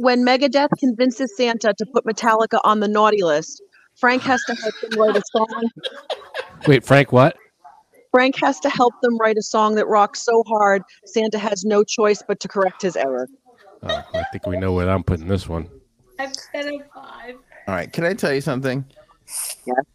[SPEAKER 5] When Megadeth convinces Santa to put Metallica on the naughty list, Frank has to help them write a song
[SPEAKER 2] Wait, Frank, what?
[SPEAKER 5] Frank has to help them write a song that rocks so hard, Santa has no choice but to correct his error.
[SPEAKER 2] Oh, I think we know where I'm putting this one.
[SPEAKER 3] I put that at five.
[SPEAKER 1] All right, can I tell you something?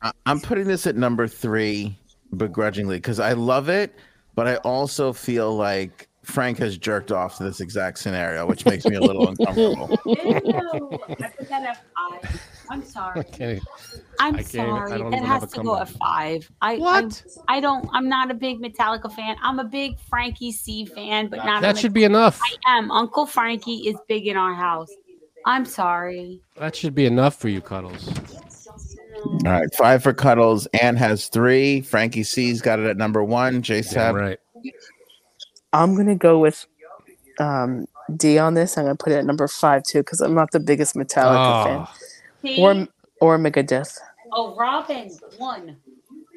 [SPEAKER 1] I- I'm putting this at number three begrudgingly because I love it, but I also feel like Frank has jerked off to this exact scenario, which makes me a little uncomfortable.
[SPEAKER 3] Ew, I put that at five. I'm sorry.
[SPEAKER 2] Okay.
[SPEAKER 6] I'm
[SPEAKER 2] I can't even- I
[SPEAKER 6] sorry.
[SPEAKER 2] don't
[SPEAKER 6] That
[SPEAKER 2] even have
[SPEAKER 6] has
[SPEAKER 2] a
[SPEAKER 6] to go at
[SPEAKER 2] comeback.
[SPEAKER 6] five. I,
[SPEAKER 2] What?
[SPEAKER 6] I I don't. I'm not a big Metallica fan. I'm a big Frankie C fan, but not.
[SPEAKER 2] That
[SPEAKER 6] a
[SPEAKER 2] should be enough.
[SPEAKER 6] I am. Uncle Frankie is big in our house. I'm sorry.
[SPEAKER 2] That should be enough for you, Cuddles.
[SPEAKER 1] All right, five for Cuddles. Anne has three. Frankie C's got it at number one. J
[SPEAKER 2] Damn
[SPEAKER 1] Sab,
[SPEAKER 2] right.
[SPEAKER 4] I'm gonna go with um D on this. I'm gonna put it at number five too because I'm not the biggest Metallica
[SPEAKER 2] Oh,
[SPEAKER 6] See?
[SPEAKER 4] fan or or Megadeth.
[SPEAKER 3] Oh, Robin, one.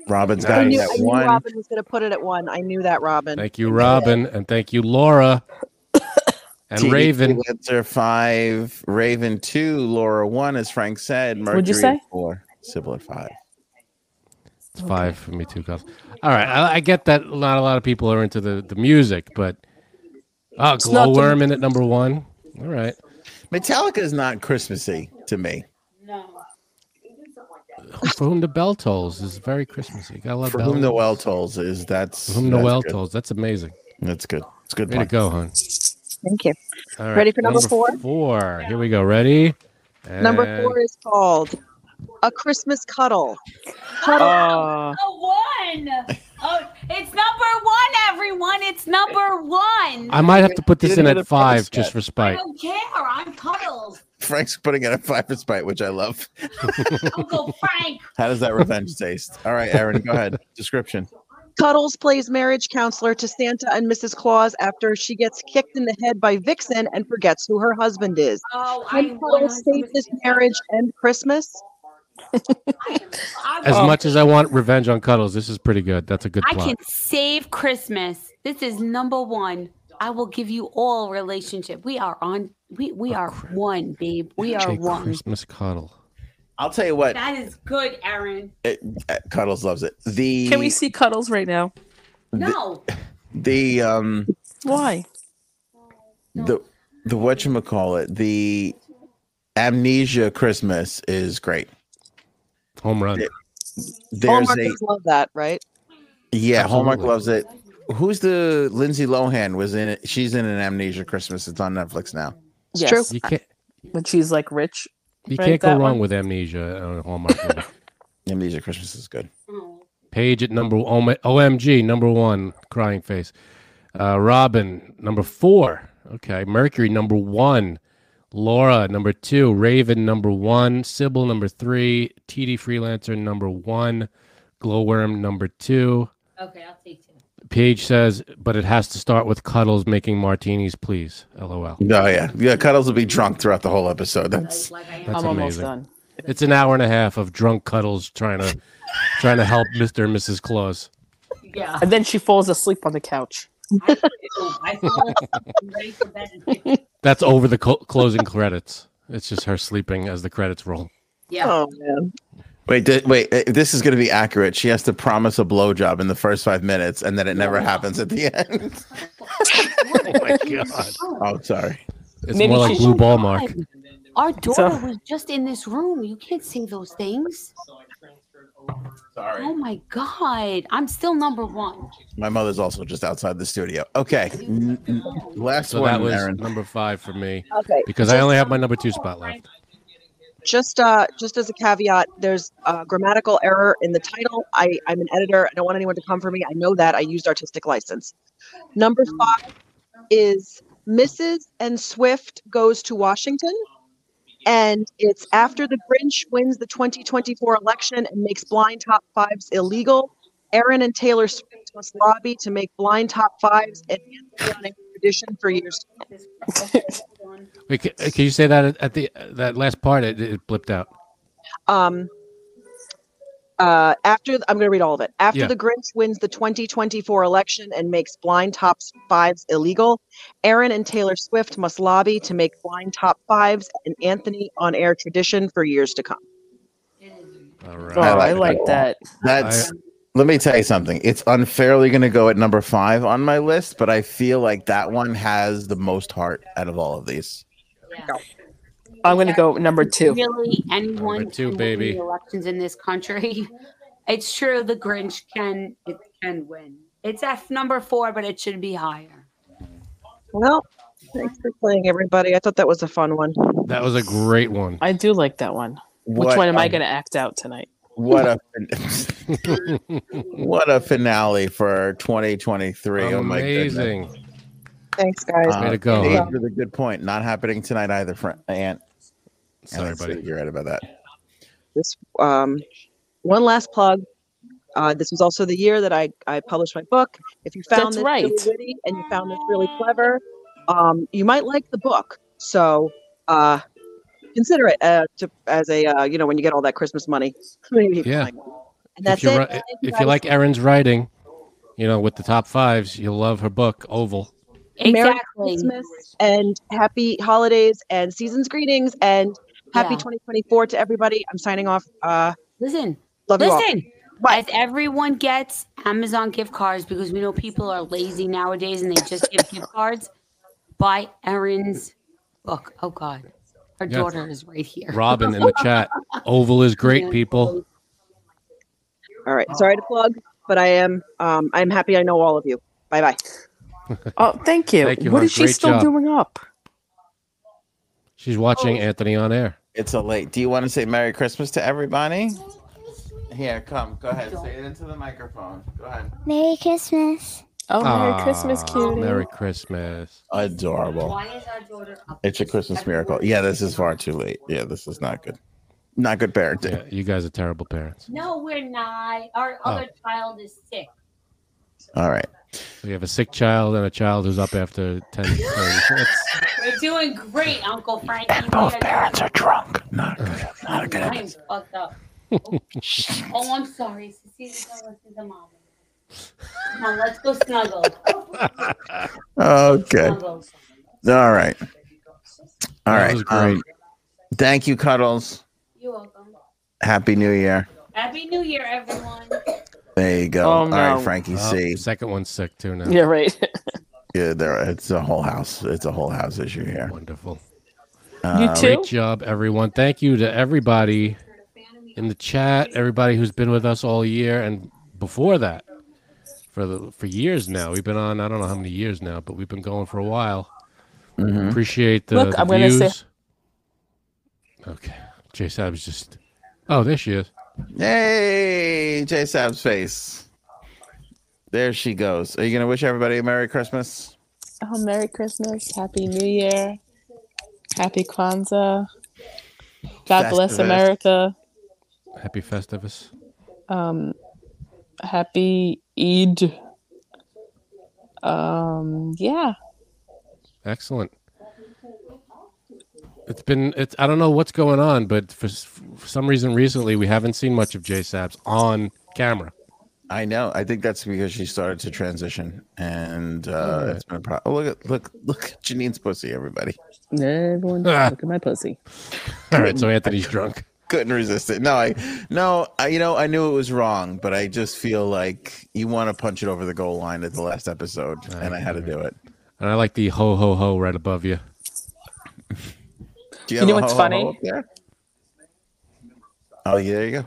[SPEAKER 1] Robin's
[SPEAKER 2] I
[SPEAKER 1] got
[SPEAKER 5] I
[SPEAKER 1] it
[SPEAKER 5] knew,
[SPEAKER 1] at
[SPEAKER 5] I knew
[SPEAKER 1] one.
[SPEAKER 5] Robin was going to put it at one. I knew that, Robin.
[SPEAKER 2] Thank you, Robin, and thank you, Laura, and
[SPEAKER 5] E
[SPEAKER 1] TDT
[SPEAKER 2] Raven.
[SPEAKER 1] Windsor five, Raven two, Laura one, as Frank said. Mercury
[SPEAKER 4] What'd you say?
[SPEAKER 1] four, Sybil at five.
[SPEAKER 2] It's five for me too, Cos. All right, I, I get that not a lot of people are into the the music, but oh,
[SPEAKER 4] not the-
[SPEAKER 2] glowworm in at number one. All right,
[SPEAKER 1] Metallica is not Christmassy to me.
[SPEAKER 2] Oh, for whom the bell tolls is very Christmassy. Got a lot of
[SPEAKER 1] For
[SPEAKER 2] bells.
[SPEAKER 1] whom the well tolls is that's
[SPEAKER 2] For whom the
[SPEAKER 1] that's
[SPEAKER 2] well
[SPEAKER 1] good.
[SPEAKER 2] tolls. That's amazing.
[SPEAKER 1] That's good. It's a good.
[SPEAKER 2] Way to
[SPEAKER 1] Point.
[SPEAKER 2] go, hon.
[SPEAKER 5] Thank you.
[SPEAKER 2] All right,
[SPEAKER 5] Ready for number four?
[SPEAKER 2] Four. Here we go. Ready?
[SPEAKER 5] Number
[SPEAKER 2] And-
[SPEAKER 5] four is called A Christmas Cuddle.
[SPEAKER 4] Uh,
[SPEAKER 7] A one. Oh, it's number one, everyone. It's number one.
[SPEAKER 2] I might have to put this
[SPEAKER 1] Didn't
[SPEAKER 2] in
[SPEAKER 1] get
[SPEAKER 2] at
[SPEAKER 1] a prize
[SPEAKER 2] five just
[SPEAKER 1] yet.
[SPEAKER 2] for
[SPEAKER 7] I
[SPEAKER 2] spite.
[SPEAKER 7] don't care. I'm cuddles.
[SPEAKER 1] Frank's putting it at five for spite, which I love.
[SPEAKER 7] Uncle Frank.
[SPEAKER 1] How does that revenge taste? All right, Aaron, go ahead. Description.
[SPEAKER 5] Cuddles plays marriage counselor to Santa and Mrs. Claus after she gets kicked in the head by Vixen and forgets who her husband is.
[SPEAKER 7] Oh, I
[SPEAKER 5] Can Cuddles save this marriage and Christmas?
[SPEAKER 7] I,
[SPEAKER 2] As
[SPEAKER 7] will-
[SPEAKER 2] much as I want revenge on Cuddles, this is pretty good. That's a good
[SPEAKER 6] I
[SPEAKER 2] plot.
[SPEAKER 6] can save Christmas. This is number one. I will give you all relationship. We are on. We we
[SPEAKER 2] Oh,
[SPEAKER 6] are
[SPEAKER 2] crap.
[SPEAKER 6] one, babe. We are
[SPEAKER 2] Jake
[SPEAKER 6] one.
[SPEAKER 2] Christmas cuddle.
[SPEAKER 1] I'll tell you what.
[SPEAKER 7] that is good, Aaron.
[SPEAKER 1] uh, Cuddles loves it. The
[SPEAKER 4] can we see Cuddles right now?
[SPEAKER 7] No.
[SPEAKER 1] the um
[SPEAKER 4] Why?
[SPEAKER 1] the the what you call it the amnesia Christmas is great.
[SPEAKER 2] Home run.
[SPEAKER 1] Yeah. There's
[SPEAKER 5] Hallmark
[SPEAKER 1] a
[SPEAKER 5] just love that, right?
[SPEAKER 1] yeah. Hallmark
[SPEAKER 2] Absolutely.
[SPEAKER 1] loves it. Who's the Lindsay Lohan was in it? She's in an amnesia Christmas. It's on Netflix now.
[SPEAKER 5] It's
[SPEAKER 4] yes.
[SPEAKER 5] true.
[SPEAKER 2] You can't
[SPEAKER 4] When she's like rich.
[SPEAKER 2] you
[SPEAKER 4] Right,
[SPEAKER 2] can't go
[SPEAKER 4] that
[SPEAKER 2] wrong
[SPEAKER 4] one.
[SPEAKER 2] with amnesia on a Hallmark. movie.
[SPEAKER 1] Amnesia Christmas is good.
[SPEAKER 2] Paige at number OM- OMG number one crying face. Uh, Robin number four. Okay, Mercury number one. Laura number two. Raven number one. Sybil number three. TD Freelancer number one. Glowworm number two.
[SPEAKER 7] Okay, I'll take two.
[SPEAKER 2] Paige says, but it has to start with cuddles making martinis, please. LOL.
[SPEAKER 1] Oh yeah, yeah. Cuddles will be drunk throughout the whole episode. That's
[SPEAKER 7] Like I am.
[SPEAKER 2] That's
[SPEAKER 4] I'm almost
[SPEAKER 2] amazing.
[SPEAKER 4] done.
[SPEAKER 2] It's an hour and a half of drunk cuddles trying to trying to help Mr. and Mrs. Claus.
[SPEAKER 7] Yeah.
[SPEAKER 4] And then she falls asleep on the couch.
[SPEAKER 7] I, do. I fall asleep and ready for bed in 15
[SPEAKER 2] That's over the co- closing credits. It's just her sleeping as the credits roll.
[SPEAKER 7] Yeah.
[SPEAKER 5] Oh, man.
[SPEAKER 1] wait, di- wait. uh, This is going to be accurate. She has to promise a blowjob in the first five minutes, and then it never happens at the end.
[SPEAKER 2] Oh my god.
[SPEAKER 1] oh, sorry.
[SPEAKER 2] It's
[SPEAKER 4] Maybe
[SPEAKER 2] more
[SPEAKER 4] she
[SPEAKER 2] like blue
[SPEAKER 6] should
[SPEAKER 2] ball
[SPEAKER 6] die.
[SPEAKER 2] mark.
[SPEAKER 6] Our daughter
[SPEAKER 4] So-
[SPEAKER 6] was just in this room. You can't say those things.
[SPEAKER 1] Sorry.
[SPEAKER 6] Oh my god. I'm still number one.
[SPEAKER 1] My mother's also just outside the studio. Okay. n- n- Last
[SPEAKER 2] So
[SPEAKER 1] one,
[SPEAKER 2] that was
[SPEAKER 1] Aaron.
[SPEAKER 2] number five for me
[SPEAKER 5] Okay.
[SPEAKER 2] because I only have my number two spot left.
[SPEAKER 5] Just uh, just as a caveat, there's a grammatical error in the title. I, I'm an editor. I don't want anyone to come for me. I know that. I used artistic license. Number five is Mrs. and Swift goes to Washington. And it's after the Grinch wins the 2024 election and makes blind top fives illegal. Aaron and Taylor Swift must lobby to make blind top fives and hand down a tradition for years.
[SPEAKER 2] Wait, ca- can, you say that at- at the that last part? It, it blipped out.
[SPEAKER 5] um uh after i'm going to read all of it after
[SPEAKER 2] Yeah.
[SPEAKER 5] the grinch wins the 2024 election and makes blind top fives illegal aaron and taylor swift must lobby to make blind top fives an anthony on air tradition for years to come
[SPEAKER 2] All
[SPEAKER 4] Oh,
[SPEAKER 2] right.
[SPEAKER 1] I like
[SPEAKER 4] I like that.
[SPEAKER 1] That's. let me tell you something. It's unfairly going to go at number five on my list, but I feel like that one has the most heart out of all of these.
[SPEAKER 4] I'm gonna go number two.
[SPEAKER 6] Really, anyone
[SPEAKER 2] Number two,
[SPEAKER 6] can win
[SPEAKER 2] baby.
[SPEAKER 6] the elections in this country? It's true the Grinch can it can win. It's F number four, but it should be higher.
[SPEAKER 5] well thanks for playing everybody i thought that was a fun one
[SPEAKER 2] That was a great one.
[SPEAKER 4] I do like that one. Which
[SPEAKER 1] What
[SPEAKER 4] one am I
[SPEAKER 1] a-
[SPEAKER 4] gonna act out tonight?
[SPEAKER 1] What a what a finale for 2023. Oh my goodness.
[SPEAKER 2] Amazing.
[SPEAKER 5] thanks guys
[SPEAKER 1] Uh,
[SPEAKER 2] Way to go,
[SPEAKER 1] Paige
[SPEAKER 2] huh?
[SPEAKER 1] with a good point. Not happening tonight either, friend. Aunt.
[SPEAKER 2] Sorry,
[SPEAKER 1] Aunt,
[SPEAKER 2] buddy.
[SPEAKER 1] You're right about that.
[SPEAKER 5] this um, one last plug. Uh, this was also the year that I, I published my book. If you found
[SPEAKER 4] That's
[SPEAKER 5] this
[SPEAKER 4] right.
[SPEAKER 5] really witty and you found this really clever, um, you might like the book. So uh, consider it uh, to, as a uh, you know when you get all that Christmas money. Maybe
[SPEAKER 2] Yeah.
[SPEAKER 5] like, And that's
[SPEAKER 2] if, you
[SPEAKER 5] it.
[SPEAKER 2] ri- if you like Erin's writing, you know, with the top fives, you'll love her book Oval.
[SPEAKER 5] Merry
[SPEAKER 8] Exactly.
[SPEAKER 5] Christmas and happy holidays and season's greetings and happy
[SPEAKER 8] Yeah.
[SPEAKER 5] 2024 to everybody. I'm signing off. Uh,
[SPEAKER 8] Listen,
[SPEAKER 5] love you all.
[SPEAKER 8] listen.
[SPEAKER 5] What?
[SPEAKER 8] If everyone gets Amazon gift cards because we know people are lazy nowadays and they just give gift cards, buy Erin's book. Oh God, her
[SPEAKER 2] Yeah.
[SPEAKER 8] daughter is right here.
[SPEAKER 2] Robin in the chat. Oval is great,
[SPEAKER 8] Yeah.
[SPEAKER 2] people.
[SPEAKER 5] All right. Sorry to plug, but I am. Um, I'm happy. I know all of you. Bye bye.
[SPEAKER 4] Oh, thank you.
[SPEAKER 2] Thank you,
[SPEAKER 4] what
[SPEAKER 2] hon.
[SPEAKER 4] is she
[SPEAKER 2] Great
[SPEAKER 4] still
[SPEAKER 2] job.
[SPEAKER 4] doing up?
[SPEAKER 2] She's
[SPEAKER 4] Oh.
[SPEAKER 2] watching Anthony on air.
[SPEAKER 1] It's a late. Do you want to say Merry Christmas to everybody? Here, come. Go ahead. Say it into the microphone. Go ahead.
[SPEAKER 3] Merry Christmas.
[SPEAKER 4] Oh, Merry
[SPEAKER 2] Aw,
[SPEAKER 4] Christmas, cutie.
[SPEAKER 2] Ah, Merry Christmas.
[SPEAKER 1] Adorable.
[SPEAKER 8] Why is our daughter up?
[SPEAKER 1] It's a Christmas miracle. Yeah, this is far too late. Yeah, this is not good. Not good parenting.
[SPEAKER 2] Yeah, you guys are terrible parents.
[SPEAKER 6] No, we're not. Our
[SPEAKER 2] Oh.
[SPEAKER 6] other child is sick.
[SPEAKER 1] All right.
[SPEAKER 2] We have a sick child and a child who's up after 10. thirty. That's-
[SPEAKER 6] We're doing great, Uncle Frankie. We are
[SPEAKER 1] are drunk. Not good. Not a good
[SPEAKER 6] doing- I'm fucked up. Oh, oh, I'm sorry. Cecilia's gonna listen to mom. Now let's go snuggle.
[SPEAKER 1] Okay.
[SPEAKER 6] Snuggle.
[SPEAKER 1] All right. All
[SPEAKER 2] That
[SPEAKER 1] right.
[SPEAKER 2] was great.
[SPEAKER 1] Um, thank you, Cuddles.
[SPEAKER 6] You're welcome.
[SPEAKER 1] Happy New Year.
[SPEAKER 6] Happy New Year, everyone.
[SPEAKER 1] There you go.
[SPEAKER 4] Oh,
[SPEAKER 1] All right,
[SPEAKER 4] no.
[SPEAKER 1] Frankie
[SPEAKER 2] Oh,
[SPEAKER 1] C.
[SPEAKER 2] second one's sick too now.
[SPEAKER 4] Yeah, right.
[SPEAKER 2] Uh,
[SPEAKER 1] Yeah, there. It's a whole house. It's a whole house issue here.
[SPEAKER 2] Wonderful.
[SPEAKER 4] you
[SPEAKER 1] Uh,
[SPEAKER 4] too?
[SPEAKER 2] Great job, everyone. Thank you to everybody in the chat, everybody who's been with us all year and before that. For the for years now. We've been on I don't know how many years now, but we've been going for a while.
[SPEAKER 4] Mm-hmm.
[SPEAKER 1] mhm.
[SPEAKER 2] Appreciate the,
[SPEAKER 4] Look,
[SPEAKER 2] the
[SPEAKER 4] I'm gonna
[SPEAKER 2] views.
[SPEAKER 4] say-
[SPEAKER 2] Okay. Jay Sab's just Oh, there she is.
[SPEAKER 1] Hey, J Sab's face. There she goes. Are you gonna wish everybody a Merry Christmas?
[SPEAKER 4] Oh, Merry Christmas. Happy New Year. Happy Kwanzaa. God bless
[SPEAKER 1] Festivus.
[SPEAKER 4] America.
[SPEAKER 2] Happy Festivus.
[SPEAKER 4] Um, happy Eid. Um, yeah.
[SPEAKER 2] Excellent. It's been it's I don't know what's going on, but for, s- for some reason recently we haven't seen much of J Sabs on camera.
[SPEAKER 1] I know. I think that's because she started to transition, and uh,
[SPEAKER 2] Yeah.
[SPEAKER 1] it's been a problem. Oh, look at look look at Janine's pussy, everybody.
[SPEAKER 4] Everyone,
[SPEAKER 2] Ah.
[SPEAKER 4] look at my pussy.
[SPEAKER 2] All right, so Anthony's drunk.
[SPEAKER 1] Couldn't resist it. No, I no, I, you know, I knew it was wrong, but I just feel like you want to punch it over the goal line at the last episode, and I had to do it.
[SPEAKER 2] And I like the ho ho ho right above you.
[SPEAKER 1] Do
[SPEAKER 4] You
[SPEAKER 1] have
[SPEAKER 4] know
[SPEAKER 1] a
[SPEAKER 4] what's
[SPEAKER 1] ho, ho, ho
[SPEAKER 4] funny?
[SPEAKER 1] up there? Oh, yeah, there you go.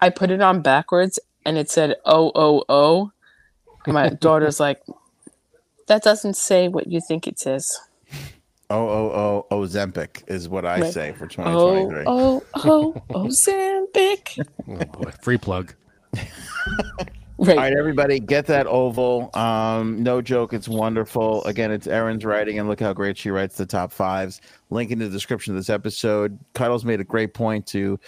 [SPEAKER 4] I put it on backwards and it said "Oh, O O O. My daughter's like, that doesn't say what you think it says.
[SPEAKER 1] Oh, oh, oh, Ozempic is what I
[SPEAKER 4] Right.
[SPEAKER 1] say for 2023.
[SPEAKER 4] Oh, oh, oh, Ozempic.
[SPEAKER 2] Oh boy, free plug.
[SPEAKER 4] Right.
[SPEAKER 1] All right, everybody, get that oval. Um, no joke, it's wonderful. Again, it's Erin's writing, and look how great she writes the top fives. Link in the description of this episode. Cuddles made a great point to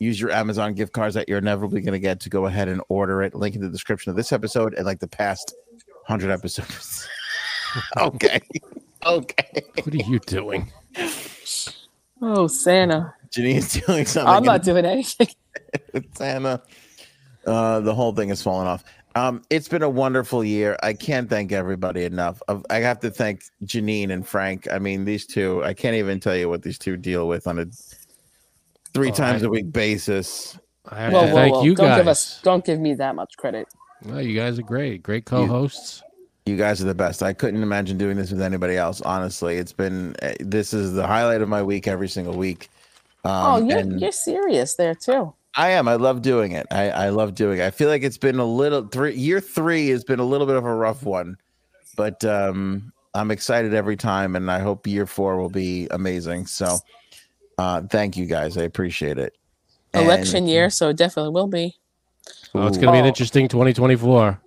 [SPEAKER 1] use your Amazon gift cards that you're inevitably going to get to go ahead and order it. Link in the description of this episode and like the past hundred episodes. okay, okay.
[SPEAKER 2] What are you doing?
[SPEAKER 4] Oh, Santa.
[SPEAKER 1] Janine's doing something.
[SPEAKER 4] I'm not doing anything.
[SPEAKER 1] with Santa. Uh, the whole thing has fallen off. Um, it's been a wonderful year. I can't thank everybody enough. Of- I have to thank Janine and Frank. I mean, these two, I can't even tell you what these two deal with on a three
[SPEAKER 2] Oh,
[SPEAKER 1] times
[SPEAKER 2] I-
[SPEAKER 1] a week basis.
[SPEAKER 2] I have
[SPEAKER 4] Whoa,
[SPEAKER 2] to
[SPEAKER 4] whoa,
[SPEAKER 2] thank
[SPEAKER 4] whoa.
[SPEAKER 2] you
[SPEAKER 4] don't
[SPEAKER 2] guys.
[SPEAKER 4] give us don't give me that much credit.
[SPEAKER 2] No, you guys are great. Great co-hosts.
[SPEAKER 1] You guys are the best. I couldn't imagine doing this with anybody else. Honestly, it's been eh, this is the highlight of my week every single week. Um,
[SPEAKER 4] oh, you're
[SPEAKER 1] and-
[SPEAKER 4] you're serious there too.
[SPEAKER 1] I am. I love doing it. I, I love doing it. I feel like it's been a little three year three has been a little bit of a rough one, but um, I'm excited every time, and I hope year four will be amazing. So, uh, thank you guys. I appreciate it. And-
[SPEAKER 4] Election year, so it definitely will be.
[SPEAKER 2] Oh, it's gonna be an
[SPEAKER 4] Oh.
[SPEAKER 2] interesting 2024.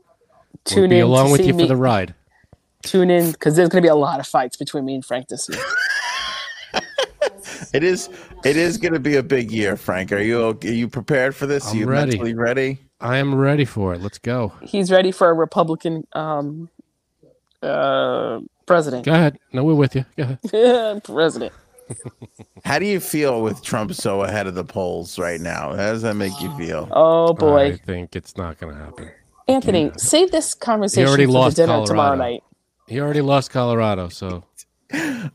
[SPEAKER 4] Tune
[SPEAKER 2] We'll be
[SPEAKER 4] in
[SPEAKER 2] along
[SPEAKER 4] to
[SPEAKER 2] with
[SPEAKER 4] see
[SPEAKER 2] you
[SPEAKER 4] me.
[SPEAKER 2] for the ride.
[SPEAKER 4] Tune in because there's gonna be a lot of fights between me and Frank this year.
[SPEAKER 1] It is. It is going to be a big year, Frank. Are you okay? Are you prepared for this? Are
[SPEAKER 2] I'm
[SPEAKER 1] you
[SPEAKER 2] ready.
[SPEAKER 1] mentally ready?
[SPEAKER 2] I am ready for it. Let's go.
[SPEAKER 4] He's ready for a Republican um uh president.
[SPEAKER 2] Go ahead. No, we're with you. Go ahead.
[SPEAKER 4] president.
[SPEAKER 1] How do you feel with Trump so ahead of the polls right now? How does that make you feel?
[SPEAKER 9] Oh boy,
[SPEAKER 2] I think it's not going to happen.
[SPEAKER 9] Anthony, save this conversation
[SPEAKER 2] He already
[SPEAKER 9] for
[SPEAKER 2] lost
[SPEAKER 9] the dinner
[SPEAKER 2] Colorado.
[SPEAKER 9] tomorrow night.
[SPEAKER 2] He already lost Colorado, so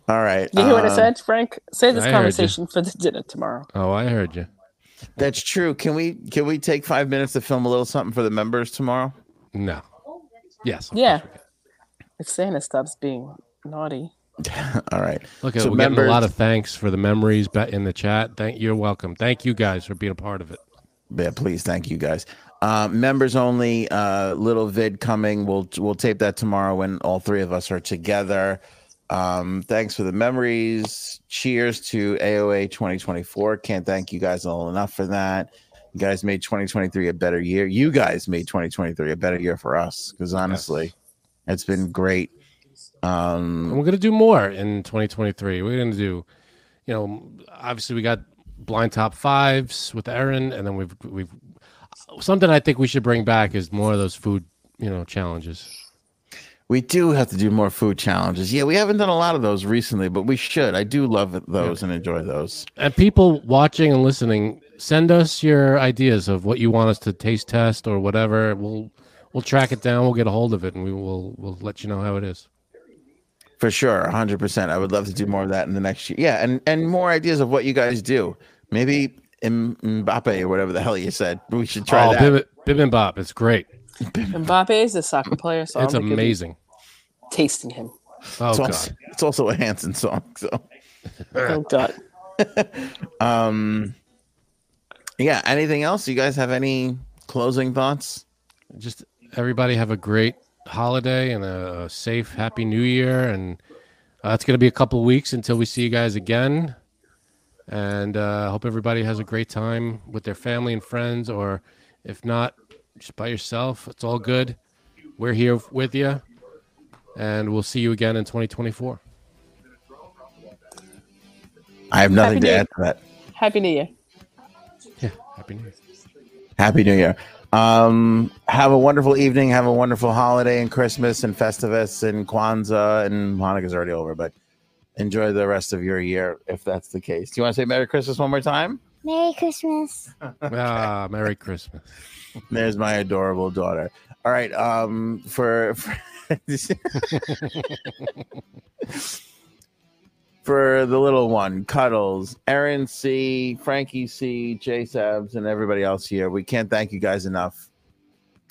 [SPEAKER 1] All right.
[SPEAKER 9] You hear what I
[SPEAKER 1] um,
[SPEAKER 9] said, Frank? Save this
[SPEAKER 2] Uh, I heard you.
[SPEAKER 9] conversation for the dinner tomorrow.
[SPEAKER 2] oh, I heard you.
[SPEAKER 1] That's true. Can we can we take five minutes to film a little something for the members tomorrow?
[SPEAKER 2] No. Yes. of
[SPEAKER 9] Yeah.
[SPEAKER 2] course we can.
[SPEAKER 9] If Santa stops being naughty.
[SPEAKER 1] All right.
[SPEAKER 2] Look,
[SPEAKER 1] So
[SPEAKER 2] we're getting a lot
[SPEAKER 1] members-
[SPEAKER 2] of thanks for the memories ba- in the chat. Thank you're welcome. Thank you guys for being a part of it.
[SPEAKER 1] Yeah, please. Thank you guys. Uh, members only. Uh, little vid coming. We'll we'll tape that tomorrow when all three of us are together. Um, thanks for the memories. Cheers to AOA 2024. Can't thank you guys all enough for that. You guys made 2023 a better year. You guys made 2023 a better year for us because honestly, it's been great. Um,
[SPEAKER 2] And we're going to do more in 2023. We're going to do, you know, obviously we got blind top fives with Aaron, and then we've we've something I think we should bring back is more of those food, you know, challenges.
[SPEAKER 1] We do have to do more food challenges. Yeah, we haven't done a lot of those recently, but we should. I do love those and enjoy those.
[SPEAKER 2] And people watching and listening, send us your ideas of what you want us to taste test or whatever. We'll we'll track it down. We'll get a hold of it, and we will we'll let you know how it is.
[SPEAKER 1] For sure, 100%. I would love to do more of that in the next year. Yeah, and and more ideas of what you guys do. Maybe M- Mbappe or whatever the hell you said. We should try
[SPEAKER 2] oh,
[SPEAKER 1] that.
[SPEAKER 2] Bib, Bib and Bob, it's great.
[SPEAKER 9] Mbappe is a soccer player, so
[SPEAKER 2] It's
[SPEAKER 9] I'm gonna be
[SPEAKER 2] amazing.
[SPEAKER 9] tasting him.
[SPEAKER 2] Oh
[SPEAKER 1] it's,
[SPEAKER 2] god,
[SPEAKER 1] also, it's also a Hanson song. So,
[SPEAKER 9] Oh god.
[SPEAKER 1] um, yeah, anything else? You guys have any closing thoughts?
[SPEAKER 2] just everybody have a great holiday and a, a safe, happy New Year. And uh, it's going to be a couple of weeks until we see you guys again. And uh, hope everybody has a great time with their family and friends, or if not, just by yourself. It's all good. We're here with you, and we'll see you again in 2024.
[SPEAKER 1] I have nothing
[SPEAKER 9] Happy
[SPEAKER 1] to
[SPEAKER 9] New-
[SPEAKER 1] add to that.
[SPEAKER 9] Happy New Year.
[SPEAKER 2] Yeah, happy New Year.
[SPEAKER 1] Happy New Year. Um, have a wonderful evening. Have a wonderful holiday and Christmas and Festivus and Kwanzaa and Hanukkah's already over, but enjoy the rest of your year if that's the case. Do you want to say Merry Christmas one more time?
[SPEAKER 3] Merry Christmas.
[SPEAKER 2] Ah, Merry Christmas.
[SPEAKER 1] There's my adorable daughter. All right. Um, for for, for the little one, Cuddles, Aaron C, Frankie C, J Sabs, and everybody else here. We can't thank you guys enough.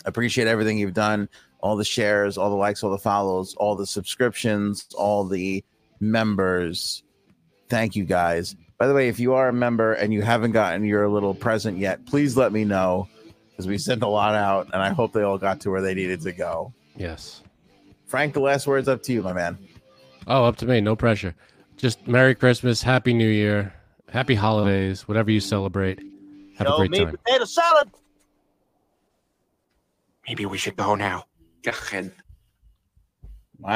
[SPEAKER 1] Appreciate everything you've done, all the shares, all the likes, all the follows, all the subscriptions, all the members. Thank you guys. By the way, if you are a member and you haven't gotten your little present yet, please let me know because we sent a lot out, and I hope they all got to where they needed to go.
[SPEAKER 2] Yes.
[SPEAKER 1] Frank, the last word's up to you, my man.
[SPEAKER 2] Oh, up to me. No pressure. Just Merry Christmas, Happy New Year, Happy Holidays, whatever you celebrate. Have a great time.
[SPEAKER 10] Maybe we should go now. Go ahead.